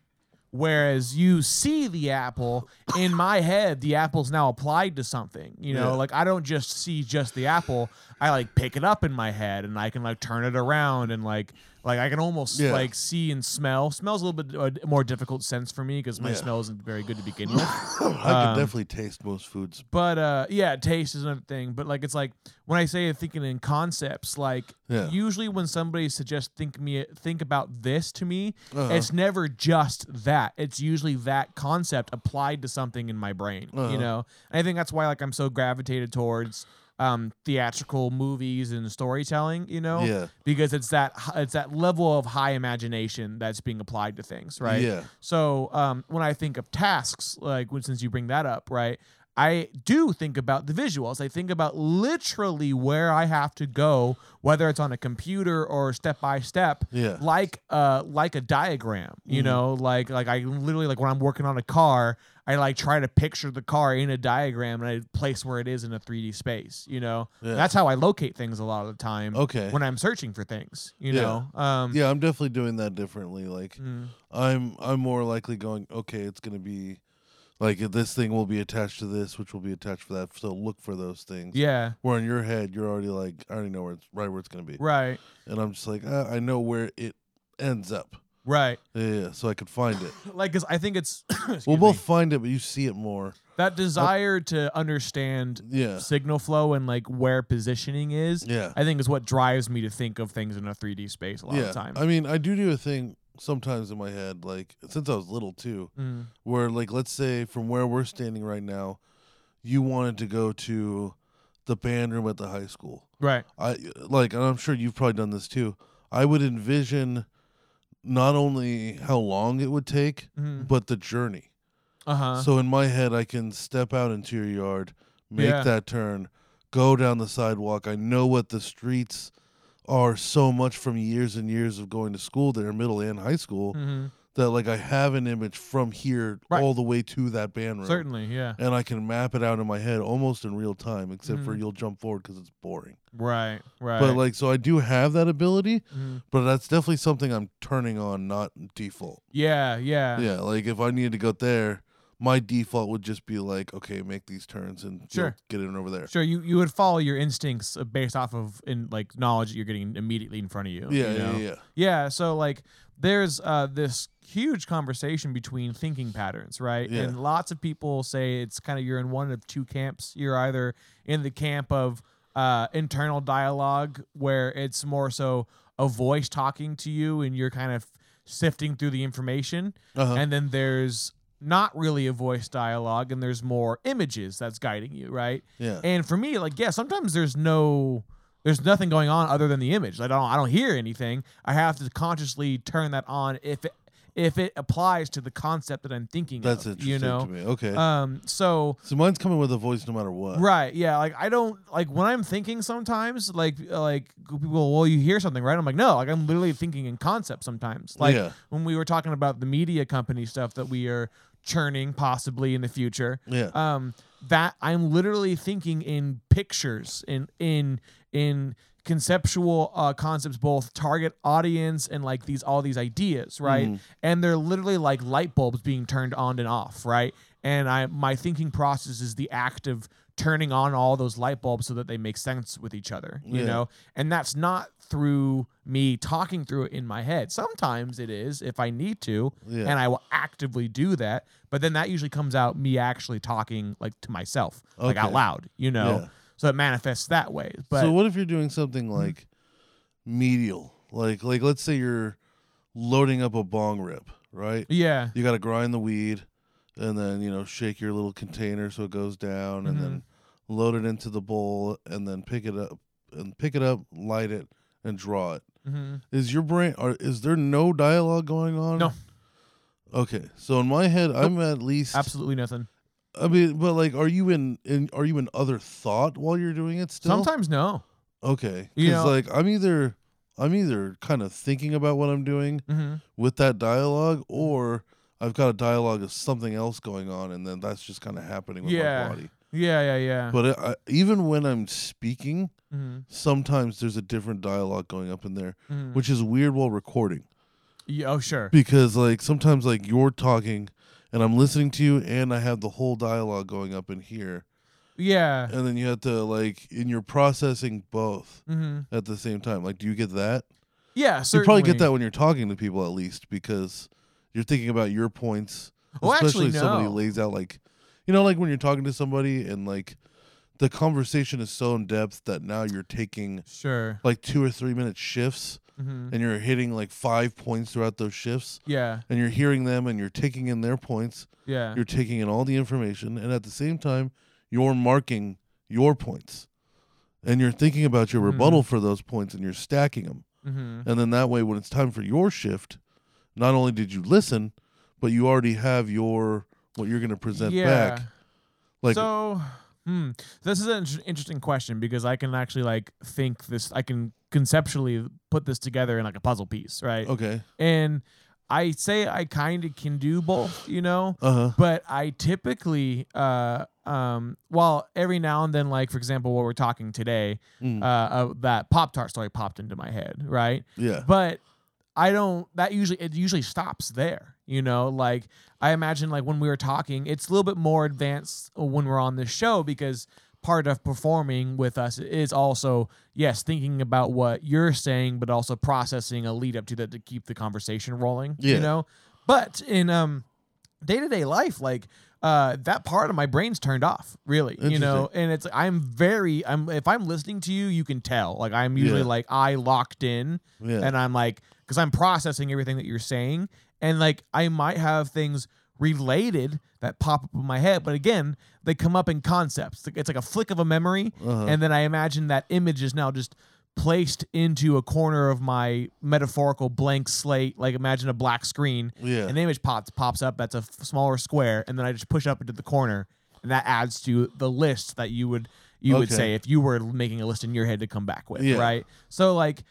[SPEAKER 2] Whereas you see the apple in my head, the apple's now applied to something. You know,
[SPEAKER 1] Yeah.
[SPEAKER 2] like I don't just see just the apple. I like pick it up in my head and I can like turn it around and like like I can almost
[SPEAKER 1] Yeah.
[SPEAKER 2] like see and smell. Smells a little bit uh, more difficult sense for me because my
[SPEAKER 1] Yeah.
[SPEAKER 2] smell isn't very good to begin with.
[SPEAKER 1] I
[SPEAKER 2] Um,
[SPEAKER 1] can definitely taste most foods.
[SPEAKER 2] But uh, yeah, taste is another thing. But like, it's like when I say thinking in concepts, like
[SPEAKER 1] Yeah.
[SPEAKER 2] usually when somebody suggests think me think about this to me,
[SPEAKER 1] Uh-huh.
[SPEAKER 2] it's never just that. It's usually that concept applied to something in my brain.
[SPEAKER 1] Uh-huh.
[SPEAKER 2] You know, and I think that's why like I'm so gravitated towards um, theatrical movies and storytelling. You know,
[SPEAKER 1] Yeah.
[SPEAKER 2] because it's that hi- it's that level of high imagination that's being applied to things, right?
[SPEAKER 1] Yeah.
[SPEAKER 2] So um, when I think of tasks, like when, since you bring that up, right, I do think about the visuals. I think about literally where I have to go, whether it's on a computer or step by step,
[SPEAKER 1] Yeah.
[SPEAKER 2] like uh like a diagram.
[SPEAKER 1] Mm-hmm.
[SPEAKER 2] You know, like like I literally like when I'm working on a car, I like try to picture the car in a diagram and I place where it is in a 3D space. You know,
[SPEAKER 1] Yeah.
[SPEAKER 2] that's how I locate things a lot of the time.
[SPEAKER 1] Okay.
[SPEAKER 2] when I'm searching for things. You
[SPEAKER 1] Yeah.
[SPEAKER 2] know, um,
[SPEAKER 1] yeah, I'm definitely doing that differently. Like
[SPEAKER 2] mm,
[SPEAKER 1] I'm I'm more likely going, okay, it's gonna be like this thing will be attached to this, which will be attached for that. So look for those things.
[SPEAKER 2] yeah,
[SPEAKER 1] Where in your head you're already like, I already know where it's right where it's gonna be.
[SPEAKER 2] right,
[SPEAKER 1] And I'm just like, ah, I know where it ends up.
[SPEAKER 2] right.
[SPEAKER 1] Yeah, yeah, so I could find it.
[SPEAKER 2] Like, 'cause I think it's excuse
[SPEAKER 1] we'll
[SPEAKER 2] me.
[SPEAKER 1] both find it, but you see it more.
[SPEAKER 2] that desire to understand
[SPEAKER 1] Yeah.
[SPEAKER 2] signal flow and like where positioning is
[SPEAKER 1] Yeah.
[SPEAKER 2] i think is what drives me to think of things in a 3d space a lot
[SPEAKER 1] yeah.
[SPEAKER 2] of the time
[SPEAKER 1] I mean, I do do a thing sometimes in my head, like since I was little too,
[SPEAKER 2] Mm,
[SPEAKER 1] where like let's say from where we're standing right now, you wanted to go to the band room at the high school.
[SPEAKER 2] right
[SPEAKER 1] I like, and I'm sure you've probably done this too. I would envision not only how long it would take,
[SPEAKER 2] Mhm.
[SPEAKER 1] but the journey.
[SPEAKER 2] uh-huh
[SPEAKER 1] So in my head, I can step out into your yard, make
[SPEAKER 2] Yeah.
[SPEAKER 1] that turn, go down the sidewalk. I know what the streets are so much from years and years of going to school there, middle and high school,
[SPEAKER 2] Mhm.
[SPEAKER 1] that like I have an image from here
[SPEAKER 2] Right.
[SPEAKER 1] all the way to that band room.
[SPEAKER 2] certainly yeah
[SPEAKER 1] And I can map it out in my head almost in real time, except for
[SPEAKER 2] Mhm.
[SPEAKER 1] you'll jump forward because it's boring.
[SPEAKER 2] right right
[SPEAKER 1] But like, so I do have that ability,
[SPEAKER 2] Mhm.
[SPEAKER 1] but that's definitely something I'm turning on, not default.
[SPEAKER 2] yeah yeah
[SPEAKER 1] Yeah, like if I needed to go there, my default would just be like, okay, make these turns and you'll
[SPEAKER 2] Sure.
[SPEAKER 1] get in over there.
[SPEAKER 2] sure you you would follow your instincts uh, based off of in like knowledge that you're getting immediately in front of you
[SPEAKER 1] Yeah,
[SPEAKER 2] you
[SPEAKER 1] yeah,
[SPEAKER 2] know?
[SPEAKER 1] yeah,
[SPEAKER 2] Yeah, so like there's uh, this huge conversation between thinking patterns, right?
[SPEAKER 1] Yeah.
[SPEAKER 2] And lots of people say it's kind of you're in one of two camps. You're either in the camp of uh, internal dialogue, where it's more so a voice talking to you and you're kind of sifting through the information.
[SPEAKER 1] Uh-huh.
[SPEAKER 2] And then there's not really a voice dialogue and there's more images that's guiding you, right?
[SPEAKER 1] yeah.
[SPEAKER 2] And for me, like, yeah, sometimes there's no, there's nothing going on other than the image. I don't, I don't hear anything. I have to consciously turn that on if it, if it applies to the concept that I'm thinking.
[SPEAKER 1] That's
[SPEAKER 2] of,
[SPEAKER 1] interesting
[SPEAKER 2] You know.
[SPEAKER 1] to me. Okay.
[SPEAKER 2] Um. So.
[SPEAKER 1] so mine's coming with a voice no matter what.
[SPEAKER 2] Right. Yeah. Like I don't like when I'm thinking sometimes like like people go, well you hear something right I'm like no like I'm literally thinking in concept sometimes like
[SPEAKER 1] Yeah.
[SPEAKER 2] when we were talking about the media company stuff that we are churning possibly in the future
[SPEAKER 1] Yeah.
[SPEAKER 2] um that I'm literally thinking in pictures in in in conceptual uh, concepts both target audience and like these all these ideas right
[SPEAKER 1] Mm-hmm.
[SPEAKER 2] and they're literally like light bulbs being turned on and off right and I my thinking process is the act of turning on all those light bulbs so that they make sense with each other you
[SPEAKER 1] Yeah.
[SPEAKER 2] know and that's not through me talking through it in my head sometimes it is if I need to
[SPEAKER 1] Yeah.
[SPEAKER 2] and I will actively do that. But then that usually comes out me actually talking like to myself, like out
[SPEAKER 1] Okay.
[SPEAKER 2] loud, you know.
[SPEAKER 1] Yeah.
[SPEAKER 2] So it manifests that way. But Mm-hmm.
[SPEAKER 1] so what if you're doing something like medial? Like like let's say you're loading up a bong rip, right?
[SPEAKER 2] yeah,
[SPEAKER 1] you got to grind the weed and then you know shake your little container so it goes down and then
[SPEAKER 2] Mm-hmm.
[SPEAKER 1] load it into the bowl and then pick it up and pick it up light it and draw it
[SPEAKER 2] hmm
[SPEAKER 1] is your brain are, is there no dialogue going on
[SPEAKER 2] No.
[SPEAKER 1] okay so in my head i'm at least
[SPEAKER 2] absolutely nothing.
[SPEAKER 1] i mean but like are you in, in are you in other thought while you're doing it still
[SPEAKER 2] Sometimes no.
[SPEAKER 1] okay
[SPEAKER 2] You
[SPEAKER 1] because
[SPEAKER 2] know-
[SPEAKER 1] like i'm either i'm either kind of thinking about what i'm doing
[SPEAKER 2] hmm
[SPEAKER 1] with that dialogue or I've got a dialogue of something else going on and then that's just kind of happening with
[SPEAKER 2] Yeah.
[SPEAKER 1] my body.
[SPEAKER 2] Yeah, yeah, yeah.
[SPEAKER 1] But I, I, even when I'm speaking,
[SPEAKER 2] Mhm,
[SPEAKER 1] sometimes there's a different dialogue going up in there,
[SPEAKER 2] mhm.
[SPEAKER 1] which is weird while recording
[SPEAKER 2] Yeah, oh sure.
[SPEAKER 1] because like sometimes like you're talking and I'm listening to you and I have the whole dialogue going up in here
[SPEAKER 2] Yeah.
[SPEAKER 1] and then you have to like in your processing both
[SPEAKER 2] hmm
[SPEAKER 1] at the same time. Like do you get that?
[SPEAKER 2] Yeah,
[SPEAKER 1] You probably get
[SPEAKER 2] certainly.
[SPEAKER 1] that when you're talking to people at least because you're thinking about your points.
[SPEAKER 2] Well,
[SPEAKER 1] especially
[SPEAKER 2] Oh, actually,
[SPEAKER 1] if somebody
[SPEAKER 2] no.
[SPEAKER 1] lays out like, you know, like when you're talking to somebody and like the conversation is so in depth that now you're taking
[SPEAKER 2] Sure.
[SPEAKER 1] like two or three minute shifts
[SPEAKER 2] hmm
[SPEAKER 1] and you're hitting like five points throughout those shifts
[SPEAKER 2] Yeah,
[SPEAKER 1] and you're hearing them and you're taking in their points.
[SPEAKER 2] yeah.
[SPEAKER 1] You're taking in all the information and at the same time you're marking your points. And you're thinking about your rebuttal for those points and you're stacking them.
[SPEAKER 2] hmm
[SPEAKER 1] And then that way, when it's time for your shift, not only did you listen, but you already have your what you're going to present
[SPEAKER 2] yeah.
[SPEAKER 1] back Like,
[SPEAKER 2] so, hmm, this is an inter- interesting question because I can actually like think this. I can conceptually put this together in like a puzzle piece, right?
[SPEAKER 1] okay,
[SPEAKER 2] And I say I kind of can do both, you know.
[SPEAKER 1] uh huh,
[SPEAKER 2] But I typically, uh, um, well, every now and then, like for example, what we're talking today,
[SPEAKER 1] Mm.
[SPEAKER 2] uh, uh, that Pop Tart story popped into my head, right?
[SPEAKER 1] yeah,
[SPEAKER 2] but I don't that usually it usually stops there. You know, like I imagine like when we were talking, it's a little bit more advanced when we're on this show because part of performing with us is also yes, thinking about what you're saying, but also processing a lead up to that to keep the conversation rolling.
[SPEAKER 1] Yeah.
[SPEAKER 2] You know? But in um day to day life, like uh, that part of my brain's turned off, really. You know, and it's I'm very I'm if I'm listening to you, you can tell. Like I'm usually
[SPEAKER 1] Yeah.
[SPEAKER 2] like I locked in,
[SPEAKER 1] yeah,
[SPEAKER 2] and I'm like, because I'm processing everything that you're saying, and like I might have things related that pop up in my head, but again, they come up in concepts. Like, It's like a flick of a memory,
[SPEAKER 1] Uh-huh.
[SPEAKER 2] and then I imagine that image is now just placed into a corner of my metaphorical blank slate. Like imagine a black screen,
[SPEAKER 1] yeah.
[SPEAKER 2] an image pops pops up that's a f- smaller square, and then I just push up into the corner, and that adds to the list that you would you would
[SPEAKER 1] Okay.
[SPEAKER 2] say if you were making a list in your head to come back with,
[SPEAKER 1] Yeah.
[SPEAKER 2] right? So like,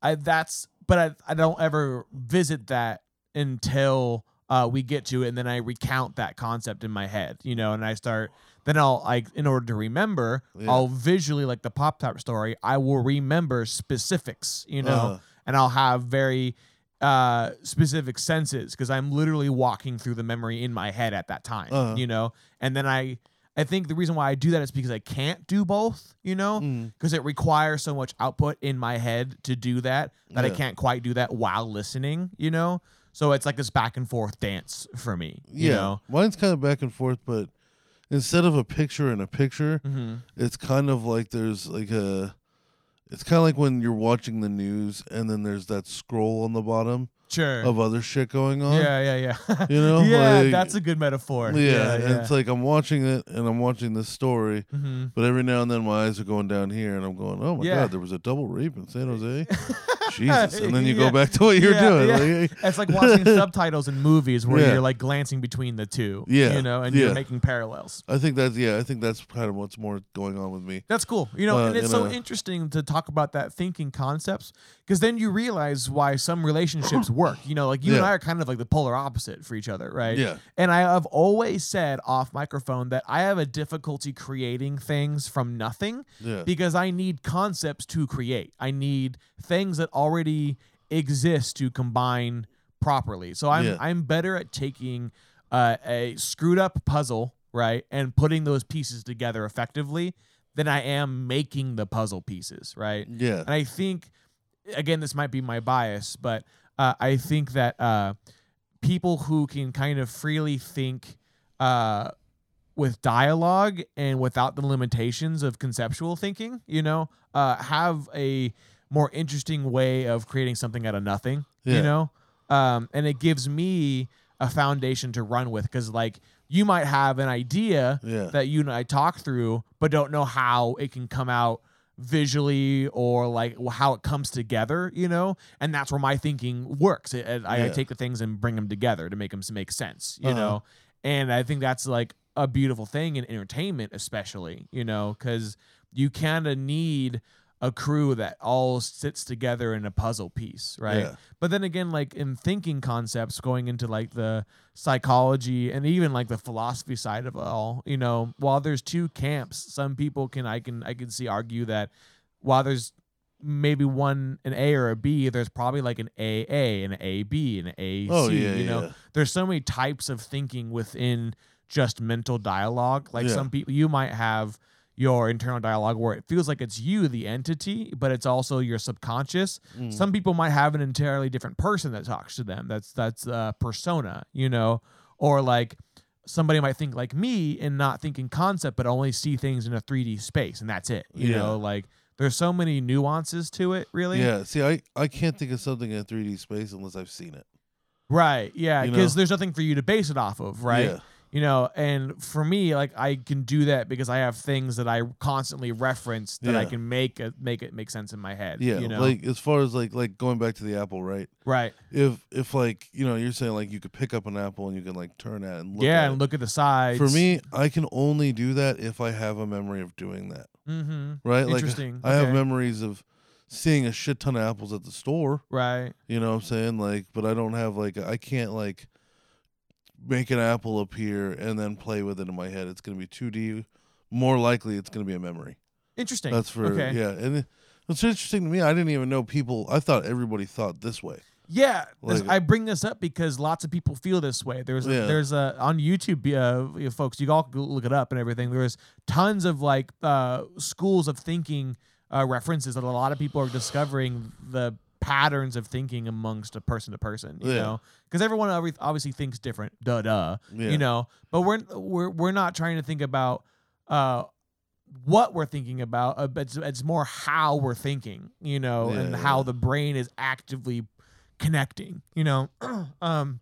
[SPEAKER 2] I that's but I I don't ever visit that until uh, we get to it, and then I recount that concept in my head, you know, and I start. Then I'll like in order to remember,
[SPEAKER 1] Yeah.
[SPEAKER 2] I'll visually like the pop tart story. I will remember specifics, you know,
[SPEAKER 1] Uh-huh.
[SPEAKER 2] and I'll have very uh specific senses because I'm literally walking through the memory in my head at that time,
[SPEAKER 1] Uh-huh.
[SPEAKER 2] you know. And then I I think the reason why I do that is because I can't do both, you know,
[SPEAKER 1] Mm,
[SPEAKER 2] because it requires so much output in my head to do that that I
[SPEAKER 1] Yeah.
[SPEAKER 2] can't quite do that while listening, you know. So it's like this back and forth dance for me, you
[SPEAKER 1] yeah.
[SPEAKER 2] know.
[SPEAKER 1] Mine's kind of back and forth, but instead of a picture in a picture,
[SPEAKER 2] Mm-hmm.
[SPEAKER 1] it's kind of like there's like a. It's kind of like when you're watching the news and then there's that scroll on the bottom
[SPEAKER 2] Sure.
[SPEAKER 1] of other shit going on.
[SPEAKER 2] yeah, yeah, yeah.
[SPEAKER 1] You know,
[SPEAKER 2] yeah,
[SPEAKER 1] like-
[SPEAKER 2] that's a good metaphor.
[SPEAKER 1] Yeah, and it's like I'm watching it and I'm watching this story,
[SPEAKER 2] hmm
[SPEAKER 1] but every now and then my eyes are going down here and I'm going, oh my
[SPEAKER 2] Yeah.
[SPEAKER 1] god, there was a double rape in San Jose, Jesus! And then you
[SPEAKER 2] Yeah.
[SPEAKER 1] go back to what you're
[SPEAKER 2] Yeah,
[SPEAKER 1] doing.
[SPEAKER 2] yeah.
[SPEAKER 1] like,
[SPEAKER 2] It's like watching subtitles in movies where
[SPEAKER 1] Yeah.
[SPEAKER 2] you're like glancing between the two.
[SPEAKER 1] Yeah,
[SPEAKER 2] You know, and
[SPEAKER 1] yeah.
[SPEAKER 2] you're making parallels.
[SPEAKER 1] I think that's yeah, I think that's kind of what's more going on with me.
[SPEAKER 2] That's cool. You know,
[SPEAKER 1] Uh,
[SPEAKER 2] and it's
[SPEAKER 1] in
[SPEAKER 2] so
[SPEAKER 1] a-
[SPEAKER 2] interesting to talk about that thinking concepts because then you realize why some relationships work. You know, like you and
[SPEAKER 1] Yeah.
[SPEAKER 2] I are kind of like the polar opposite for each other, right?
[SPEAKER 1] Yeah,
[SPEAKER 2] And I have always said off microphone that I have a difficulty creating things from nothing.
[SPEAKER 1] yeah,
[SPEAKER 2] because I need concepts to create. I need things that already exist to combine properly. So I'm
[SPEAKER 1] Yeah.
[SPEAKER 2] I'm better at taking uh, a screwed up puzzle, right, and putting those pieces together effectively than I am making the puzzle pieces, right?
[SPEAKER 1] yeah,
[SPEAKER 2] And I think, again, this might be my bias, but uh, I think that uh, people who can kind of freely think uh, with dialogue and without the limitations of conceptual thinking, you know, uh, have a more interesting way of creating something out of nothing,
[SPEAKER 1] Yeah.
[SPEAKER 2] you know? Um, and it gives me a foundation to run with because, like, you might have an idea
[SPEAKER 1] yeah,
[SPEAKER 2] that you and I talk through, but don't know how it can come out visually or like wh- how it comes together, you know? And that's where my thinking works. It, it- I, I
[SPEAKER 1] Yeah.
[SPEAKER 2] take the things and bring them together to make them make sense, you
[SPEAKER 1] Uh-huh.
[SPEAKER 2] know? And I think that's like a beautiful thing in entertainment, especially, you know, because you kind of need a crew that all sits together in a puzzle piece, right?
[SPEAKER 1] Yeah.
[SPEAKER 2] But then again, like in thinking concepts, going into like the psychology and even like the philosophy side of it all, you know, while there's two camps, some people can I can I can see argue that while there's maybe one an A or a B, there's probably like an AA, an AB, an AC.
[SPEAKER 1] Oh, yeah,
[SPEAKER 2] you know,
[SPEAKER 1] yeah.
[SPEAKER 2] there's so many types of thinking within just mental dialogue. Like
[SPEAKER 1] Yeah.
[SPEAKER 2] some people, you might have your internal dialogue where it feels like it's you, the entity, but it's also your subconscious.
[SPEAKER 1] Mm.
[SPEAKER 2] Some people might have an entirely different person that talks to them. That's that's a persona, you know, or like somebody might think like me and not think in concept, but only see things in a 3D space, and that's it. You
[SPEAKER 1] Yeah.
[SPEAKER 2] know, like there's so many nuances to it, really.
[SPEAKER 1] yeah. See, I I can't think of something in 3D space unless I've seen it.
[SPEAKER 2] Right. Yeah.
[SPEAKER 1] You
[SPEAKER 2] Because
[SPEAKER 1] know?
[SPEAKER 2] there's nothing for you to base it off of, right?
[SPEAKER 1] Yeah.
[SPEAKER 2] you know and for me like i can do that because i have things that i constantly reference that i
[SPEAKER 1] Yeah.
[SPEAKER 2] can make it make it make sense in my head
[SPEAKER 1] Yeah,
[SPEAKER 2] you know
[SPEAKER 1] like as far as like like going back to the apple, right?
[SPEAKER 2] right
[SPEAKER 1] If if like you know you're saying like you could pick up an apple and you can like turn at it and look
[SPEAKER 2] yeah
[SPEAKER 1] at
[SPEAKER 2] and
[SPEAKER 1] it.
[SPEAKER 2] look at the sides
[SPEAKER 1] For me, I can only do that if I have a memory of doing that,
[SPEAKER 2] mm-hmm.
[SPEAKER 1] right? Like
[SPEAKER 2] Interesting,
[SPEAKER 1] I have
[SPEAKER 2] okay.
[SPEAKER 1] memories of seeing a shit ton of apples at the store.
[SPEAKER 2] right
[SPEAKER 1] You know what I'm saying? Like, but I don't have like I can't like make an apple appear and then play with it in my head. It's gonna be 2D. More likely, it's gonna be a memory.
[SPEAKER 2] interesting
[SPEAKER 1] That's for
[SPEAKER 2] okay
[SPEAKER 1] yeah. And it- it's interesting to me. I didn't even know people. I thought everybody thought this way.
[SPEAKER 2] Yeah, this-
[SPEAKER 1] Like-
[SPEAKER 2] I bring this up because lots of people feel this way. There's a,
[SPEAKER 1] Yeah.
[SPEAKER 2] there's a on YouTube, uh, you know, folks, you all can look it up and everything. There's tons of like uh, schools of thinking uh, references that a lot of people are discovering the patterns of thinking amongst a person to person. You
[SPEAKER 1] Yeah.
[SPEAKER 2] know, because everyone obvi- obviously thinks different. Duh, duh.
[SPEAKER 1] Yeah.
[SPEAKER 2] You know, but we're we're we're not trying to think about. Uh, what we're thinking about uh, but it's, it's more how we're thinking you know and
[SPEAKER 1] Yeah,
[SPEAKER 2] how
[SPEAKER 1] yeah.
[SPEAKER 2] the brain is actively connecting you know um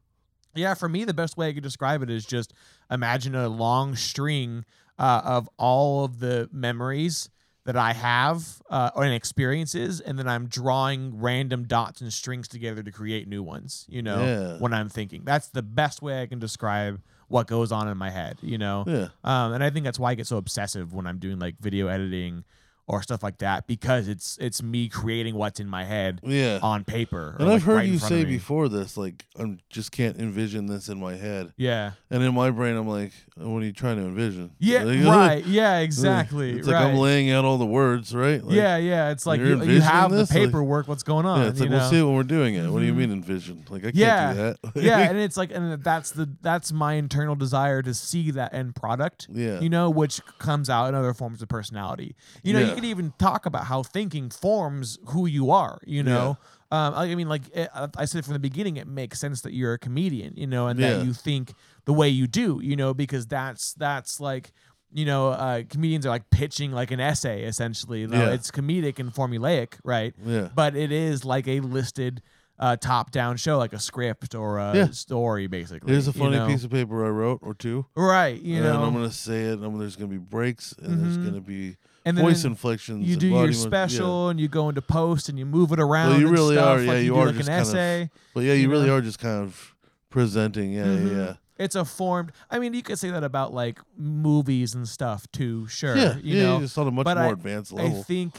[SPEAKER 2] yeah for me the best way i could describe it is just imagine a long string uh, of all of the memories that i have uh, and experiences and then i'm drawing random dots and strings together to create new ones you know
[SPEAKER 1] Yeah.
[SPEAKER 2] when i'm thinking that's the best way i can describe what goes on in my head you know
[SPEAKER 1] Yeah.
[SPEAKER 2] um, and I think that's why I get so obsessive when I'm doing like video editing or stuff like that because it's it's me creating what's in my head
[SPEAKER 1] Yeah.
[SPEAKER 2] on paper. or,
[SPEAKER 1] and I've
[SPEAKER 2] like,
[SPEAKER 1] heard
[SPEAKER 2] right in
[SPEAKER 1] you
[SPEAKER 2] front of
[SPEAKER 1] say
[SPEAKER 2] me.
[SPEAKER 1] before this, like I just can't envision this in my head.
[SPEAKER 2] Yeah.
[SPEAKER 1] And in my brain, I'm like, what are you trying to envision?
[SPEAKER 2] Yeah.
[SPEAKER 1] Like,
[SPEAKER 2] right. Yeah. Exactly.
[SPEAKER 1] It's like
[SPEAKER 2] right.
[SPEAKER 1] I'm laying out all the words, right? Like,
[SPEAKER 2] yeah. Yeah. It's like
[SPEAKER 1] you're
[SPEAKER 2] you, you
[SPEAKER 1] envisioning
[SPEAKER 2] have the
[SPEAKER 1] this? Like-
[SPEAKER 2] paperwork. what's going on?
[SPEAKER 1] Yeah, it's like
[SPEAKER 2] you
[SPEAKER 1] we'll
[SPEAKER 2] know?
[SPEAKER 1] see it when we're doing it. What do you
[SPEAKER 2] Mhm.
[SPEAKER 1] mean envision? Like I can't
[SPEAKER 2] Yeah.
[SPEAKER 1] do that.
[SPEAKER 2] yeah. And it's like, and that's the that's my internal desire to see that end product.
[SPEAKER 1] yeah.
[SPEAKER 2] you know, which comes out in other forms of personality. You know,
[SPEAKER 1] Yeah.
[SPEAKER 2] you could even talk about how thinking forms who you are. You know, um, I I mean, like eh, I I said from the beginning, it makes sense that you're a comedian. You know, and
[SPEAKER 1] Yeah.
[SPEAKER 2] that you think the way you do. You know, because that's that's like. You know, uh, comedians are like pitching like an essay essentially. Now,
[SPEAKER 1] Yeah.
[SPEAKER 2] It's comedic and formulaic, right?
[SPEAKER 1] yeah.
[SPEAKER 2] But it is like a listed uh, top-down show, like a script or a
[SPEAKER 1] Yeah.
[SPEAKER 2] story, basically.
[SPEAKER 1] Here's a
[SPEAKER 2] you
[SPEAKER 1] funny
[SPEAKER 2] know?
[SPEAKER 1] piece of paper I wrote or two.
[SPEAKER 2] right? You
[SPEAKER 1] and
[SPEAKER 2] know,
[SPEAKER 1] I'm gonna say it. And I'm- there's gonna be breaks, and there's
[SPEAKER 2] Mhm.
[SPEAKER 1] gonna be
[SPEAKER 2] and then
[SPEAKER 1] voice
[SPEAKER 2] in-
[SPEAKER 1] inflections.
[SPEAKER 2] you
[SPEAKER 1] and
[SPEAKER 2] do
[SPEAKER 1] body
[SPEAKER 2] your
[SPEAKER 1] mo- yeah.
[SPEAKER 2] special and you go into post and you move it around.
[SPEAKER 1] you
[SPEAKER 2] and
[SPEAKER 1] really
[SPEAKER 2] stuff,
[SPEAKER 1] are. Yeah,
[SPEAKER 2] like
[SPEAKER 1] you
[SPEAKER 2] do
[SPEAKER 1] are
[SPEAKER 2] like
[SPEAKER 1] just
[SPEAKER 2] an
[SPEAKER 1] kind of-
[SPEAKER 2] essay.
[SPEAKER 1] But yeah, you,
[SPEAKER 2] you
[SPEAKER 1] really
[SPEAKER 2] know?
[SPEAKER 1] are just kind of presenting. Yeah, yeah,
[SPEAKER 2] Mhm.
[SPEAKER 1] yeah.
[SPEAKER 2] It's a formed. I mean, you could say that about like movies and stuff too. Sure,
[SPEAKER 1] yeah,
[SPEAKER 2] you
[SPEAKER 1] yeah,
[SPEAKER 2] know.
[SPEAKER 1] It's on a much
[SPEAKER 2] but
[SPEAKER 1] more
[SPEAKER 2] I-
[SPEAKER 1] advanced
[SPEAKER 2] I
[SPEAKER 1] level.
[SPEAKER 2] think,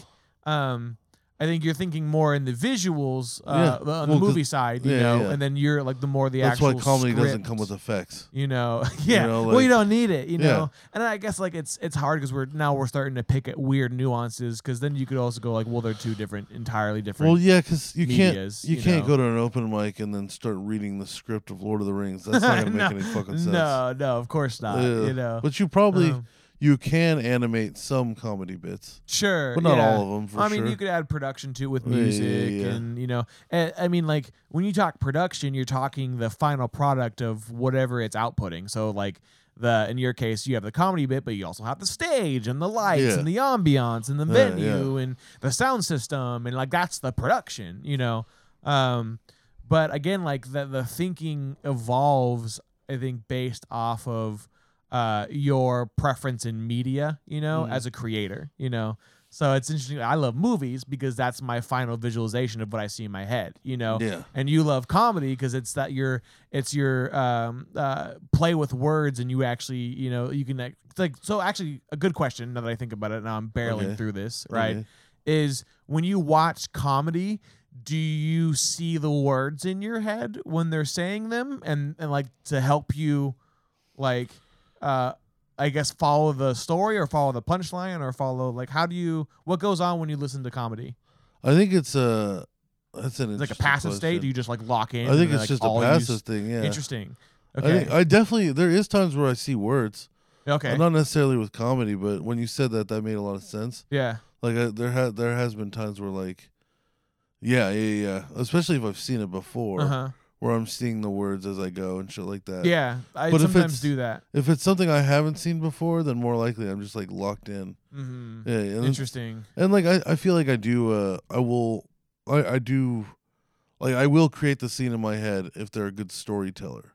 [SPEAKER 2] um, I think you're thinking more in the visuals,
[SPEAKER 1] Yeah,
[SPEAKER 2] uh, on
[SPEAKER 1] well, 'cause-
[SPEAKER 2] the movie side, you
[SPEAKER 1] yeah,
[SPEAKER 2] know,
[SPEAKER 1] yeah.
[SPEAKER 2] and then you're like the more the
[SPEAKER 1] That's
[SPEAKER 2] actual.
[SPEAKER 1] why comedy doesn't
[SPEAKER 2] script.
[SPEAKER 1] come with effects.
[SPEAKER 2] you know yeah
[SPEAKER 1] know,
[SPEAKER 2] well
[SPEAKER 1] like-
[SPEAKER 2] you don't need it you
[SPEAKER 1] Yeah.
[SPEAKER 2] know and i guess like it's it's hard because we're now we're starting to pick at weird nuances because then you could also go like well they're two different entirely different
[SPEAKER 1] Well, yeah, because you
[SPEAKER 2] medias,
[SPEAKER 1] can't you,
[SPEAKER 2] you
[SPEAKER 1] can't go
[SPEAKER 2] know.
[SPEAKER 1] to an open mic and then start reading the script of Lord of the Rings. That's not gonna
[SPEAKER 2] no,
[SPEAKER 1] make any fucking sense.
[SPEAKER 2] No, no, of course not.
[SPEAKER 1] Yeah.
[SPEAKER 2] You know,
[SPEAKER 1] but you probably
[SPEAKER 2] Um,
[SPEAKER 1] you can animate some comedy bits,
[SPEAKER 2] sure,
[SPEAKER 1] but not
[SPEAKER 2] yeah.
[SPEAKER 1] all of them. For
[SPEAKER 2] I mean,
[SPEAKER 1] sure.
[SPEAKER 2] you could add production to it with
[SPEAKER 1] Yeah, yeah,
[SPEAKER 2] music,
[SPEAKER 1] yeah.
[SPEAKER 2] and you know, and, I mean, like when you talk production, you're talking the final product of whatever it's outputting. So, like the in your case, you have the comedy bit, but you also have the stage and the lights
[SPEAKER 1] Yeah. Uh,
[SPEAKER 2] and the ambiance and the
[SPEAKER 1] Yeah, yeah.
[SPEAKER 2] venue and the sound system, and like that's the production. You know, um, but again, like the the thinking evolves, I think, based off of uh, your preference in media, you know,
[SPEAKER 1] Mhm.
[SPEAKER 2] as a creator, you know. So it's interesting. I love movies because that's my final visualization of what I see in my head, you know.
[SPEAKER 1] yeah,
[SPEAKER 2] And you love comedy because it's that your it's your um, uh, play with words, and you actually you know you can like, it's like so. Actually, a good question now that I think about it. Now I'm barreling
[SPEAKER 1] Okay.
[SPEAKER 2] through this, right?
[SPEAKER 1] Okay.
[SPEAKER 2] is when you watch comedy, do you see the words in your head when they're saying them and, and like to help you like uh I guess follow the story or follow the punchline or follow like how do you what goes on when you listen to comedy?
[SPEAKER 1] I think it's a that's an
[SPEAKER 2] Is it like a
[SPEAKER 1] interesting
[SPEAKER 2] passive
[SPEAKER 1] question.
[SPEAKER 2] state? Do you just like lock in?
[SPEAKER 1] I
[SPEAKER 2] and
[SPEAKER 1] think
[SPEAKER 2] then,
[SPEAKER 1] it's
[SPEAKER 2] like,
[SPEAKER 1] just a
[SPEAKER 2] all you s-
[SPEAKER 1] passive thing. Yeah,
[SPEAKER 2] Interesting.
[SPEAKER 1] I,
[SPEAKER 2] Okay.
[SPEAKER 1] think- uh, I definitely there is times where I see words,
[SPEAKER 2] okay.
[SPEAKER 1] not necessarily with comedy, but when you said that, that made a lot of sense.
[SPEAKER 2] yeah.
[SPEAKER 1] Like I, there ha- there has been times where like, yeah, yeah, yeah, especially if I've seen it before,
[SPEAKER 2] Uh huh.
[SPEAKER 1] where I'm seeing the words as I go and shit like that.
[SPEAKER 2] Yeah. I
[SPEAKER 1] but if it's-
[SPEAKER 2] sometimes do that.
[SPEAKER 1] If it's something I haven't seen before, then more likely I'm just like locked in.
[SPEAKER 2] hmm
[SPEAKER 1] Yeah, and it's-
[SPEAKER 2] Interesting.
[SPEAKER 1] And like I, I feel like I do. Uh, I will. I, I do. Like I will create the scene in my head if they're a good storyteller.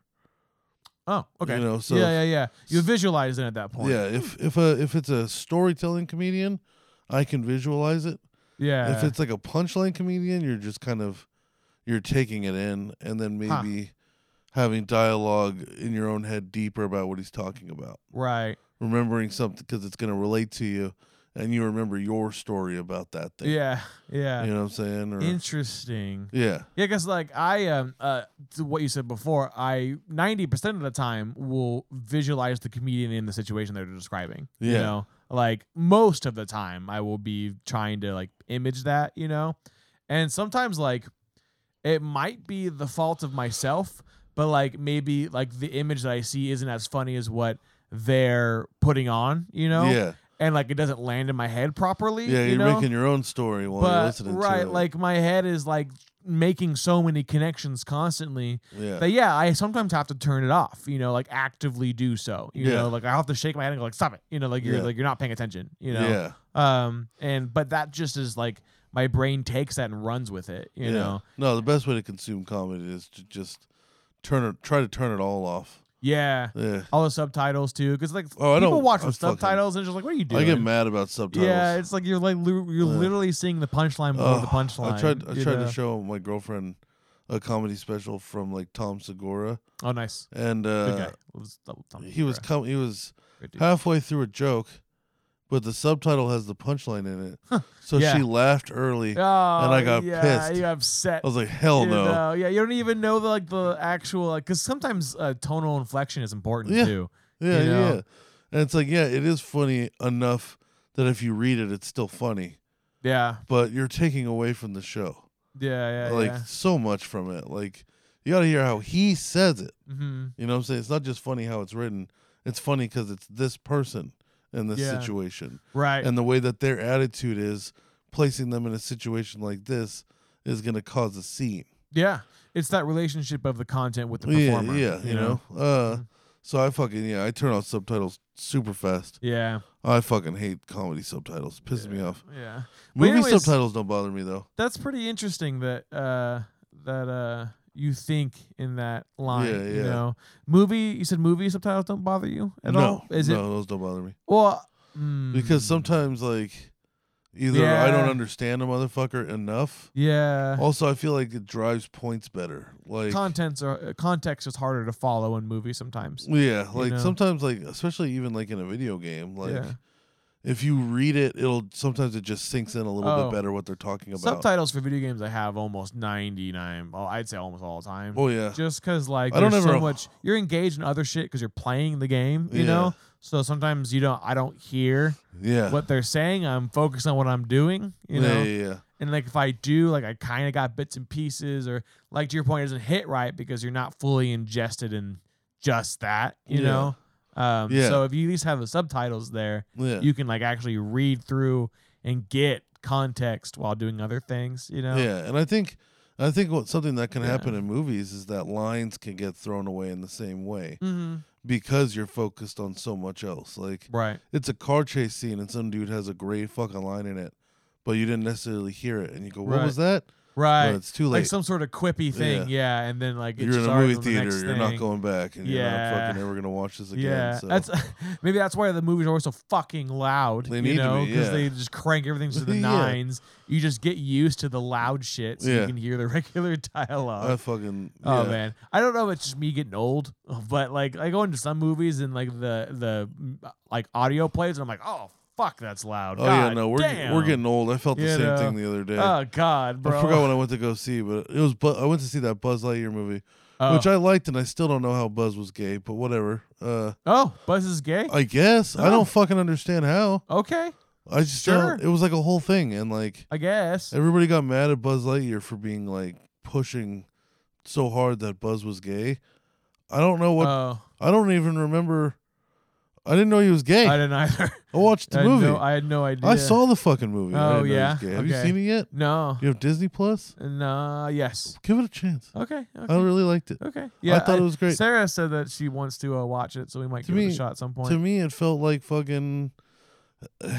[SPEAKER 2] Oh, okay.
[SPEAKER 1] You know, so-
[SPEAKER 2] yeah, yeah, yeah. You visualize it at that point.
[SPEAKER 1] Yeah, if if a if it's a storytelling comedian, I can visualize it.
[SPEAKER 2] yeah.
[SPEAKER 1] if it's like a punchline comedian, you're just kind of you're taking it in and then
[SPEAKER 2] Huh.
[SPEAKER 1] maybe having dialogue in your own head deeper about what he's talking about.
[SPEAKER 2] right.
[SPEAKER 1] Remembering something cuz it's going to relate to you and you remember your story about that thing.
[SPEAKER 2] Yeah, yeah.
[SPEAKER 1] You know what I'm saying? Or,
[SPEAKER 2] Interesting.
[SPEAKER 1] yeah.
[SPEAKER 2] Yeah, I guess like I um uh to what you said before, I ninety percent of the time will visualize the comedian in the situation they're describing. You
[SPEAKER 1] Yeah.
[SPEAKER 2] know? Like most of the time I will be trying to like image that, you know? And sometimes like it might be the fault of myself, but like maybe like the image that I see isn't as funny as what they're putting on, you know?
[SPEAKER 1] Yeah.
[SPEAKER 2] And like it doesn't land in my head properly.
[SPEAKER 1] Yeah,
[SPEAKER 2] you
[SPEAKER 1] you're
[SPEAKER 2] know?
[SPEAKER 1] making your own story while you're
[SPEAKER 2] but
[SPEAKER 1] listening
[SPEAKER 2] right
[SPEAKER 1] to it.
[SPEAKER 2] like my head is like making so many connections constantly
[SPEAKER 1] yeah.
[SPEAKER 2] that yeah i sometimes have to turn it off you know like actively do so you
[SPEAKER 1] Yeah.
[SPEAKER 2] know like i have to shake my head and go like stop it you know like you're
[SPEAKER 1] Yeah.
[SPEAKER 2] like you're not paying attention you know
[SPEAKER 1] yeah.
[SPEAKER 2] um and but that just is like my brain takes that and runs with it you
[SPEAKER 1] yeah.
[SPEAKER 2] know
[SPEAKER 1] No, the best way to consume comedy is to just turn it try to turn it all off.
[SPEAKER 2] yeah
[SPEAKER 1] Yeah.
[SPEAKER 2] all the subtitles too because like
[SPEAKER 1] Oh, I
[SPEAKER 2] people
[SPEAKER 1] don't-
[SPEAKER 2] watch
[SPEAKER 1] I
[SPEAKER 2] with
[SPEAKER 1] fucking-
[SPEAKER 2] subtitles and it's just like what are you doing
[SPEAKER 1] I get mad about subtitles.
[SPEAKER 2] yeah it's like you're like lu- you're
[SPEAKER 1] Yeah.
[SPEAKER 2] literally seeing the punchline before
[SPEAKER 1] Ugh,
[SPEAKER 2] the punchline
[SPEAKER 1] I tried. I
[SPEAKER 2] you
[SPEAKER 1] tried
[SPEAKER 2] know?
[SPEAKER 1] to show my girlfriend a comedy special from like Tom Segura,
[SPEAKER 2] oh nice
[SPEAKER 1] and
[SPEAKER 2] good
[SPEAKER 1] uh,
[SPEAKER 2] guy Was-
[SPEAKER 1] he was com- he was
[SPEAKER 2] Great dude.
[SPEAKER 1] halfway through a joke, but the subtitle has the punchline in it, so
[SPEAKER 2] Yeah.
[SPEAKER 1] she laughed early.
[SPEAKER 2] Oh,
[SPEAKER 1] I got
[SPEAKER 2] yeah,
[SPEAKER 1] pissed.
[SPEAKER 2] You upset.
[SPEAKER 1] I was like, hell
[SPEAKER 2] You
[SPEAKER 1] no.
[SPEAKER 2] know, Yeah, you don't even know the like the actual like because sometimes uh, tonal inflection is important
[SPEAKER 1] Yeah.
[SPEAKER 2] too.
[SPEAKER 1] Yeah,
[SPEAKER 2] you know?
[SPEAKER 1] yeah. And it's like, yeah, it is funny enough that if you read it, it's still funny,
[SPEAKER 2] Yeah,
[SPEAKER 1] but you're taking away from the show
[SPEAKER 2] yeah, yeah.
[SPEAKER 1] like
[SPEAKER 2] yeah.
[SPEAKER 1] so much from it. Like you got to hear how he says it.
[SPEAKER 2] Mm-hmm.
[SPEAKER 1] You know what I'm saying? It's not just funny how it's written. It's funny because it's this person in this
[SPEAKER 2] Yeah.
[SPEAKER 1] situation.
[SPEAKER 2] Right.
[SPEAKER 1] And the way that their attitude is placing them in a situation like this is going to cause a scene.
[SPEAKER 2] yeah, it's that relationship of the content with the
[SPEAKER 1] Yeah,
[SPEAKER 2] performer. Mm-hmm.
[SPEAKER 1] yeah, you, know? Uh, So I fucking, yeah, I turn off subtitles super fast.
[SPEAKER 2] Yeah,
[SPEAKER 1] I fucking hate comedy subtitles. It pisses me off.
[SPEAKER 2] yeah. But
[SPEAKER 1] Movie
[SPEAKER 2] anyways-
[SPEAKER 1] subtitles don't bother me though.
[SPEAKER 2] That's pretty interesting that uh that uh you think in that line.
[SPEAKER 1] Yeah,
[SPEAKER 2] You
[SPEAKER 1] yeah.
[SPEAKER 2] know, movie. You said movie subtitles don't bother you at
[SPEAKER 1] no,
[SPEAKER 2] all. Is
[SPEAKER 1] no,
[SPEAKER 2] it Mm-hmm.
[SPEAKER 1] those don't bother me.
[SPEAKER 2] well?
[SPEAKER 1] Because
[SPEAKER 2] mm,
[SPEAKER 1] sometimes, like, either I
[SPEAKER 2] Yeah. Uh-huh.
[SPEAKER 1] don't understand a motherfucker enough.
[SPEAKER 2] yeah.
[SPEAKER 1] Also, I feel like it drives points better. Like,
[SPEAKER 2] contents are uh, context is harder to follow in movies sometimes.
[SPEAKER 1] Yeah, like
[SPEAKER 2] know?
[SPEAKER 1] sometimes, like especially even like in a video game, like
[SPEAKER 2] Yeah.
[SPEAKER 1] if you read it, it'll sometimes it just sinks in a little
[SPEAKER 2] Oh.
[SPEAKER 1] bit better what they're talking about.
[SPEAKER 2] Subtitles for video games I have almost 99, well, I'd say almost all the time.
[SPEAKER 1] oh yeah,
[SPEAKER 2] just cuz like
[SPEAKER 1] I don't
[SPEAKER 2] there's so
[SPEAKER 1] ever-
[SPEAKER 2] much you're engaged in other shit cuz you're playing the game, you
[SPEAKER 1] Yeah.
[SPEAKER 2] know? So sometimes you don't I don't hear
[SPEAKER 1] yeah,
[SPEAKER 2] what they're saying. I'm focused on what I'm doing, you
[SPEAKER 1] yeah,
[SPEAKER 2] know?
[SPEAKER 1] yeah, yeah,
[SPEAKER 2] And like if I do, like I kind of got bits and pieces or like to your point it doesn't hit right because you're not fully ingested in just that, you
[SPEAKER 1] Yeah.
[SPEAKER 2] know? Um,
[SPEAKER 1] Yeah.
[SPEAKER 2] so if you at least have the subtitles there,
[SPEAKER 1] yeah.
[SPEAKER 2] you can like actually read through and get context while doing other things you know
[SPEAKER 1] yeah. And I think, I think what something that can
[SPEAKER 2] Yeah.
[SPEAKER 1] happen in movies is that lines can get thrown away in the same way
[SPEAKER 2] hmm
[SPEAKER 1] because you're focused on so much else. Like
[SPEAKER 2] right
[SPEAKER 1] it's a car chase scene and some dude has a great fucking line in it, but you didn't necessarily hear it, and you go, "What
[SPEAKER 2] Right.
[SPEAKER 1] was that?"
[SPEAKER 2] right
[SPEAKER 1] Well, it's too
[SPEAKER 2] like
[SPEAKER 1] late.
[SPEAKER 2] some sort of quippy thing yeah, and then like it's
[SPEAKER 1] you're in a movie theater. You're not going back, and you're
[SPEAKER 2] Yeah.
[SPEAKER 1] not fucking ever gonna watch this again.
[SPEAKER 2] yeah
[SPEAKER 1] so.
[SPEAKER 2] that's maybe that's why the movies are always so fucking loud
[SPEAKER 1] They
[SPEAKER 2] you
[SPEAKER 1] need to
[SPEAKER 2] know
[SPEAKER 1] be, yeah.
[SPEAKER 2] they just crank everything to the
[SPEAKER 1] Yeah.
[SPEAKER 2] nines you just get used to the loud shit so you
[SPEAKER 1] Yeah.
[SPEAKER 2] can hear the regular
[SPEAKER 1] I
[SPEAKER 2] dialogue
[SPEAKER 1] fucking
[SPEAKER 2] Oh
[SPEAKER 1] yeah.
[SPEAKER 2] man, I don't know if it's just me getting old, but like I go into some movies and like the the mm, like audio plays and I'm like, oh fuck, that's loud.
[SPEAKER 1] Oh
[SPEAKER 2] God
[SPEAKER 1] yeah, no, we're
[SPEAKER 2] damn.
[SPEAKER 1] we're getting old. I felt the
[SPEAKER 2] You
[SPEAKER 1] same
[SPEAKER 2] know.
[SPEAKER 1] thing the other day.
[SPEAKER 2] Oh god, bro.
[SPEAKER 1] I forgot what I went to go see, but it was Bu- I went to see that Buzz Lightyear movie,
[SPEAKER 2] oh.
[SPEAKER 1] which I liked, and I still don't know how Buzz was gay, but whatever. Uh,
[SPEAKER 2] oh, Buzz is gay.
[SPEAKER 1] I guess I
[SPEAKER 2] Oh.
[SPEAKER 1] don't fucking understand how.
[SPEAKER 2] okay,
[SPEAKER 1] I just
[SPEAKER 2] Sure.
[SPEAKER 1] don't. It was like a whole thing, and like
[SPEAKER 2] I guess.
[SPEAKER 1] everybody got mad at Buzz Lightyear for being like pushing so hard that Buzz was gay. I don't know what.
[SPEAKER 2] Oh,
[SPEAKER 1] I don't even remember. I didn't know he was gay.
[SPEAKER 2] I
[SPEAKER 1] I,
[SPEAKER 2] didn't either.
[SPEAKER 1] watched the
[SPEAKER 2] I had
[SPEAKER 1] movie.
[SPEAKER 2] no, I had no idea.
[SPEAKER 1] I saw the fucking movie. I
[SPEAKER 2] Oh,
[SPEAKER 1] didn't know he was
[SPEAKER 2] yeah?
[SPEAKER 1] gay. Have you
[SPEAKER 2] Okay.
[SPEAKER 1] seen it yet?
[SPEAKER 2] No.
[SPEAKER 1] You have Disney Plus?
[SPEAKER 2] No. Yes.
[SPEAKER 1] Give it a chance.
[SPEAKER 2] Okay. Okay.
[SPEAKER 1] I really liked it.
[SPEAKER 2] okay. Yeah.
[SPEAKER 1] thought it was great.
[SPEAKER 2] Sarah said that she wants to uh, watch it, so we might
[SPEAKER 1] To
[SPEAKER 2] give it a
[SPEAKER 1] me-
[SPEAKER 2] shot at some point.
[SPEAKER 1] To me, it felt like fucking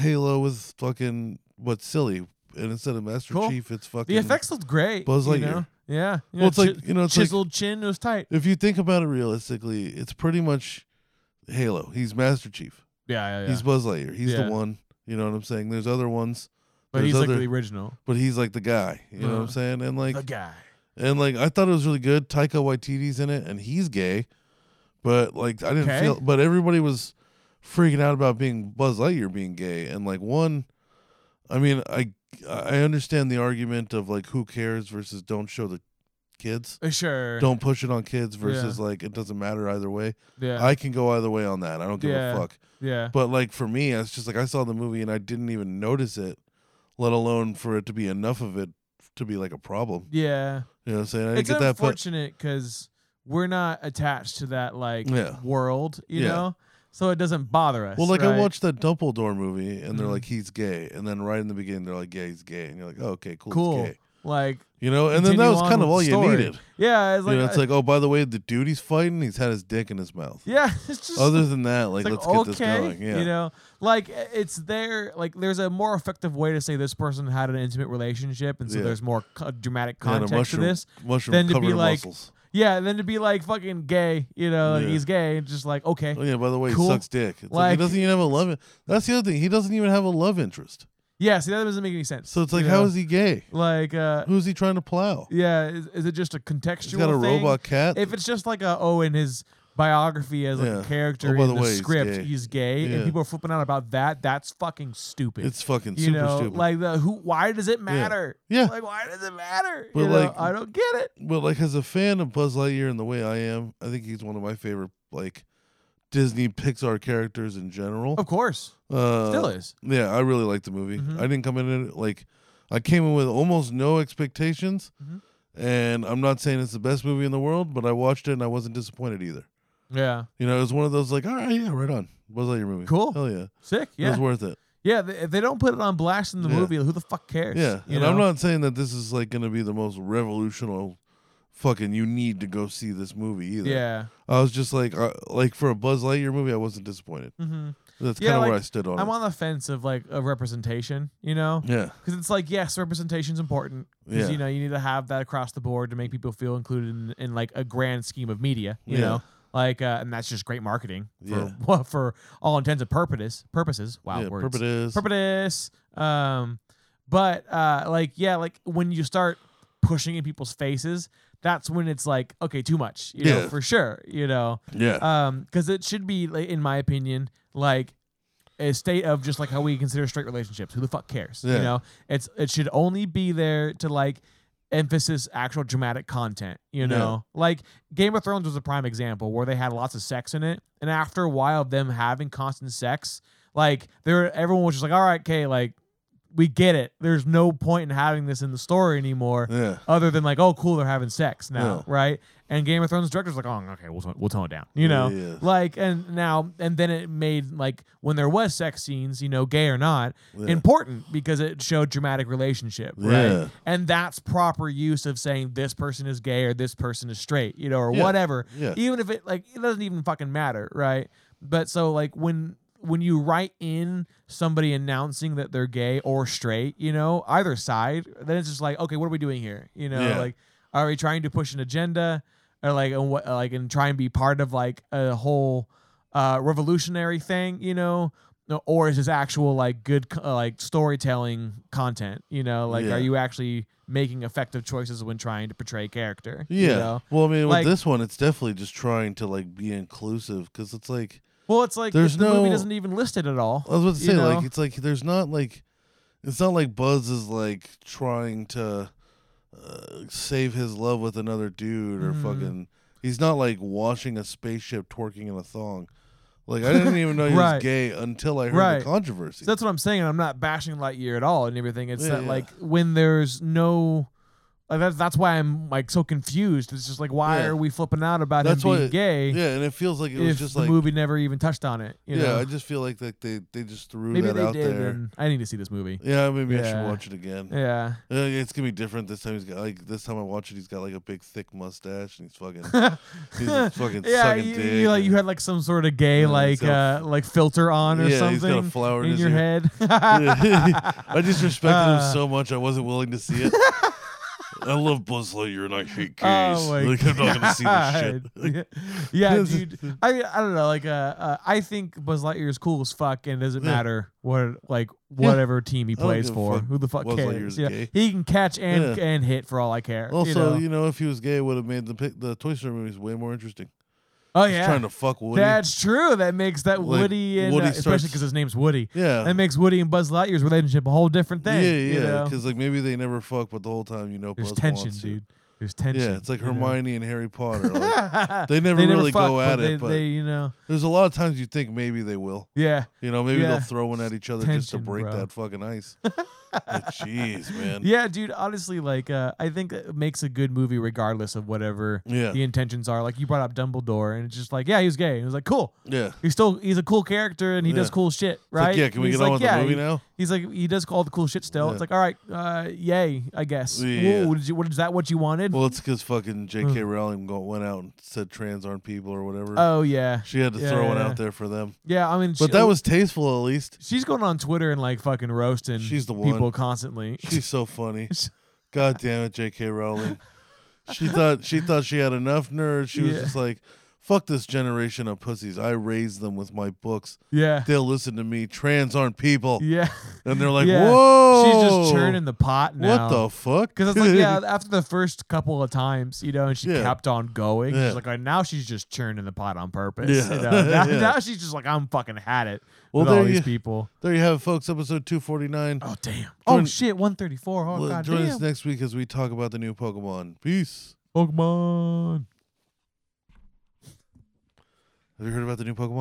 [SPEAKER 1] Halo with fucking what's silly and instead of Master
[SPEAKER 2] Cool.
[SPEAKER 1] Chief, it's fucking.
[SPEAKER 2] The effects looked great.
[SPEAKER 1] Buzz
[SPEAKER 2] you
[SPEAKER 1] Lightyear.
[SPEAKER 2] know? Yeah. You
[SPEAKER 1] Well, it's
[SPEAKER 2] chi-
[SPEAKER 1] like- you know, it's like-
[SPEAKER 2] chiseled chin. It was tight.
[SPEAKER 1] If you think about it realistically, it's pretty much Halo. He's Master Chief.
[SPEAKER 2] Yeah, yeah, yeah.
[SPEAKER 1] He's Buzz Lightyear. He's
[SPEAKER 2] Yeah.
[SPEAKER 1] the one. You know what I'm saying? There's other ones,
[SPEAKER 2] but he's
[SPEAKER 1] there's
[SPEAKER 2] like
[SPEAKER 1] other-
[SPEAKER 2] the original.
[SPEAKER 1] but he's like the guy. You know what I'm
[SPEAKER 2] Uh-huh.
[SPEAKER 1] saying? And like,
[SPEAKER 2] The guy.
[SPEAKER 1] and like, I thought it was really good. Taika Waititi's in it, and he's gay, but like, I didn't
[SPEAKER 2] Okay.
[SPEAKER 1] feel. But everybody was freaking out about being Buzz Lightyear being gay, and like one, I mean, I I understand the argument of like who cares versus don't show the kids,
[SPEAKER 2] Uh, Sure.
[SPEAKER 1] don't push it on kids versus like it doesn't matter either way.
[SPEAKER 2] Yeah.
[SPEAKER 1] I can go either way on that. I don't give
[SPEAKER 2] Yeah.
[SPEAKER 1] a fuck.
[SPEAKER 2] yeah.
[SPEAKER 1] But like for me, it's just like I saw the movie and I didn't even notice it, let alone for it to be enough of it to be like a problem.
[SPEAKER 2] Yeah.
[SPEAKER 1] You know what I'm saying? I didn't
[SPEAKER 2] It's
[SPEAKER 1] get that. But
[SPEAKER 2] unfortunate because we're not attached to that like
[SPEAKER 1] Yeah.
[SPEAKER 2] world, you
[SPEAKER 1] Yeah.
[SPEAKER 2] know, so it doesn't bother us.
[SPEAKER 1] well, like I
[SPEAKER 2] right?
[SPEAKER 1] watched that Dumbledore movie and they're
[SPEAKER 2] Mhm.
[SPEAKER 1] like he's gay, and then right in the beginning they're like yeah he's gay, and you're like oh, okay cool, he's
[SPEAKER 2] cool,
[SPEAKER 1] gay.
[SPEAKER 2] like
[SPEAKER 1] you know, and then that
[SPEAKER 2] continue
[SPEAKER 1] was
[SPEAKER 2] on
[SPEAKER 1] kind
[SPEAKER 2] with
[SPEAKER 1] of all
[SPEAKER 2] the
[SPEAKER 1] you
[SPEAKER 2] story.
[SPEAKER 1] needed.
[SPEAKER 2] Yeah, it's
[SPEAKER 1] you
[SPEAKER 2] like, uh,
[SPEAKER 1] know, it's like oh by the way the dude he's fighting he's had his dick in his mouth.
[SPEAKER 2] yeah, it's just
[SPEAKER 1] Other than that, like,
[SPEAKER 2] it's like,
[SPEAKER 1] let's
[SPEAKER 2] okay,
[SPEAKER 1] get this going. Yeah.
[SPEAKER 2] you know, like it's there. Like there's a more effective way to say this person had an intimate relationship, and so
[SPEAKER 1] Yeah.
[SPEAKER 2] there's more co- dramatic
[SPEAKER 1] Yeah, and a
[SPEAKER 2] context
[SPEAKER 1] mushroom,
[SPEAKER 2] to this.
[SPEAKER 1] mushroom
[SPEAKER 2] than to
[SPEAKER 1] covered
[SPEAKER 2] be
[SPEAKER 1] in
[SPEAKER 2] like-
[SPEAKER 1] muscles.
[SPEAKER 2] Yeah, than to be like fucking gay, you know, like
[SPEAKER 1] Yeah.
[SPEAKER 2] he's gay, and just like okay,
[SPEAKER 1] Oh yeah, by the way,
[SPEAKER 2] Cool.
[SPEAKER 1] he sucks dick. It's like,
[SPEAKER 2] Like-
[SPEAKER 1] he doesn't even have a love. That's the other thing. He doesn't even have a love interest.
[SPEAKER 2] yeah. See, that doesn't make any sense.
[SPEAKER 1] So it's like,
[SPEAKER 2] you
[SPEAKER 1] how
[SPEAKER 2] know?
[SPEAKER 1] is he gay?
[SPEAKER 2] like uh,
[SPEAKER 1] Who's he trying to plow?
[SPEAKER 2] Yeah, is, is it just a contextual?
[SPEAKER 1] He's got a
[SPEAKER 2] thing?
[SPEAKER 1] robot cat.
[SPEAKER 2] If it's just like a oh, in his biography as like
[SPEAKER 1] Yeah.
[SPEAKER 2] a character
[SPEAKER 1] Oh, by
[SPEAKER 2] in
[SPEAKER 1] the
[SPEAKER 2] the,
[SPEAKER 1] way, he's
[SPEAKER 2] script, he's
[SPEAKER 1] gay.
[SPEAKER 2] gay,
[SPEAKER 1] Yeah.
[SPEAKER 2] and people are flipping out about that. That's fucking stupid.
[SPEAKER 1] it's fucking
[SPEAKER 2] you
[SPEAKER 1] super
[SPEAKER 2] know,
[SPEAKER 1] stupid.
[SPEAKER 2] like the who? Why does it matter?
[SPEAKER 1] Yeah.
[SPEAKER 2] like why does it matter?
[SPEAKER 1] But,
[SPEAKER 2] you know,
[SPEAKER 1] like-
[SPEAKER 2] I don't get it.
[SPEAKER 1] but like, as a fan of Buzz Lightyear and the way I am, I think he's one of my favorite like Disney Pixar characters in general.
[SPEAKER 2] Of course,
[SPEAKER 1] Uh,
[SPEAKER 2] Oh, still is.
[SPEAKER 1] Yeah, I really like the movie.
[SPEAKER 2] Mhm.
[SPEAKER 1] I didn't come in it like I came in with almost no expectations.
[SPEAKER 2] Mhm.
[SPEAKER 1] And I'm not saying it's the best movie in the world, but I watched it and I wasn't disappointed either.
[SPEAKER 2] Yeah,
[SPEAKER 1] You know, it was one of those like, all right, yeah, right on. Buzz Lightyear movie.
[SPEAKER 2] Cool.
[SPEAKER 1] Hell yeah.
[SPEAKER 2] sick.
[SPEAKER 1] It
[SPEAKER 2] Yeah,
[SPEAKER 1] was worth it.
[SPEAKER 2] yeah. They, if they don't put it on blast in the
[SPEAKER 1] Yeah.
[SPEAKER 2] movie, who the fuck cares?
[SPEAKER 1] Yeah.
[SPEAKER 2] you
[SPEAKER 1] and
[SPEAKER 2] know?
[SPEAKER 1] I'm not saying that this is like going to be the most revolutional fucking you need to go see this movie either.
[SPEAKER 2] Yeah,
[SPEAKER 1] I was just like, uh, like for a Buzz Lightyear movie, I wasn't disappointed.
[SPEAKER 2] hmm
[SPEAKER 1] That's
[SPEAKER 2] Yeah,
[SPEAKER 1] kind of where
[SPEAKER 2] like,
[SPEAKER 1] I stood on
[SPEAKER 2] I'm
[SPEAKER 1] it.
[SPEAKER 2] on the fence of like a representation. You know,
[SPEAKER 1] yeah.
[SPEAKER 2] because it's like yes representation's important because
[SPEAKER 1] Yeah.
[SPEAKER 2] you know you need to have that across the board to make people feel included in, in like a grand scheme of media you
[SPEAKER 1] Yeah.
[SPEAKER 2] know like uh, and that's just great marketing
[SPEAKER 1] Yeah.
[SPEAKER 2] for what for all intents and purposes purposes wow
[SPEAKER 1] yeah.
[SPEAKER 2] words
[SPEAKER 1] Purpose is.
[SPEAKER 2] purpose um but uh like yeah like when you start pushing in people's faces that's when it's like okay too much you
[SPEAKER 1] Yeah.
[SPEAKER 2] know for sure you know
[SPEAKER 1] Yeah.
[SPEAKER 2] um because it should be like, in my opinion like a state of just like how we consider straight relationships who the fuck cares
[SPEAKER 1] Yeah.
[SPEAKER 2] you know it's it should only be there to like emphasis actual dramatic content you know like game of thrones was a prime example where they had lots of sex in it and after a while of them having constant sex like there everyone was just like all right okay like we get it there's no point in having this in the story anymore
[SPEAKER 1] yeah.
[SPEAKER 2] other than like, oh, cool, they're having sex now,
[SPEAKER 1] Yeah.
[SPEAKER 2] right? And Game of Thrones director's like, oh, okay, we'll tone, we'll tone it down, you know,
[SPEAKER 1] Yeah.
[SPEAKER 2] like, and now and then it made like when there was sex scenes, you know, gay or not,
[SPEAKER 1] Yeah.
[SPEAKER 2] important because it showed dramatic relationship,
[SPEAKER 1] Yeah.
[SPEAKER 2] right? And that's proper use of saying this person is gay or this person is straight, you know, or
[SPEAKER 1] Yeah.
[SPEAKER 2] whatever,
[SPEAKER 1] Yeah.
[SPEAKER 2] even if it like it doesn't even fucking matter, right? But so like when when you write in somebody announcing that they're gay or straight, you know, either side, then it's just like, okay, what are we doing here? You know,
[SPEAKER 1] Yeah.
[SPEAKER 2] like are we trying to push an agenda or like and what like and try and be part of like a whole uh revolutionary thing, you know? No, Or is this actual like good co- uh, like storytelling content? You know, like
[SPEAKER 1] Yeah.
[SPEAKER 2] are you actually making effective choices when trying to portray character?
[SPEAKER 1] Yeah.
[SPEAKER 2] You know?
[SPEAKER 1] Well, I mean,
[SPEAKER 2] Like-
[SPEAKER 1] with this one, it's definitely just trying to like be inclusive because it's like
[SPEAKER 2] Well, it's like
[SPEAKER 1] There's
[SPEAKER 2] the movie
[SPEAKER 1] no- Oh.
[SPEAKER 2] doesn't even list it at all.
[SPEAKER 1] I was about to
[SPEAKER 2] You
[SPEAKER 1] say,
[SPEAKER 2] know?
[SPEAKER 1] like it's like there's not like it's not like Buzz is like trying to uh, save his love with another dude or
[SPEAKER 2] Mhm.
[SPEAKER 1] fucking. He's not like washing a spaceship, twerking in a thong. Like I didn't even know he
[SPEAKER 2] Right.
[SPEAKER 1] was gay until I heard
[SPEAKER 2] Right.
[SPEAKER 1] the controversy.
[SPEAKER 2] So that's what I'm saying. and I'm not bashing Lightyear at all and everything. It's
[SPEAKER 1] Yeah,
[SPEAKER 2] that
[SPEAKER 1] yeah.
[SPEAKER 2] like when there's no Like that's that's why I'm like so confused. It's just like why
[SPEAKER 1] Yeah.
[SPEAKER 2] are we flipping out about
[SPEAKER 1] That's
[SPEAKER 2] him
[SPEAKER 1] why
[SPEAKER 2] being gay
[SPEAKER 1] Yeah, and it feels like it was
[SPEAKER 2] if
[SPEAKER 1] just
[SPEAKER 2] the
[SPEAKER 1] like
[SPEAKER 2] movie never even touched on it? You
[SPEAKER 1] yeah.
[SPEAKER 2] know?
[SPEAKER 1] I just feel like that they they just threw
[SPEAKER 2] maybe
[SPEAKER 1] that
[SPEAKER 2] they
[SPEAKER 1] out
[SPEAKER 2] did.
[SPEAKER 1] there.
[SPEAKER 2] And I need to see this movie.
[SPEAKER 1] yeah, maybe I should
[SPEAKER 2] Yeah.
[SPEAKER 1] watch it again.
[SPEAKER 2] Yeah.
[SPEAKER 1] Uh, it's gonna be different this time. He's got like this time I watch it. He's got like a big thick mustache and he's fucking he's just fucking
[SPEAKER 2] yeah,
[SPEAKER 1] sucking
[SPEAKER 2] you,
[SPEAKER 1] dick.
[SPEAKER 2] you, like you
[SPEAKER 1] and-
[SPEAKER 2] had like some sort of gay
[SPEAKER 1] Yeah,
[SPEAKER 2] like
[SPEAKER 1] he's got
[SPEAKER 2] uh, like filter on or
[SPEAKER 1] yeah,
[SPEAKER 2] something
[SPEAKER 1] he's got a flower in,
[SPEAKER 2] in
[SPEAKER 1] his
[SPEAKER 2] your
[SPEAKER 1] ear.
[SPEAKER 2] head.
[SPEAKER 1] I just respected
[SPEAKER 2] Uh,
[SPEAKER 1] him so much I wasn't willing to see it. I love Buzz Lightyear and I hate gays.
[SPEAKER 2] Oh my
[SPEAKER 1] like I'm not gonna see this shit.
[SPEAKER 2] God. yeah,
[SPEAKER 1] This is-
[SPEAKER 2] dude. I mean, I don't know. Like, uh, uh, I think Buzz Lightyear is cool as fuck, and it doesn't
[SPEAKER 1] Yeah.
[SPEAKER 2] matter what like whatever team he
[SPEAKER 1] I don't
[SPEAKER 2] plays
[SPEAKER 1] give a
[SPEAKER 2] for.
[SPEAKER 1] fuck
[SPEAKER 2] Who the fuck
[SPEAKER 1] Buzz
[SPEAKER 2] cares?
[SPEAKER 1] Lightyear's
[SPEAKER 2] Yeah.
[SPEAKER 1] gay.
[SPEAKER 2] He can catch and
[SPEAKER 1] Yeah.
[SPEAKER 2] and hit for all I care. you
[SPEAKER 1] Also,
[SPEAKER 2] know?
[SPEAKER 1] if he was gay, it would have made the pic- the Toy Story movies way more interesting.
[SPEAKER 2] oh
[SPEAKER 1] He's
[SPEAKER 2] yeah,
[SPEAKER 1] trying to fuck Woody.
[SPEAKER 2] that's true. That makes that
[SPEAKER 1] Like,
[SPEAKER 2] Woody and
[SPEAKER 1] Woody
[SPEAKER 2] uh, especially
[SPEAKER 1] starts-
[SPEAKER 2] because his name's Woody.
[SPEAKER 1] yeah,
[SPEAKER 2] That makes Woody and Buzz Lightyear's relationship a whole different thing.
[SPEAKER 1] yeah,
[SPEAKER 2] you
[SPEAKER 1] yeah.
[SPEAKER 2] know?
[SPEAKER 1] Because like maybe they never fuck, but the whole time you know
[SPEAKER 2] There's
[SPEAKER 1] Buzz
[SPEAKER 2] tension,
[SPEAKER 1] wants to.
[SPEAKER 2] dude. There's tension.
[SPEAKER 1] Yeah, it's like
[SPEAKER 2] you know?
[SPEAKER 1] Hermione and Harry Potter. like, they never really
[SPEAKER 2] fuck,
[SPEAKER 1] go at
[SPEAKER 2] but
[SPEAKER 1] it,
[SPEAKER 2] they-
[SPEAKER 1] but-
[SPEAKER 2] they, you know,
[SPEAKER 1] there's a lot of times you think maybe they will.
[SPEAKER 2] yeah.
[SPEAKER 1] You know, maybe
[SPEAKER 2] Yeah.
[SPEAKER 1] they'll throw one at each other just to
[SPEAKER 2] Tension,
[SPEAKER 1] break
[SPEAKER 2] bro.
[SPEAKER 1] that fucking ice. Like, Jeez, man.
[SPEAKER 2] Yeah, dude. Honestly, like uh, I think it makes a good movie regardless of whatever
[SPEAKER 1] Yeah.
[SPEAKER 2] the intentions are. Like you brought up Dumbledore, and it's just like, yeah, he was gay. It was like, cool.
[SPEAKER 1] Yeah. It's
[SPEAKER 2] He's still he's a cool character, and he does
[SPEAKER 1] Yeah.
[SPEAKER 2] cool shit,
[SPEAKER 1] like,
[SPEAKER 2] right?
[SPEAKER 1] yeah, can we
[SPEAKER 2] And he's
[SPEAKER 1] get on
[SPEAKER 2] like,
[SPEAKER 1] with
[SPEAKER 2] yeah,
[SPEAKER 1] the movie
[SPEAKER 2] he-
[SPEAKER 1] now?
[SPEAKER 2] He's like, he does all the cool shit still.
[SPEAKER 1] Yeah.
[SPEAKER 2] It's like, all right, uh, yay, I guess.
[SPEAKER 1] Yeah.
[SPEAKER 2] Whoa, did you what is that? What you wanted?
[SPEAKER 1] Well, it's because fucking J.K. Rowling go- went out and said trans aren't people or whatever.
[SPEAKER 2] Mm. oh yeah,
[SPEAKER 1] she had to
[SPEAKER 2] yeah,
[SPEAKER 1] throw one
[SPEAKER 2] yeah.
[SPEAKER 1] out there for them.
[SPEAKER 2] yeah. I mean,
[SPEAKER 1] But
[SPEAKER 2] she-
[SPEAKER 1] that was tasteful, at least.
[SPEAKER 2] she's going on Twitter and like fucking roasting
[SPEAKER 1] She's the
[SPEAKER 2] people
[SPEAKER 1] one.
[SPEAKER 2] constantly.
[SPEAKER 1] She's so funny. God damn it, J.K. Rowling. She thought she thought she had enough nerds. She was
[SPEAKER 2] Yeah.
[SPEAKER 1] just like, "Fuck this generation of pussies. I raised them with my books.
[SPEAKER 2] yeah,
[SPEAKER 1] They'll listen to me. Trans aren't people."
[SPEAKER 2] yeah,
[SPEAKER 1] And they're like,
[SPEAKER 2] yeah.
[SPEAKER 1] "Whoa!"
[SPEAKER 2] She's just churning the pot now.
[SPEAKER 1] What the fuck?
[SPEAKER 2] Because it's like, yeah, after the first couple of times, you know, and she
[SPEAKER 1] Yeah.
[SPEAKER 2] kept on going.
[SPEAKER 1] Yeah.
[SPEAKER 2] She's like, "Oh, now she's just churning the pot on purpose.
[SPEAKER 1] Yeah.
[SPEAKER 2] You know? now,
[SPEAKER 1] Yeah.
[SPEAKER 2] now she's just like, I'm fucking had it
[SPEAKER 1] Well,
[SPEAKER 2] with all
[SPEAKER 1] there
[SPEAKER 2] these
[SPEAKER 1] you-
[SPEAKER 2] people.
[SPEAKER 1] there you have, it, folks. Episode two forty nine.
[SPEAKER 2] Oh damn. Oh
[SPEAKER 1] Join-
[SPEAKER 2] shit. 134. Oh god
[SPEAKER 1] join
[SPEAKER 2] damn.
[SPEAKER 1] us next week as we talk about the new Pokemon. Peace.
[SPEAKER 2] Pokemon.
[SPEAKER 1] Have you heard about the new Pokemon?